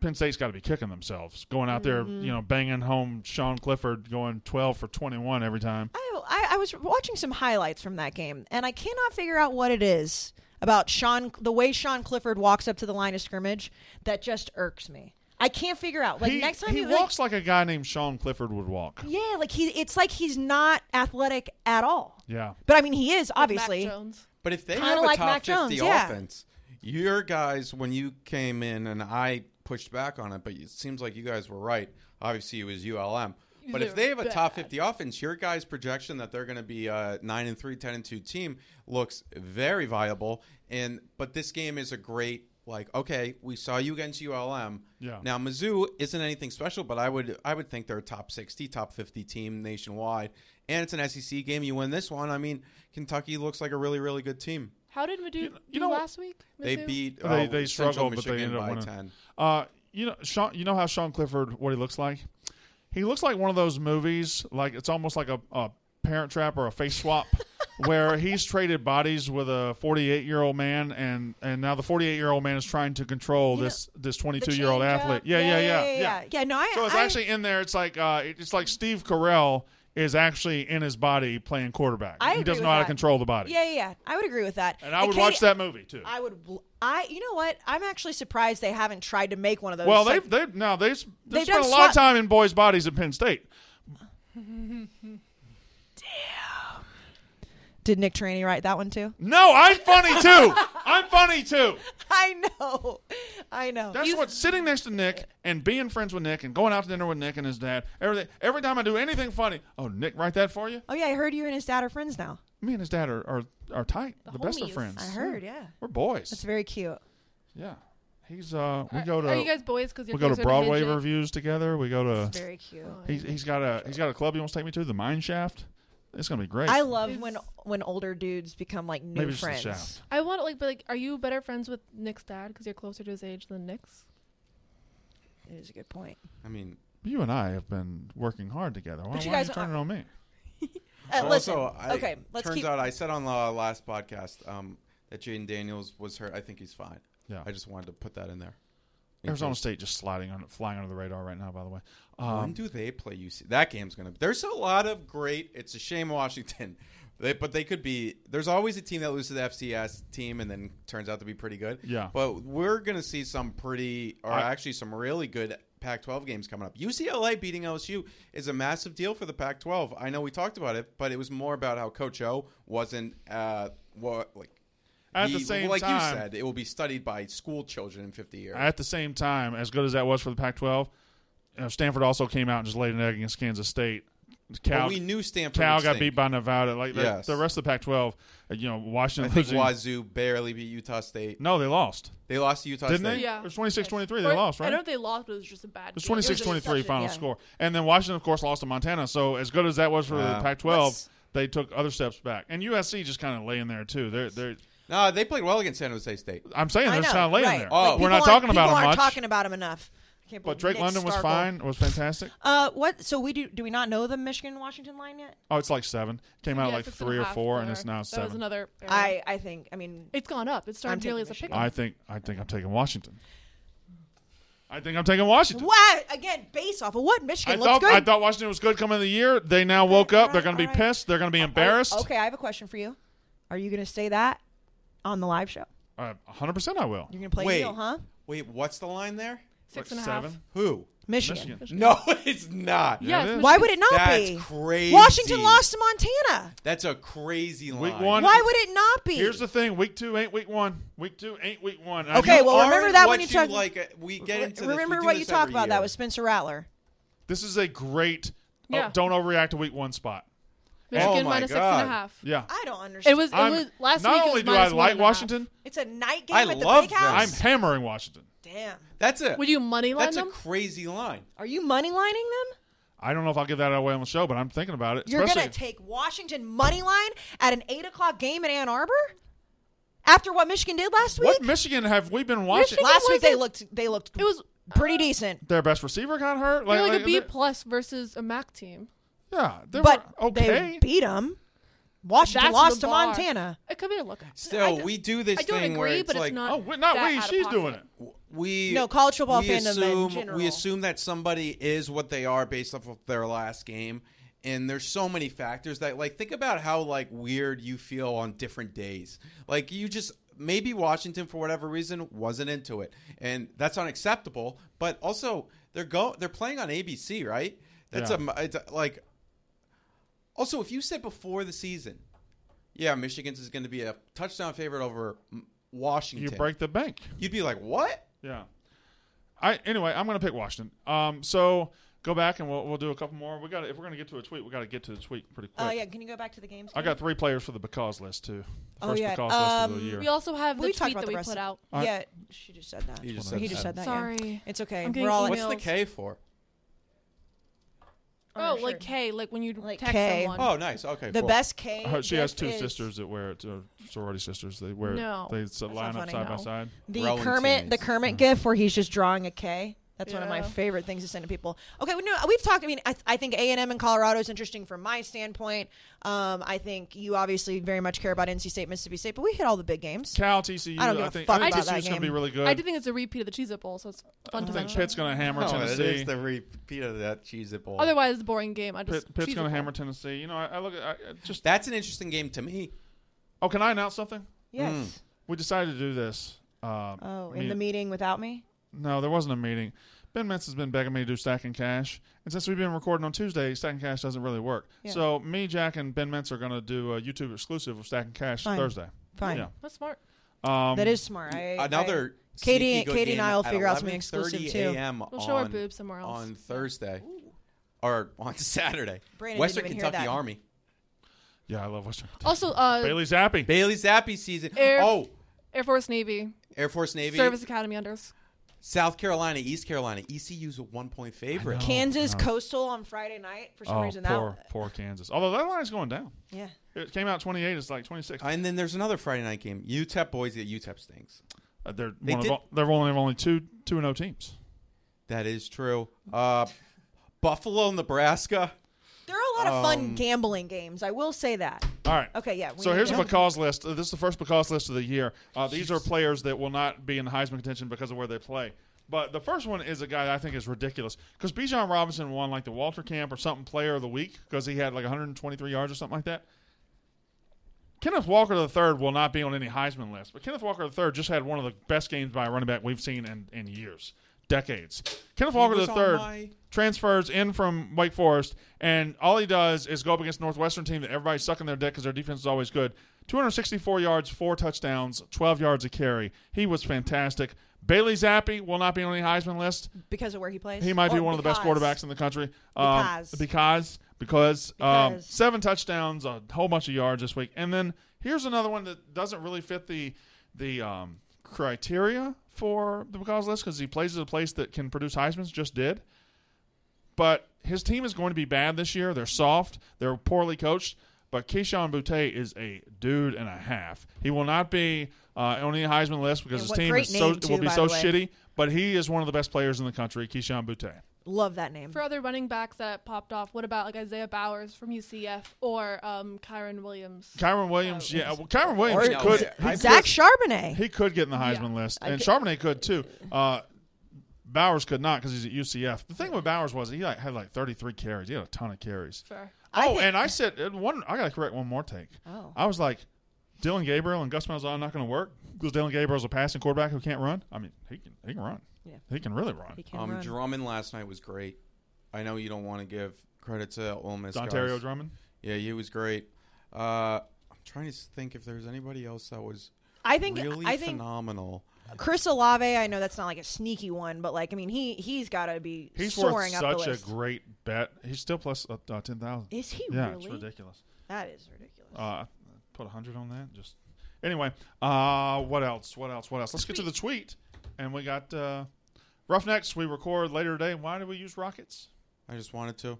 S1: Penn State's got to be kicking themselves going out there,
S4: Mm-hmm.
S1: you know, banging home Sean Clifford going 12 for 21 every time.
S3: I, I, I was watching some highlights from that game, and I cannot figure out what it is about Sean, the way Sean Clifford walks up to the line of scrimmage that just irks me. I can't figure out. Like
S1: he
S3: next time
S1: he
S3: you,
S1: walks like, a guy named Sean Clifford would walk.
S3: like, yeah, like he, it's like he's not athletic at all.
S1: Yeah.
S3: But I mean, he is
S4: Mac
S3: obviously.
S4: Jones.
S5: But if they
S3: Kinda
S5: have a
S3: like
S5: top
S3: Mac
S5: 50
S3: Jones, yeah.
S5: offense, your guys, when you came in and I pushed back on it, but it seems like you guys were right. Obviously, it was ULM. But if
S4: They're
S5: they have a top
S4: bad.
S5: 50 offense, your guys' projection that they're going to be a 9 and 3, 10 and 2 team looks very viable. And but this game is a great like okay, we saw you against ULM.
S1: Yeah.
S5: Now Mizzou isn't anything special, but I would I would think they're a top 60, top 50 team nationwide. And it's an SEC game. You win this one. I mean, Kentucky looks like a really really good team.
S4: How did Mizzou
S1: You-
S4: do,
S1: you know-
S4: last week?
S5: They
S4: Mizzou?
S5: beat
S1: they
S5: uh,
S1: they
S5: Central
S1: struggled, but
S5: Michigan
S1: they ended up
S5: by
S1: winning.
S5: ten.
S1: Uh, you know, Sean, you know how Sean Clifford, what he looks like? He looks like one of those movies, like it's almost like a, a Parent Trap or a Face Swap, where he's traded bodies with a 48 year old man, and and now the 48 year old man is trying to control
S3: know,
S1: this this
S3: The
S1: 22 year old
S3: change-up.
S1: athlete. Yeah, yeah, yeah,
S3: yeah, yeah. Yeah, no, I.
S1: So it's
S3: I-
S1: actually in there. It's like uh, it's like Steve Carell is actually in his body playing quarterback.
S3: I
S1: he
S3: agree
S1: doesn't
S3: with
S1: know how to
S3: that.
S1: control the body.
S3: Yeah, yeah, yeah. I would agree with that.
S1: And I would
S3: Katie-
S1: watch that movie too.
S3: I would. bl- I. You know what? I'm actually surprised they haven't tried to make one of those.
S1: well,
S3: like-
S1: they've they've now they've, they've,
S3: They've
S1: spent a
S3: done
S1: lot of
S3: slot-
S1: time in boys' bodies at Penn State.
S3: did Nick Traney write that one too?
S1: No, I'm funny too. I'm funny too.
S3: I know. I know.
S1: That's what sitting next to Nick and being friends with Nick and going out to dinner with Nick and his dad. Everything. Every time I do anything funny, oh Nick, write that for you.
S3: oh yeah, I heard you and his dad are friends now.
S1: Me and his dad are are, are tight. The, best of
S4: homies.
S1: friends.
S3: I heard. Yeah,
S1: We're boys.
S3: it's very cute.
S1: yeah. He's uh. We go to
S4: Are Oh, you guys boys? Because
S1: we go to Broadway reviews together. We go to
S3: Very cute.
S1: He's, he's got a he's got a club he wants to take me to, the Mine Shaft. It's gonna be great.
S3: I love when when older dudes become like new
S1: Maybe just the
S3: friends.
S1: shaft.
S4: I want like, but like, are you better friends with Nick's dad because you're closer to his age than Nick's?
S3: It is a good point.
S5: I mean,
S1: You and I have been working hard together. Why,
S3: But you
S1: why are
S3: guys
S1: you turning on me?
S3: Uh, listen.
S5: also, I,
S3: okay, let's
S5: turns
S3: keep.
S5: out I said on the last podcast um, that Jaden Daniels was hurt. I think he's fine.
S1: Yeah.
S5: I just wanted to put that in there. In
S1: Arizona
S5: case-
S1: State just sliding on flying under the radar right now. By the way,
S5: When
S1: um,
S5: do they play UC? That game's gonna. There's a lot of great. It's a shame Washington, they, but they could be. There's always a team that loses to the FCS team and then turns out to be pretty good.
S1: Yeah.
S5: But we're gonna see some pretty, or
S1: I-
S5: actually some really good Pac-12 games coming up. UCLA beating LSU is a massive deal for the Pac-12. I know we talked about it, but it was more about how Coach O wasn't uh, what like.
S1: At
S5: he-
S1: the same
S5: like
S1: time-
S5: you said, it will be studied by school children in 50 years.
S1: at the same time, as good as that was for the Pac-12, you know, Stanford also came out and just laid an egg against Kansas State. Cal,
S5: but we knew Stanford.
S1: Cal
S5: would
S1: got
S5: stink.
S1: beat by Nevada. Like the-
S5: Yes.
S1: the, rest of the Pac-12, uh, you know, Washington
S5: I think
S1: losing.
S5: Wazoo barely beat Utah State.
S1: no, they lost,
S5: They lost to Utah
S1: didn't
S5: State.
S1: they?
S4: Yeah.
S1: It was 26-23. They
S4: Or-
S1: lost,
S4: I
S1: right?
S4: don't know if they lost, but it was just a bad.
S1: It was
S4: game. just
S1: 26 23
S4: such a-
S1: final
S3: yeah.
S1: score. And then Washington, of course, lost to Montana. So, as good as that was for
S5: Yeah.
S1: the Pac 12,
S3: Let's-
S1: they took other steps back. And USC just kind of lay in there, too. They're, they're,
S5: No, they played well against San Jose State.
S1: I'm saying
S3: I
S1: they're
S3: know.
S1: just kind of laying
S3: right.
S1: there.
S5: Oh.
S3: Like,
S1: We're not
S3: people
S1: talking
S3: aren't-
S1: about
S3: people
S1: them much.
S3: aren't talking about him enough. I can't
S1: but
S3: believe
S1: Drake
S3: Nick
S1: London was
S3: Starkle.
S1: fine. It was fantastic.
S3: Uh, what? So we do? Do we not know the Michigan Washington line yet?
S1: Oh, it's like seven. Came out
S4: Yeah,
S1: like
S4: six
S1: three
S4: and
S1: or
S4: a half,
S1: four, and it's now
S4: that was
S1: seven.
S4: another. error.
S3: I I think. I mean,
S4: It's gone up. It
S3: I'm
S4: started
S3: taking
S4: really as a
S3: Michigan.
S4: pick.
S1: I think I think I'm taking Washington. I think I'm taking Washington.
S3: what again? Based off of what Michigan
S1: I
S3: looks
S1: thought
S3: good.
S1: I thought Washington was good coming of the year. They now woke
S3: all
S1: up.
S3: right,
S1: They're going to be
S3: all right. Uh,
S1: pissed. They're going to be embarrassed.
S3: Okay, I have a question for you. Are you going to say that on the live show?
S1: Uh, 100% I will.
S3: You're going to play
S5: Wait.
S3: Neil, huh?
S5: Wait, what's the line there?
S4: Six
S1: Like
S4: and a half.
S1: seven?
S5: Who?
S3: Michigan.
S1: Michigan.
S5: No, it's not.
S1: Yeah, it
S4: Yes,
S1: is.
S4: Michigan-
S3: Why would it not
S5: That's
S3: be?
S5: crazy.
S3: Washington lost to Montana.
S5: That's a crazy line.
S1: Week one.
S3: Why would it not be?
S1: Here's the thing: week two ain't week one. Week two ain't week one. I
S3: Okay,
S1: know-
S3: well, remember
S5: Aren't
S3: that
S5: what
S3: when you talk-
S5: like. uh, We get into this,
S3: Remember
S5: we do
S3: what
S5: this
S3: you talked
S5: every
S3: about? That
S5: year.
S3: was Spencer Rattler.
S1: this is a great. oh,
S4: Yeah.
S1: don't overreact to week one spot.
S5: Oh
S4: Michigan
S5: my
S4: minus six and
S5: God.
S4: a half.
S1: Yeah,
S3: I don't understand.
S4: It was. It
S1: I'm-
S4: was last
S1: not
S4: week.
S1: only
S4: it was
S1: do
S4: minus
S1: I
S4: one
S1: like
S4: and a half.
S1: Washington,
S3: It's a night game
S5: I
S3: at the
S5: love
S3: big house.
S1: I'm
S5: Yes.
S1: hammering Washington.
S3: Damn.
S5: That's a.
S4: Would you money line
S5: That's a
S4: them?
S5: crazy line.
S3: Are you money lining them?
S1: I don't know if I'll give that away on the show, but I'm thinking about it.
S3: You're
S1: especially
S3: going to take Washington money line at an eight o'clock game in Ann Arbor after what Michigan did last week.
S1: what Michigan have we been watching?
S4: Michigan-
S3: last week they
S4: wasn't-
S3: looked they looked
S4: It was
S3: pretty decent,
S1: Their best receiver got hurt.
S4: they're like a B
S1: they-
S4: plus versus a MAC team.
S1: Yeah, they
S3: but
S1: were okay.
S3: they beat them. Washington
S4: That's
S3: lost
S4: the
S3: to
S4: bar.
S3: Montana.
S4: It could be a look.
S5: Still,
S4: I-
S5: we do this
S4: I don't
S5: thing
S4: agree,
S5: where it's
S4: but
S5: like,
S4: it's not.
S1: oh, we- not
S4: that
S1: we.
S4: out of
S1: She's
S4: pocket.
S1: doing it.
S5: we
S3: No, college football
S5: we
S3: fandom in
S5: assume,
S3: general.
S5: We assume that somebody is what they are based off of their last game, and there's so many factors that like think about how like weird you feel on different days. Like you just maybe Washington for whatever reason wasn't into it, and that's unacceptable. But also they're go they're playing on ABC, right? That's
S1: Yeah.
S5: a it's a- like. Also, if you said before the season, yeah, Michigan's is going to be a touchdown favorite over mm,
S1: You
S5: Washington.
S1: break the bank.
S5: You'd be like, what?
S1: Yeah. I anyway, I'm gonna pick Washington. Um, so go back and we'll we'll do a couple more. We got to if we're gonna get to a tweet, we got to get to the tweet pretty quick.
S3: Oh yeah, can you go back to the games?
S1: I got three players for the because list too.
S3: Oh,
S1: First
S3: yeah.
S1: because list of the
S3: Um,
S1: year.
S4: We also have the
S3: We talked
S4: tweet
S3: about
S4: that
S3: the
S4: we
S3: rest
S4: put
S3: of-
S4: out.
S1: I-
S3: yeah, she just said that.
S5: You just
S1: said
S3: he just
S1: that.
S3: said that. yeah.
S4: Sorry.
S3: It's okay.
S4: I'm
S3: We're
S4: getting
S3: all
S4: emails.
S3: in-
S5: What's the K for?
S3: on
S4: Oh,
S3: her
S4: like
S3: shirt.
S4: K, like when you
S3: Like
S4: text
S3: K.
S4: someone.
S5: Oh, nice. Okay.
S3: the
S5: cool.
S3: best K.
S1: Uh, she has
S3: gif
S1: two
S3: is
S1: sisters that wear it, uh, sorority sisters. They wear
S4: No,
S1: it. They s- line
S3: not
S1: up
S3: funny,
S1: side by
S3: no.
S1: side.
S3: The
S5: Rowan
S3: Kermit, the
S5: teammates.
S3: Kermit gif where he's just drawing a K. That's one of my
S4: Yeah.
S3: favorite things to send to people. Okay, well, no, we've talked. I mean, I, I think A and M in Colorado is interesting from my standpoint. Um, I think you obviously very much care about NC State, Mississippi State, but we hit all the big games.
S1: Cal, TCU.
S3: I
S1: I,
S3: don't give a
S1: think
S3: fuck
S1: I think
S3: about that
S1: TCU's going to be
S3: game.
S1: really good.
S4: I do think it's a repeat of the Cheez It Bowl, so it's fun
S1: I
S4: to
S1: think
S4: watch.
S1: Pitt's going to hammer
S5: No, Oh, it
S1: Tennessee.
S5: is the repeat of that cheese it bowl.
S4: Otherwise, it's a boring game. I just
S1: Pitt, Pitt's
S4: Cheez It
S1: going to
S4: Bowl.
S1: hammer Tennessee. You know, I, I look at I, I just.
S5: That's an interesting game to me.
S1: Oh, can I announce something?
S3: Yes.
S4: mm.
S1: We decided to do this. Um,
S3: Oh,
S1: me-
S3: in the meeting without me.
S1: No, there wasn't a meeting. Ben Mintz has been begging me to do Stack and Cash, and since we've been recording on Tuesday, Stack and Cash doesn't really work.
S3: Yeah.
S1: So me, Jack, and Ben Mintz are going to do a YouTube exclusive of Stack and Cash
S3: Fine.
S1: Thursday.
S3: Fine.
S1: Yeah.
S4: That's smart.
S1: Um,
S3: That is smart. I,
S5: Another
S4: Oh,
S3: I- Katie-
S5: sneaky good
S3: Katie and
S5: game
S3: I will
S5: at
S3: figure out something
S5: 11:30
S3: exclusive, too.
S5: a.m.
S4: We'll show our
S5: on-
S4: boobs somewhere else.
S5: on Thursday or on Saturday.
S3: Brandon
S5: Western
S3: didn't even hear
S5: Kentucky
S3: that.
S5: Army.
S1: Yeah, I love Western.
S3: Oh,
S4: Also, uh,
S1: Bailey Zappi.
S5: Bailey Zappi season.
S4: Air-
S5: oh,
S4: Air Force Navy,
S5: Air Force Navy.
S4: Service Academy unders.
S5: South Carolina, East Carolina. ECU's a one point favorite.
S3: Kansas
S1: Oh,
S3: Coastal on Friday night for some
S1: oh,
S3: reason.
S1: poor,
S3: That
S1: poor Kansas. Although that line's going down.
S3: yeah.
S1: It came out 28. It's like 26.
S5: And then there's another Friday night game. E UTEP Boise at UTEP stinks.
S1: Uh, they're
S5: They
S1: one of,
S5: did-
S1: all- they're only only two two and zero teams.
S5: That is true. Uh, Buffalo, Nebraska.
S3: There are a lot
S1: Um,
S3: of fun gambling games. I will say that.
S1: All right.
S3: Okay, yeah, we
S1: So
S3: need
S1: here's
S3: to-
S1: a because list. Uh, This is the first because list of the year. Uh, these are players that will not be in Heisman contention because of where they play. But the first one is a guy that I think is ridiculous because Bijan Robinson won like the Walter Camp or something Player of the Week because he had like 123 yards or something like that. Kenneth Walker III will not be on any Heisman list, but Kenneth Walker III just had one of the best games by a running back we've seen in, in years, decades. Kenneth Walker
S5: was on
S1: III
S5: my-
S1: transfers in from Wake Forest, and all he does is go up against Northwestern team that everybody's sucking their dick because their defense is always good. 264 yards, four touchdowns, 12 yards a carry. He was fantastic. Bailey Zappi will not be on any Heisman list.
S3: Because of where he plays.
S1: He might be
S3: Or
S1: one of the best
S3: oh, because-
S1: quarterbacks in the country. Um,
S3: Because.
S1: because because, um,
S3: Because.
S1: seven touchdowns, a whole bunch of yards this week, and then here's another one that doesn't really fit the the um, criteria for the because list because he plays at a place that can produce Heisman's just did, but his team is going to be bad this year. They're soft. They're poorly coached. But Keyshawn Boutte is a dude and a half. He will not be uh, on the Heisman list because
S3: And
S1: his
S3: what
S1: team
S3: great
S1: is so
S3: name, too,
S1: will be
S3: by
S1: so
S3: the way.
S1: shitty. But he is one of the best players in the country, Keyshawn Boutte.
S3: Love that name.
S4: For other running backs that popped off, what about like Isaiah Bowers from UCF or um, Kyron Williams?
S1: Kyron
S3: Oh,
S1: Williams, yeah, well, Kyron Williams
S5: Or-
S1: could
S5: I-
S3: Zach Charbonnet.
S1: he could get in the Heisman
S4: Yeah.
S1: list, and Charbonnet could too. Uh, Bowers could not because he's at UCF. The thing with Bowers was he like, had like 33 carries. He had a ton of carries.
S4: Sure.
S3: I
S1: oh,
S3: think-
S1: and I said and one. I got to correct one more take.
S3: Oh.
S1: I was like, Dylan Gabriel and Gus Malzahn are not going to work because Dylan Gabriel's a passing quarterback who can't run. I mean, he can. He can run.
S3: Yeah.
S1: He can really run.
S3: He can
S5: Um,
S3: run.
S5: Drummond last night was great. I know you don't want to give credit to Ole Miss. guys.
S1: Ontario Drummond.
S5: Yeah, he was great. Uh, I'm trying to think if there's anybody else that was
S3: I think
S5: really
S3: I think
S5: phenomenal.
S3: Chris Olave. I know that's not like a sneaky one, but like I mean, he he's got to be
S1: He's worth
S3: soaring up
S1: such
S3: the
S1: a
S3: list.
S1: great bet. He's still plus uh, uh, ten thousand.
S3: Is he
S1: Yeah, it's
S3: really?
S1: ridiculous.
S3: That is ridiculous.
S1: Uh, put a hundred on that. Just anyway. Uh, what else? What else? What else? Let's get to the tweet. And we got uh, Roughnecks. We record later today. Why do we use rockets?
S5: I just wanted to.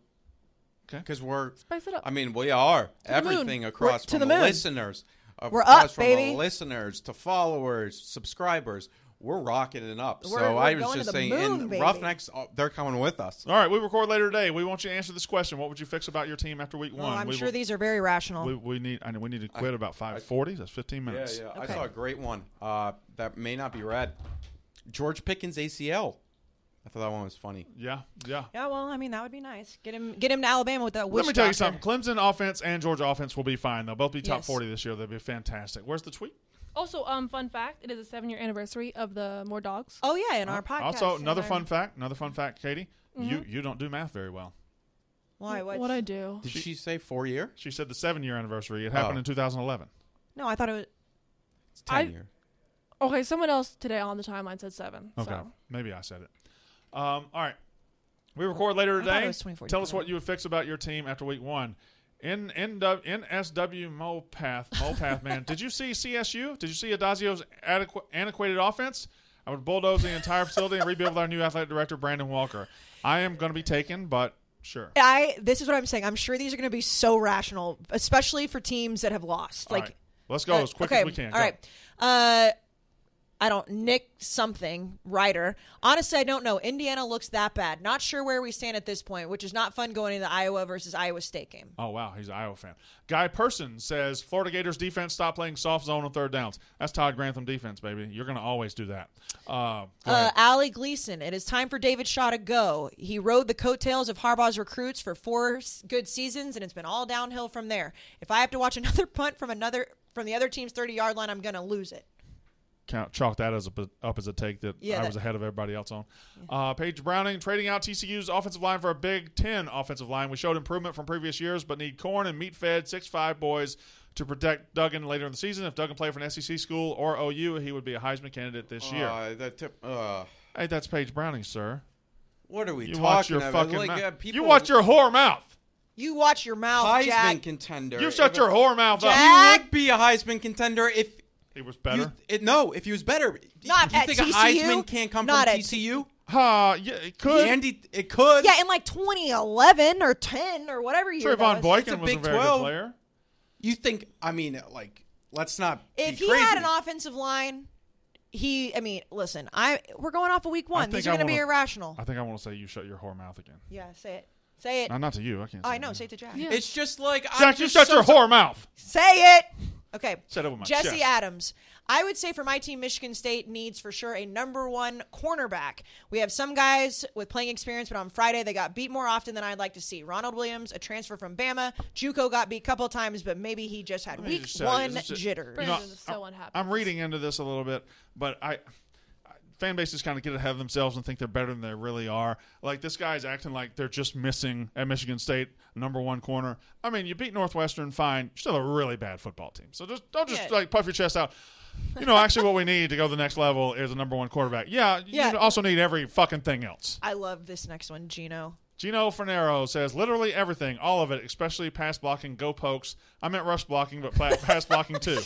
S1: 'Kay.
S5: Because we're,
S4: Spice it up.
S5: I mean, we are
S4: the moon.
S5: everything across
S3: to
S5: from
S3: the
S5: the,
S3: moon.
S5: listeners.
S3: We're
S5: across
S3: up,
S5: from
S3: baby.
S5: The listeners to followers, subscribers. We're rocking it up. so
S3: We're- we're
S5: I was
S3: going to
S5: just
S3: the
S5: saying,
S3: moon,
S5: and
S3: baby.
S5: Roughnecks, oh, they're coming with us.
S1: All right, we record later today. We want you to answer this question. What would you fix about your team after week
S3: Well,
S1: one?
S3: Oh, I'm
S1: we
S3: sure
S1: will-
S3: these are very rational.
S1: We, we need. I know we need to quit about five forty. That's fifteen
S5: Yeah,
S1: minutes.
S5: yeah. I
S3: Okay.
S5: saw a great one uh, that may not be read. George Pickens ACL. I thought that one was funny.
S1: yeah, yeah.
S3: yeah, well, I mean, that would be nice. Get him, get him to Alabama with that.
S1: Let
S3: witch
S1: me tell you
S3: doctor.
S1: something. Clemson offense and Georgia offense will be fine. They'll both be top
S3: Yes.
S1: forty this year. They'll be fantastic. Where's the tweet?
S4: Also, um, fun fact: it is a seven-year anniversary of the More Dogs.
S3: Oh yeah, in our podcast.
S1: Uh,
S3: Mm-hmm.
S1: also, another
S4: there.
S1: fun fact. Another fun fact, Katie. You you don't do math very well.
S3: why? What?
S4: What I do?
S5: Did she, say four year?
S1: She said the seven year anniversary. It happened
S5: Oh.
S1: in 2011.
S3: No, I thought it was.
S5: It's ten
S4: I-
S5: year.
S4: Okay, someone else today on the timeline said seven.
S1: Okay.
S4: So.
S1: Maybe I said it. Um, all right. We record later
S3: I thought it
S1: today.
S3: was 24
S1: Tell us what
S3: years.
S1: you would fix about your team after week one. N N W NSW Mopath Mopath man, did you see CSU? Did you see Adazio's adequ- antiquated offense? I would bulldoze the entire facility and rebuild with our new athletic director Brandon Walker. I am going to be taken, but sure.
S3: I. This is what I'm saying. I'm sure these are going to be so rational, especially for teams that have lost.
S1: All
S3: Like,
S1: right. let's go
S3: uh,
S1: as quick
S3: okay,
S1: as we can. Go.
S3: All right. Uh, I don't Nick something Ryder. Honestly, I don't know. Indiana looks that bad. Not sure where we stand at this point, which is not fun going into the Iowa versus Iowa State game.
S1: Oh wow, he's an Iowa fan. Guy Person says Florida Gators defense stop playing soft zone on third downs. That's Todd Grantham defense, baby. You're gonna always do that. Uh, go
S3: Uh,
S1: ahead.
S3: Allie Gleason, it is time for David Shaw to go. He rode the coattails of Harbaugh's recruits for four s- good seasons, and it's been all downhill from there. If I have to watch another punt from another from the other team's thirty yard line, I'm going to lose it.
S1: count chalk that as a, up as a take that
S3: Yeah,
S1: I
S3: that-
S1: was ahead of everybody else on. Uh, Paige Browning trading out TCU's offensive line for a Big Ten offensive line. We showed improvement from previous years, but need corn and meat fed six five boys to protect Duggan later in the season. If Duggan played for an SEC school or OU, he would be a Heisman candidate this year.
S5: Uh, that tip, uh,
S1: Hey, that's Paige Browning, sir.
S5: what are we
S1: You
S5: talking
S1: watch your
S5: about?
S1: fucking
S5: Like,
S1: mouth.
S5: uh, people,
S1: you watch your whore mouth.
S3: You watch your mouth,
S5: Heisman
S3: Jack.
S5: contender.
S1: You shut
S5: If-
S1: your whore mouth up.
S3: Jack-
S5: He would be a Heisman contender if
S1: He was
S5: you,
S1: better.
S5: it, no, if he was better.
S3: Not
S5: Do you
S3: at
S5: think a
S3: TCU?
S5: Heisman can't come
S3: Not
S5: from
S3: at
S5: TCU?
S1: Ha, yeah, it could.
S5: Andy, it could.
S3: yeah, in like 2011 or 10 or whatever year. that
S1: Trayvon
S3: was.
S5: It's a
S1: Boykin was a
S5: Big
S1: very
S5: 12.
S1: good player.
S5: You think? I mean, like, let's not.
S3: If
S5: be
S3: he
S5: crazy.
S3: had an offensive line, he. I mean, listen. I we're going off a week
S1: I
S3: one.
S1: think
S3: These are
S1: I
S3: going to be
S1: wanna-
S3: irrational.
S1: I think I want to say you shut your whore mouth again.
S3: yeah, say it. Say it.
S1: No, not to you. I can't.
S3: Oh,
S1: say
S3: I
S1: it.
S3: know. Say it to Jack.
S5: it's just like I'm
S1: Jack, you
S5: just
S1: shut
S5: so-
S1: your whore mouth.
S3: Say it. Okay.
S1: Said it with my
S3: Jesse
S1: chest.
S3: Adams. I would say for my team, Michigan State needs for sure a number one cornerback. We have some guys with playing experience, but on Friday they got beat more often than I'd like to see. Ronald Williams, a transfer from Bama. JUCO got beat a couple times, but maybe he just had
S1: Let me
S3: week
S1: just tell you,
S3: one
S1: this is-
S3: jitters.
S1: you know,
S4: Brandon is so
S1: I-
S4: unhappy.
S1: I'm reading into this a little bit, but I, I fan bases kind of get ahead of themselves and think they're better than they really are. Like this guy's acting like they're just missing at Michigan State number one corner. I mean, you beat Northwestern, fine. You're still a really bad football team, so just don't just
S3: Yeah.
S1: like puff your chest out. You know, actually, what we need to go to the next level is a number one quarterback. Yeah,
S3: Yeah.
S1: you also need every fucking thing else.
S3: I love this next one, Gino.
S1: Gino Fernero says literally everything, all of it, especially pass blocking, go pokes. I meant rush blocking, but pla- pass blocking too.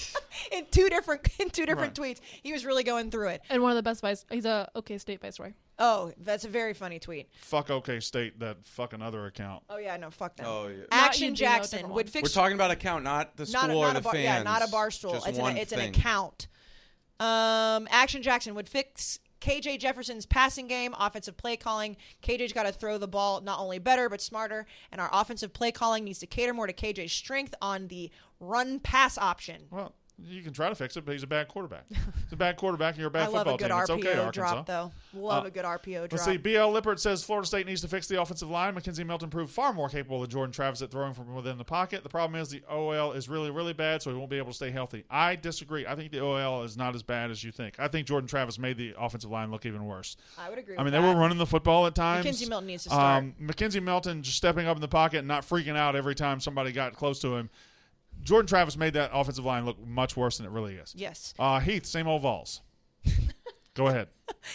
S3: In two different in two different tweets, he was really going through it.
S4: and one of the best vice. He's a OK State viceroy.
S3: Oh, that's a very funny tweet.
S1: fuck OK State, that fucking other account.
S3: Oh yeah, no, fuck them.
S5: Oh, yeah.
S4: Not
S3: Action
S4: you, Gino,
S3: Jackson
S4: different
S3: would
S4: one.
S5: We're
S3: fix
S5: talking about account, not the
S3: not a,
S5: school or
S3: not
S5: the
S3: a bar,
S5: fans.
S3: yeah, not a bar stool.
S5: Just
S3: it's an,
S5: one
S3: it's an
S5: thing.
S3: account. Um, Action Jackson would fix KJ Jefferson's passing game, offensive play calling. KJ's got to throw the ball not only better but smarter, and our offensive play calling needs to cater more to KJ's strength on the run pass option.
S1: Well, you can try to fix it, but he's a bad quarterback. he's a bad quarterback, and you're a bad
S3: I love
S1: football
S3: a good
S1: team.
S3: RPO
S1: it's okay, Arkansas. Uh,
S3: drop, though. Love a good RPO drop.
S1: Let's see. BL Lippert says Florida State needs to fix the offensive line. Mackenzie Melton proved far more capable than Jordan Travis at throwing from within the pocket. The problem is the OL is really, really bad, so he won't be able to stay healthy. I disagree. I think the OL is not as bad as you think. I think Jordan Travis made the offensive line look even worse.
S3: I would agree.
S1: I mean,
S3: with
S1: they
S3: that.
S1: were running the football at times.
S3: Mackenzie Milton needs to start.
S1: Um, Mackenzie Milton just stepping up in the pocket and not freaking out every time somebody got close to him. Jordan Travis made that offensive line look much worse than it really is.
S3: Yes.
S1: Uh, Heath, same old Vols. Go ahead.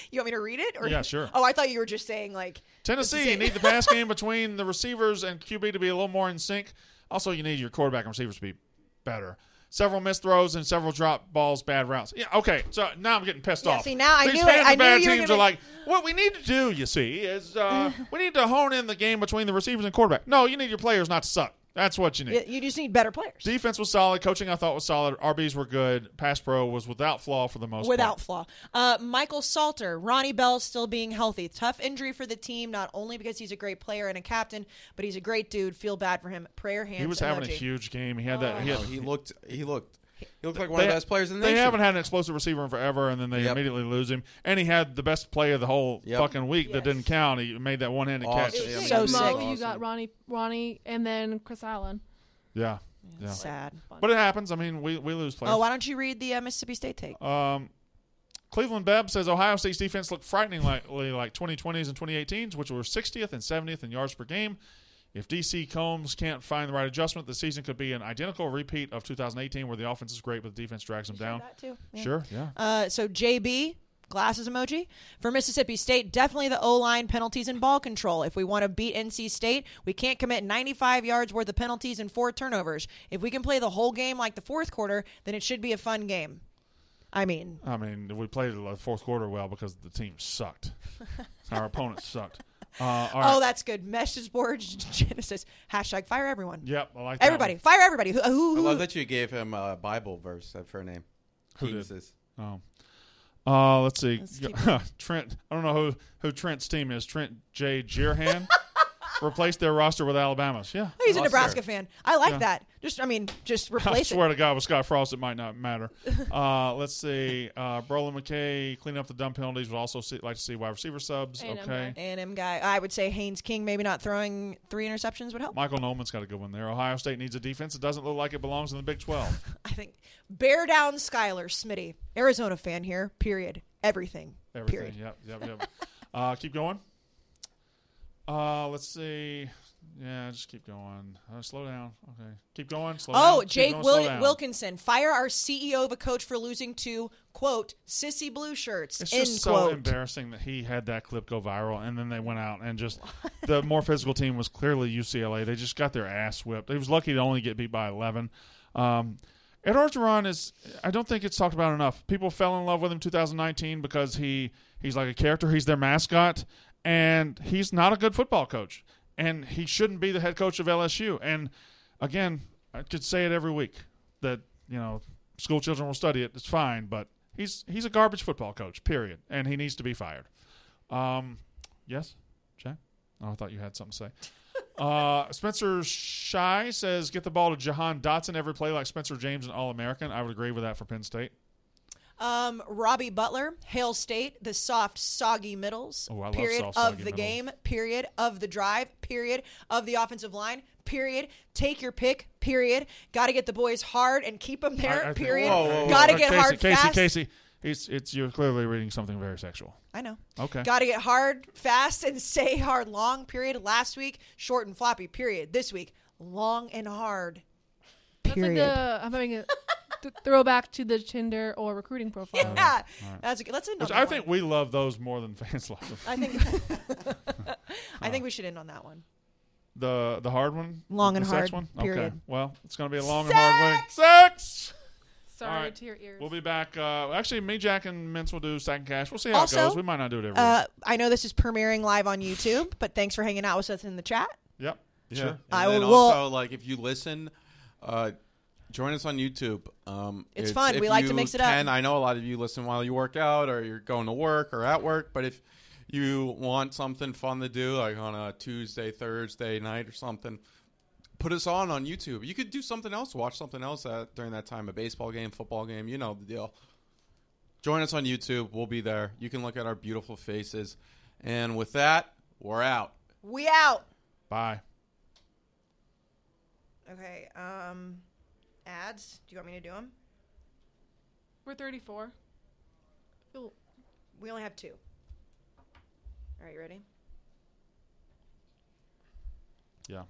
S3: You want me to read it? Or
S1: Yeah, sure.
S3: Oh, I thought you were just saying like
S1: Tennessee
S3: same.
S1: need the pass game between the receivers and QB to be a little more in sync. Also, you need your quarterback and receivers to be better. Several missed throws and several drop balls, bad routes. Yeah, okay. So now I'm getting pissed
S3: Yeah,
S1: off.
S3: see, now I
S1: These
S3: knew it.
S1: fans
S3: I
S1: of
S3: knew
S1: bad
S3: you were
S1: teams
S3: gonna-
S1: are like, what we need to do, you see, is uh, we need to hone in the game between the receivers and quarterback. No, you need your players not to suck. That's what you need.
S3: you you just need better players
S1: Defense was solid. Coaching I thought was solid. RBs were good. Pass pro was without flaw for the most part.
S3: without flaw. Uh, Michael Salter, Ronnie Bell still being healthy. Tough injury for the team, not only because he's a great player and a captain, but he's a great dude. Feel bad for him. Prayer hands.
S1: He was having a
S3: emoji.
S1: huge game. He had that. He,
S5: You
S1: had,
S5: know,
S3: Oh.
S5: he looked. He looked. He looked like one of the best players in the
S1: They
S5: nation.
S1: haven't had an explosive receiver in forever, and then they
S5: Yep.
S1: immediately lose him. And he had the best play of the whole
S5: Yep.
S1: fucking week that
S3: Yes.
S1: didn't count. He made that one-handed
S5: Awesome.
S1: catch.
S5: It
S4: You
S5: was
S3: so
S4: got
S3: sick.
S4: Mo,
S3: sick.
S4: You got Ronnie, Ronnie, and then Chris Allen.
S1: Yeah, yeah.
S3: Sad.
S1: But it happens. I mean, we we lose players.
S3: Oh, why don't you read the uh, Mississippi State take?
S1: Um, Cleveland Beb says Ohio State's defense looked frighteningly like 2020s and 2018s, which were 60th and 70th in yards per game. If DC Combs can't find the right adjustment, the season could be an identical repeat of 2018, where the offense is great but the defense drags them down.
S3: That too. Yeah.
S1: Sure, yeah.
S3: Uh, so JB glasses emoji for Mississippi State. Definitely the O line penalties and ball control. If we want to beat NC State, we can't commit 95 yards worth of penalties and four turnovers. If we can play the whole game like the fourth quarter, then it should be a fun game. I mean,
S1: I mean, we played the fourth quarter well because the team sucked. Our opponents sucked. Uh, all right.
S3: oh, that's good. Message board Genesis hashtag fire everyone.
S1: Yep, I like that
S3: Everybody, fire everybody. Who, who,
S5: I
S3: who-
S5: love that you gave him a Bible verse for her name.
S1: Who did?
S5: Jesus.
S1: one. Uh, let's see.
S3: keep
S1: Trent, I don't know who, who Trent's team is. Trent J. Jeerhan replaced their roster with Alabama's. Yeah.
S3: Oh, he's a
S5: Lost
S3: Nebraska
S5: there.
S3: fan. I like
S1: Yeah.
S3: that. Just, I mean, just
S1: I
S3: replace
S1: swear
S3: it.
S1: to God, with Scott Frost, it might not matter. Uh, let's see. Uh, Brolin McKay clean up the dumb penalties. Would also see, like to see wide receiver subs.
S4: A&M
S1: Okay.
S4: guy.
S3: And him guy, I would say Haynes King maybe not throwing three interceptions would help.
S1: Michael Nolan's got a good one there. Ohio State needs a defense. It doesn't look like it belongs in the Big 12.
S3: I think bear down Skyler Smitty, Arizona fan here. Period. Everything.
S1: Everything.
S3: Period.
S1: Yep, yep, yep. uh, keep going. Uh, let's see. Yeah, just keep going. Uh, slow down. Okay. Keep going. Slow down.
S3: Oh,
S1: Keep
S3: Jake
S1: going, slow
S3: Wil-
S1: down.
S3: Wilkinson, fire our CEO of a coach for losing to quote sissy blue shirts.
S1: It's
S3: end
S1: just so
S3: quote.
S1: embarrassing that he had that clip go viral, and then they went out and just the more physical team was clearly UCLA. They just got their ass whipped. He was lucky to only get beat by eleven. Um, Ed Orgeron is I don't think it's talked about enough. People fell in love with him 2019 because he he's like a character. He's their mascot, and he's not a good football coach, and he shouldn't be the head coach of LSU. And again, I could say it every week that you know school children will study it. It's fine, but he's he's a garbage football coach. Period, and he needs to be fired. Um, yes, Jack. Oh, I thought you had something to say. Uh, Spencer Shy says, "Get the ball to Jahan Dotson every play, like Spencer James and All American." I would agree with that for Penn State.
S3: Um, Robbie Butler, Hale State, the soft, soggy middles.
S1: Oh, I love
S3: period
S1: soft,
S3: of
S1: soggy
S3: the
S1: middles.
S3: game. Period of the drive. Period of the offensive line. Period. Take your pick. Period. Got to get the boys hard and keep them there.
S1: I- I think-
S3: period.
S5: Whoa, whoa, whoa.
S3: Got to
S1: Uh,
S3: get
S1: Casey,
S3: hard
S1: Casey,
S3: fast.
S1: Casey, it's it's you're clearly reading something very sexual.
S3: I know.
S1: Okay.
S3: Got to get hard fast and stay hard long. Period. Last week, short and floppy. Period. This week, long and hard.
S4: That's like
S3: Period.
S4: the I'm having a th- throwback to the Tinder or recruiting profile.
S3: yeah, that's a good. Let's end on
S1: Which
S3: that
S1: I
S3: one.
S1: think we love those more than fans love them.
S3: I think. I think we should end on that one.
S1: The the hard one,
S3: Long
S1: the
S3: and
S1: sex
S3: hard,
S1: one. Okay,
S3: period.
S1: well, it's gonna be a long and hard week. Sex.
S4: Sorry
S1: All right.
S4: to your ears.
S1: We'll be back. Uh, actually, me, Jack, and Mints will do second cash. We'll see how
S3: Also,
S1: it goes. We might not do it every week.
S3: Uh, I know this is premiering live on YouTube, but thanks for hanging out with us in the chat.
S1: Yep.
S5: Yeah.
S1: Sure.
S5: And
S3: I
S5: then
S3: will-
S5: also like if you listen, uh, join us on YouTube. Um,
S3: It's fun.
S5: if
S3: We like to
S5: you
S3: mix it up.
S5: can- I know a lot of you listen while you work out or you're going to work or at work, but if you want something fun to do, like on a Tuesday, Thursday night or something, put us on on YouTube. You could do something else, watch something else at, during that time—a baseball game, football game. You know the deal. Join us on YouTube. We'll be there. You can look at our beautiful faces. And with that, we're out.
S3: We out.
S1: Bye.
S3: Okay. Um, ads. Do you want me to do them?
S4: We're 34. Ooh.
S3: We only have two. All right, you ready?
S1: Yeah.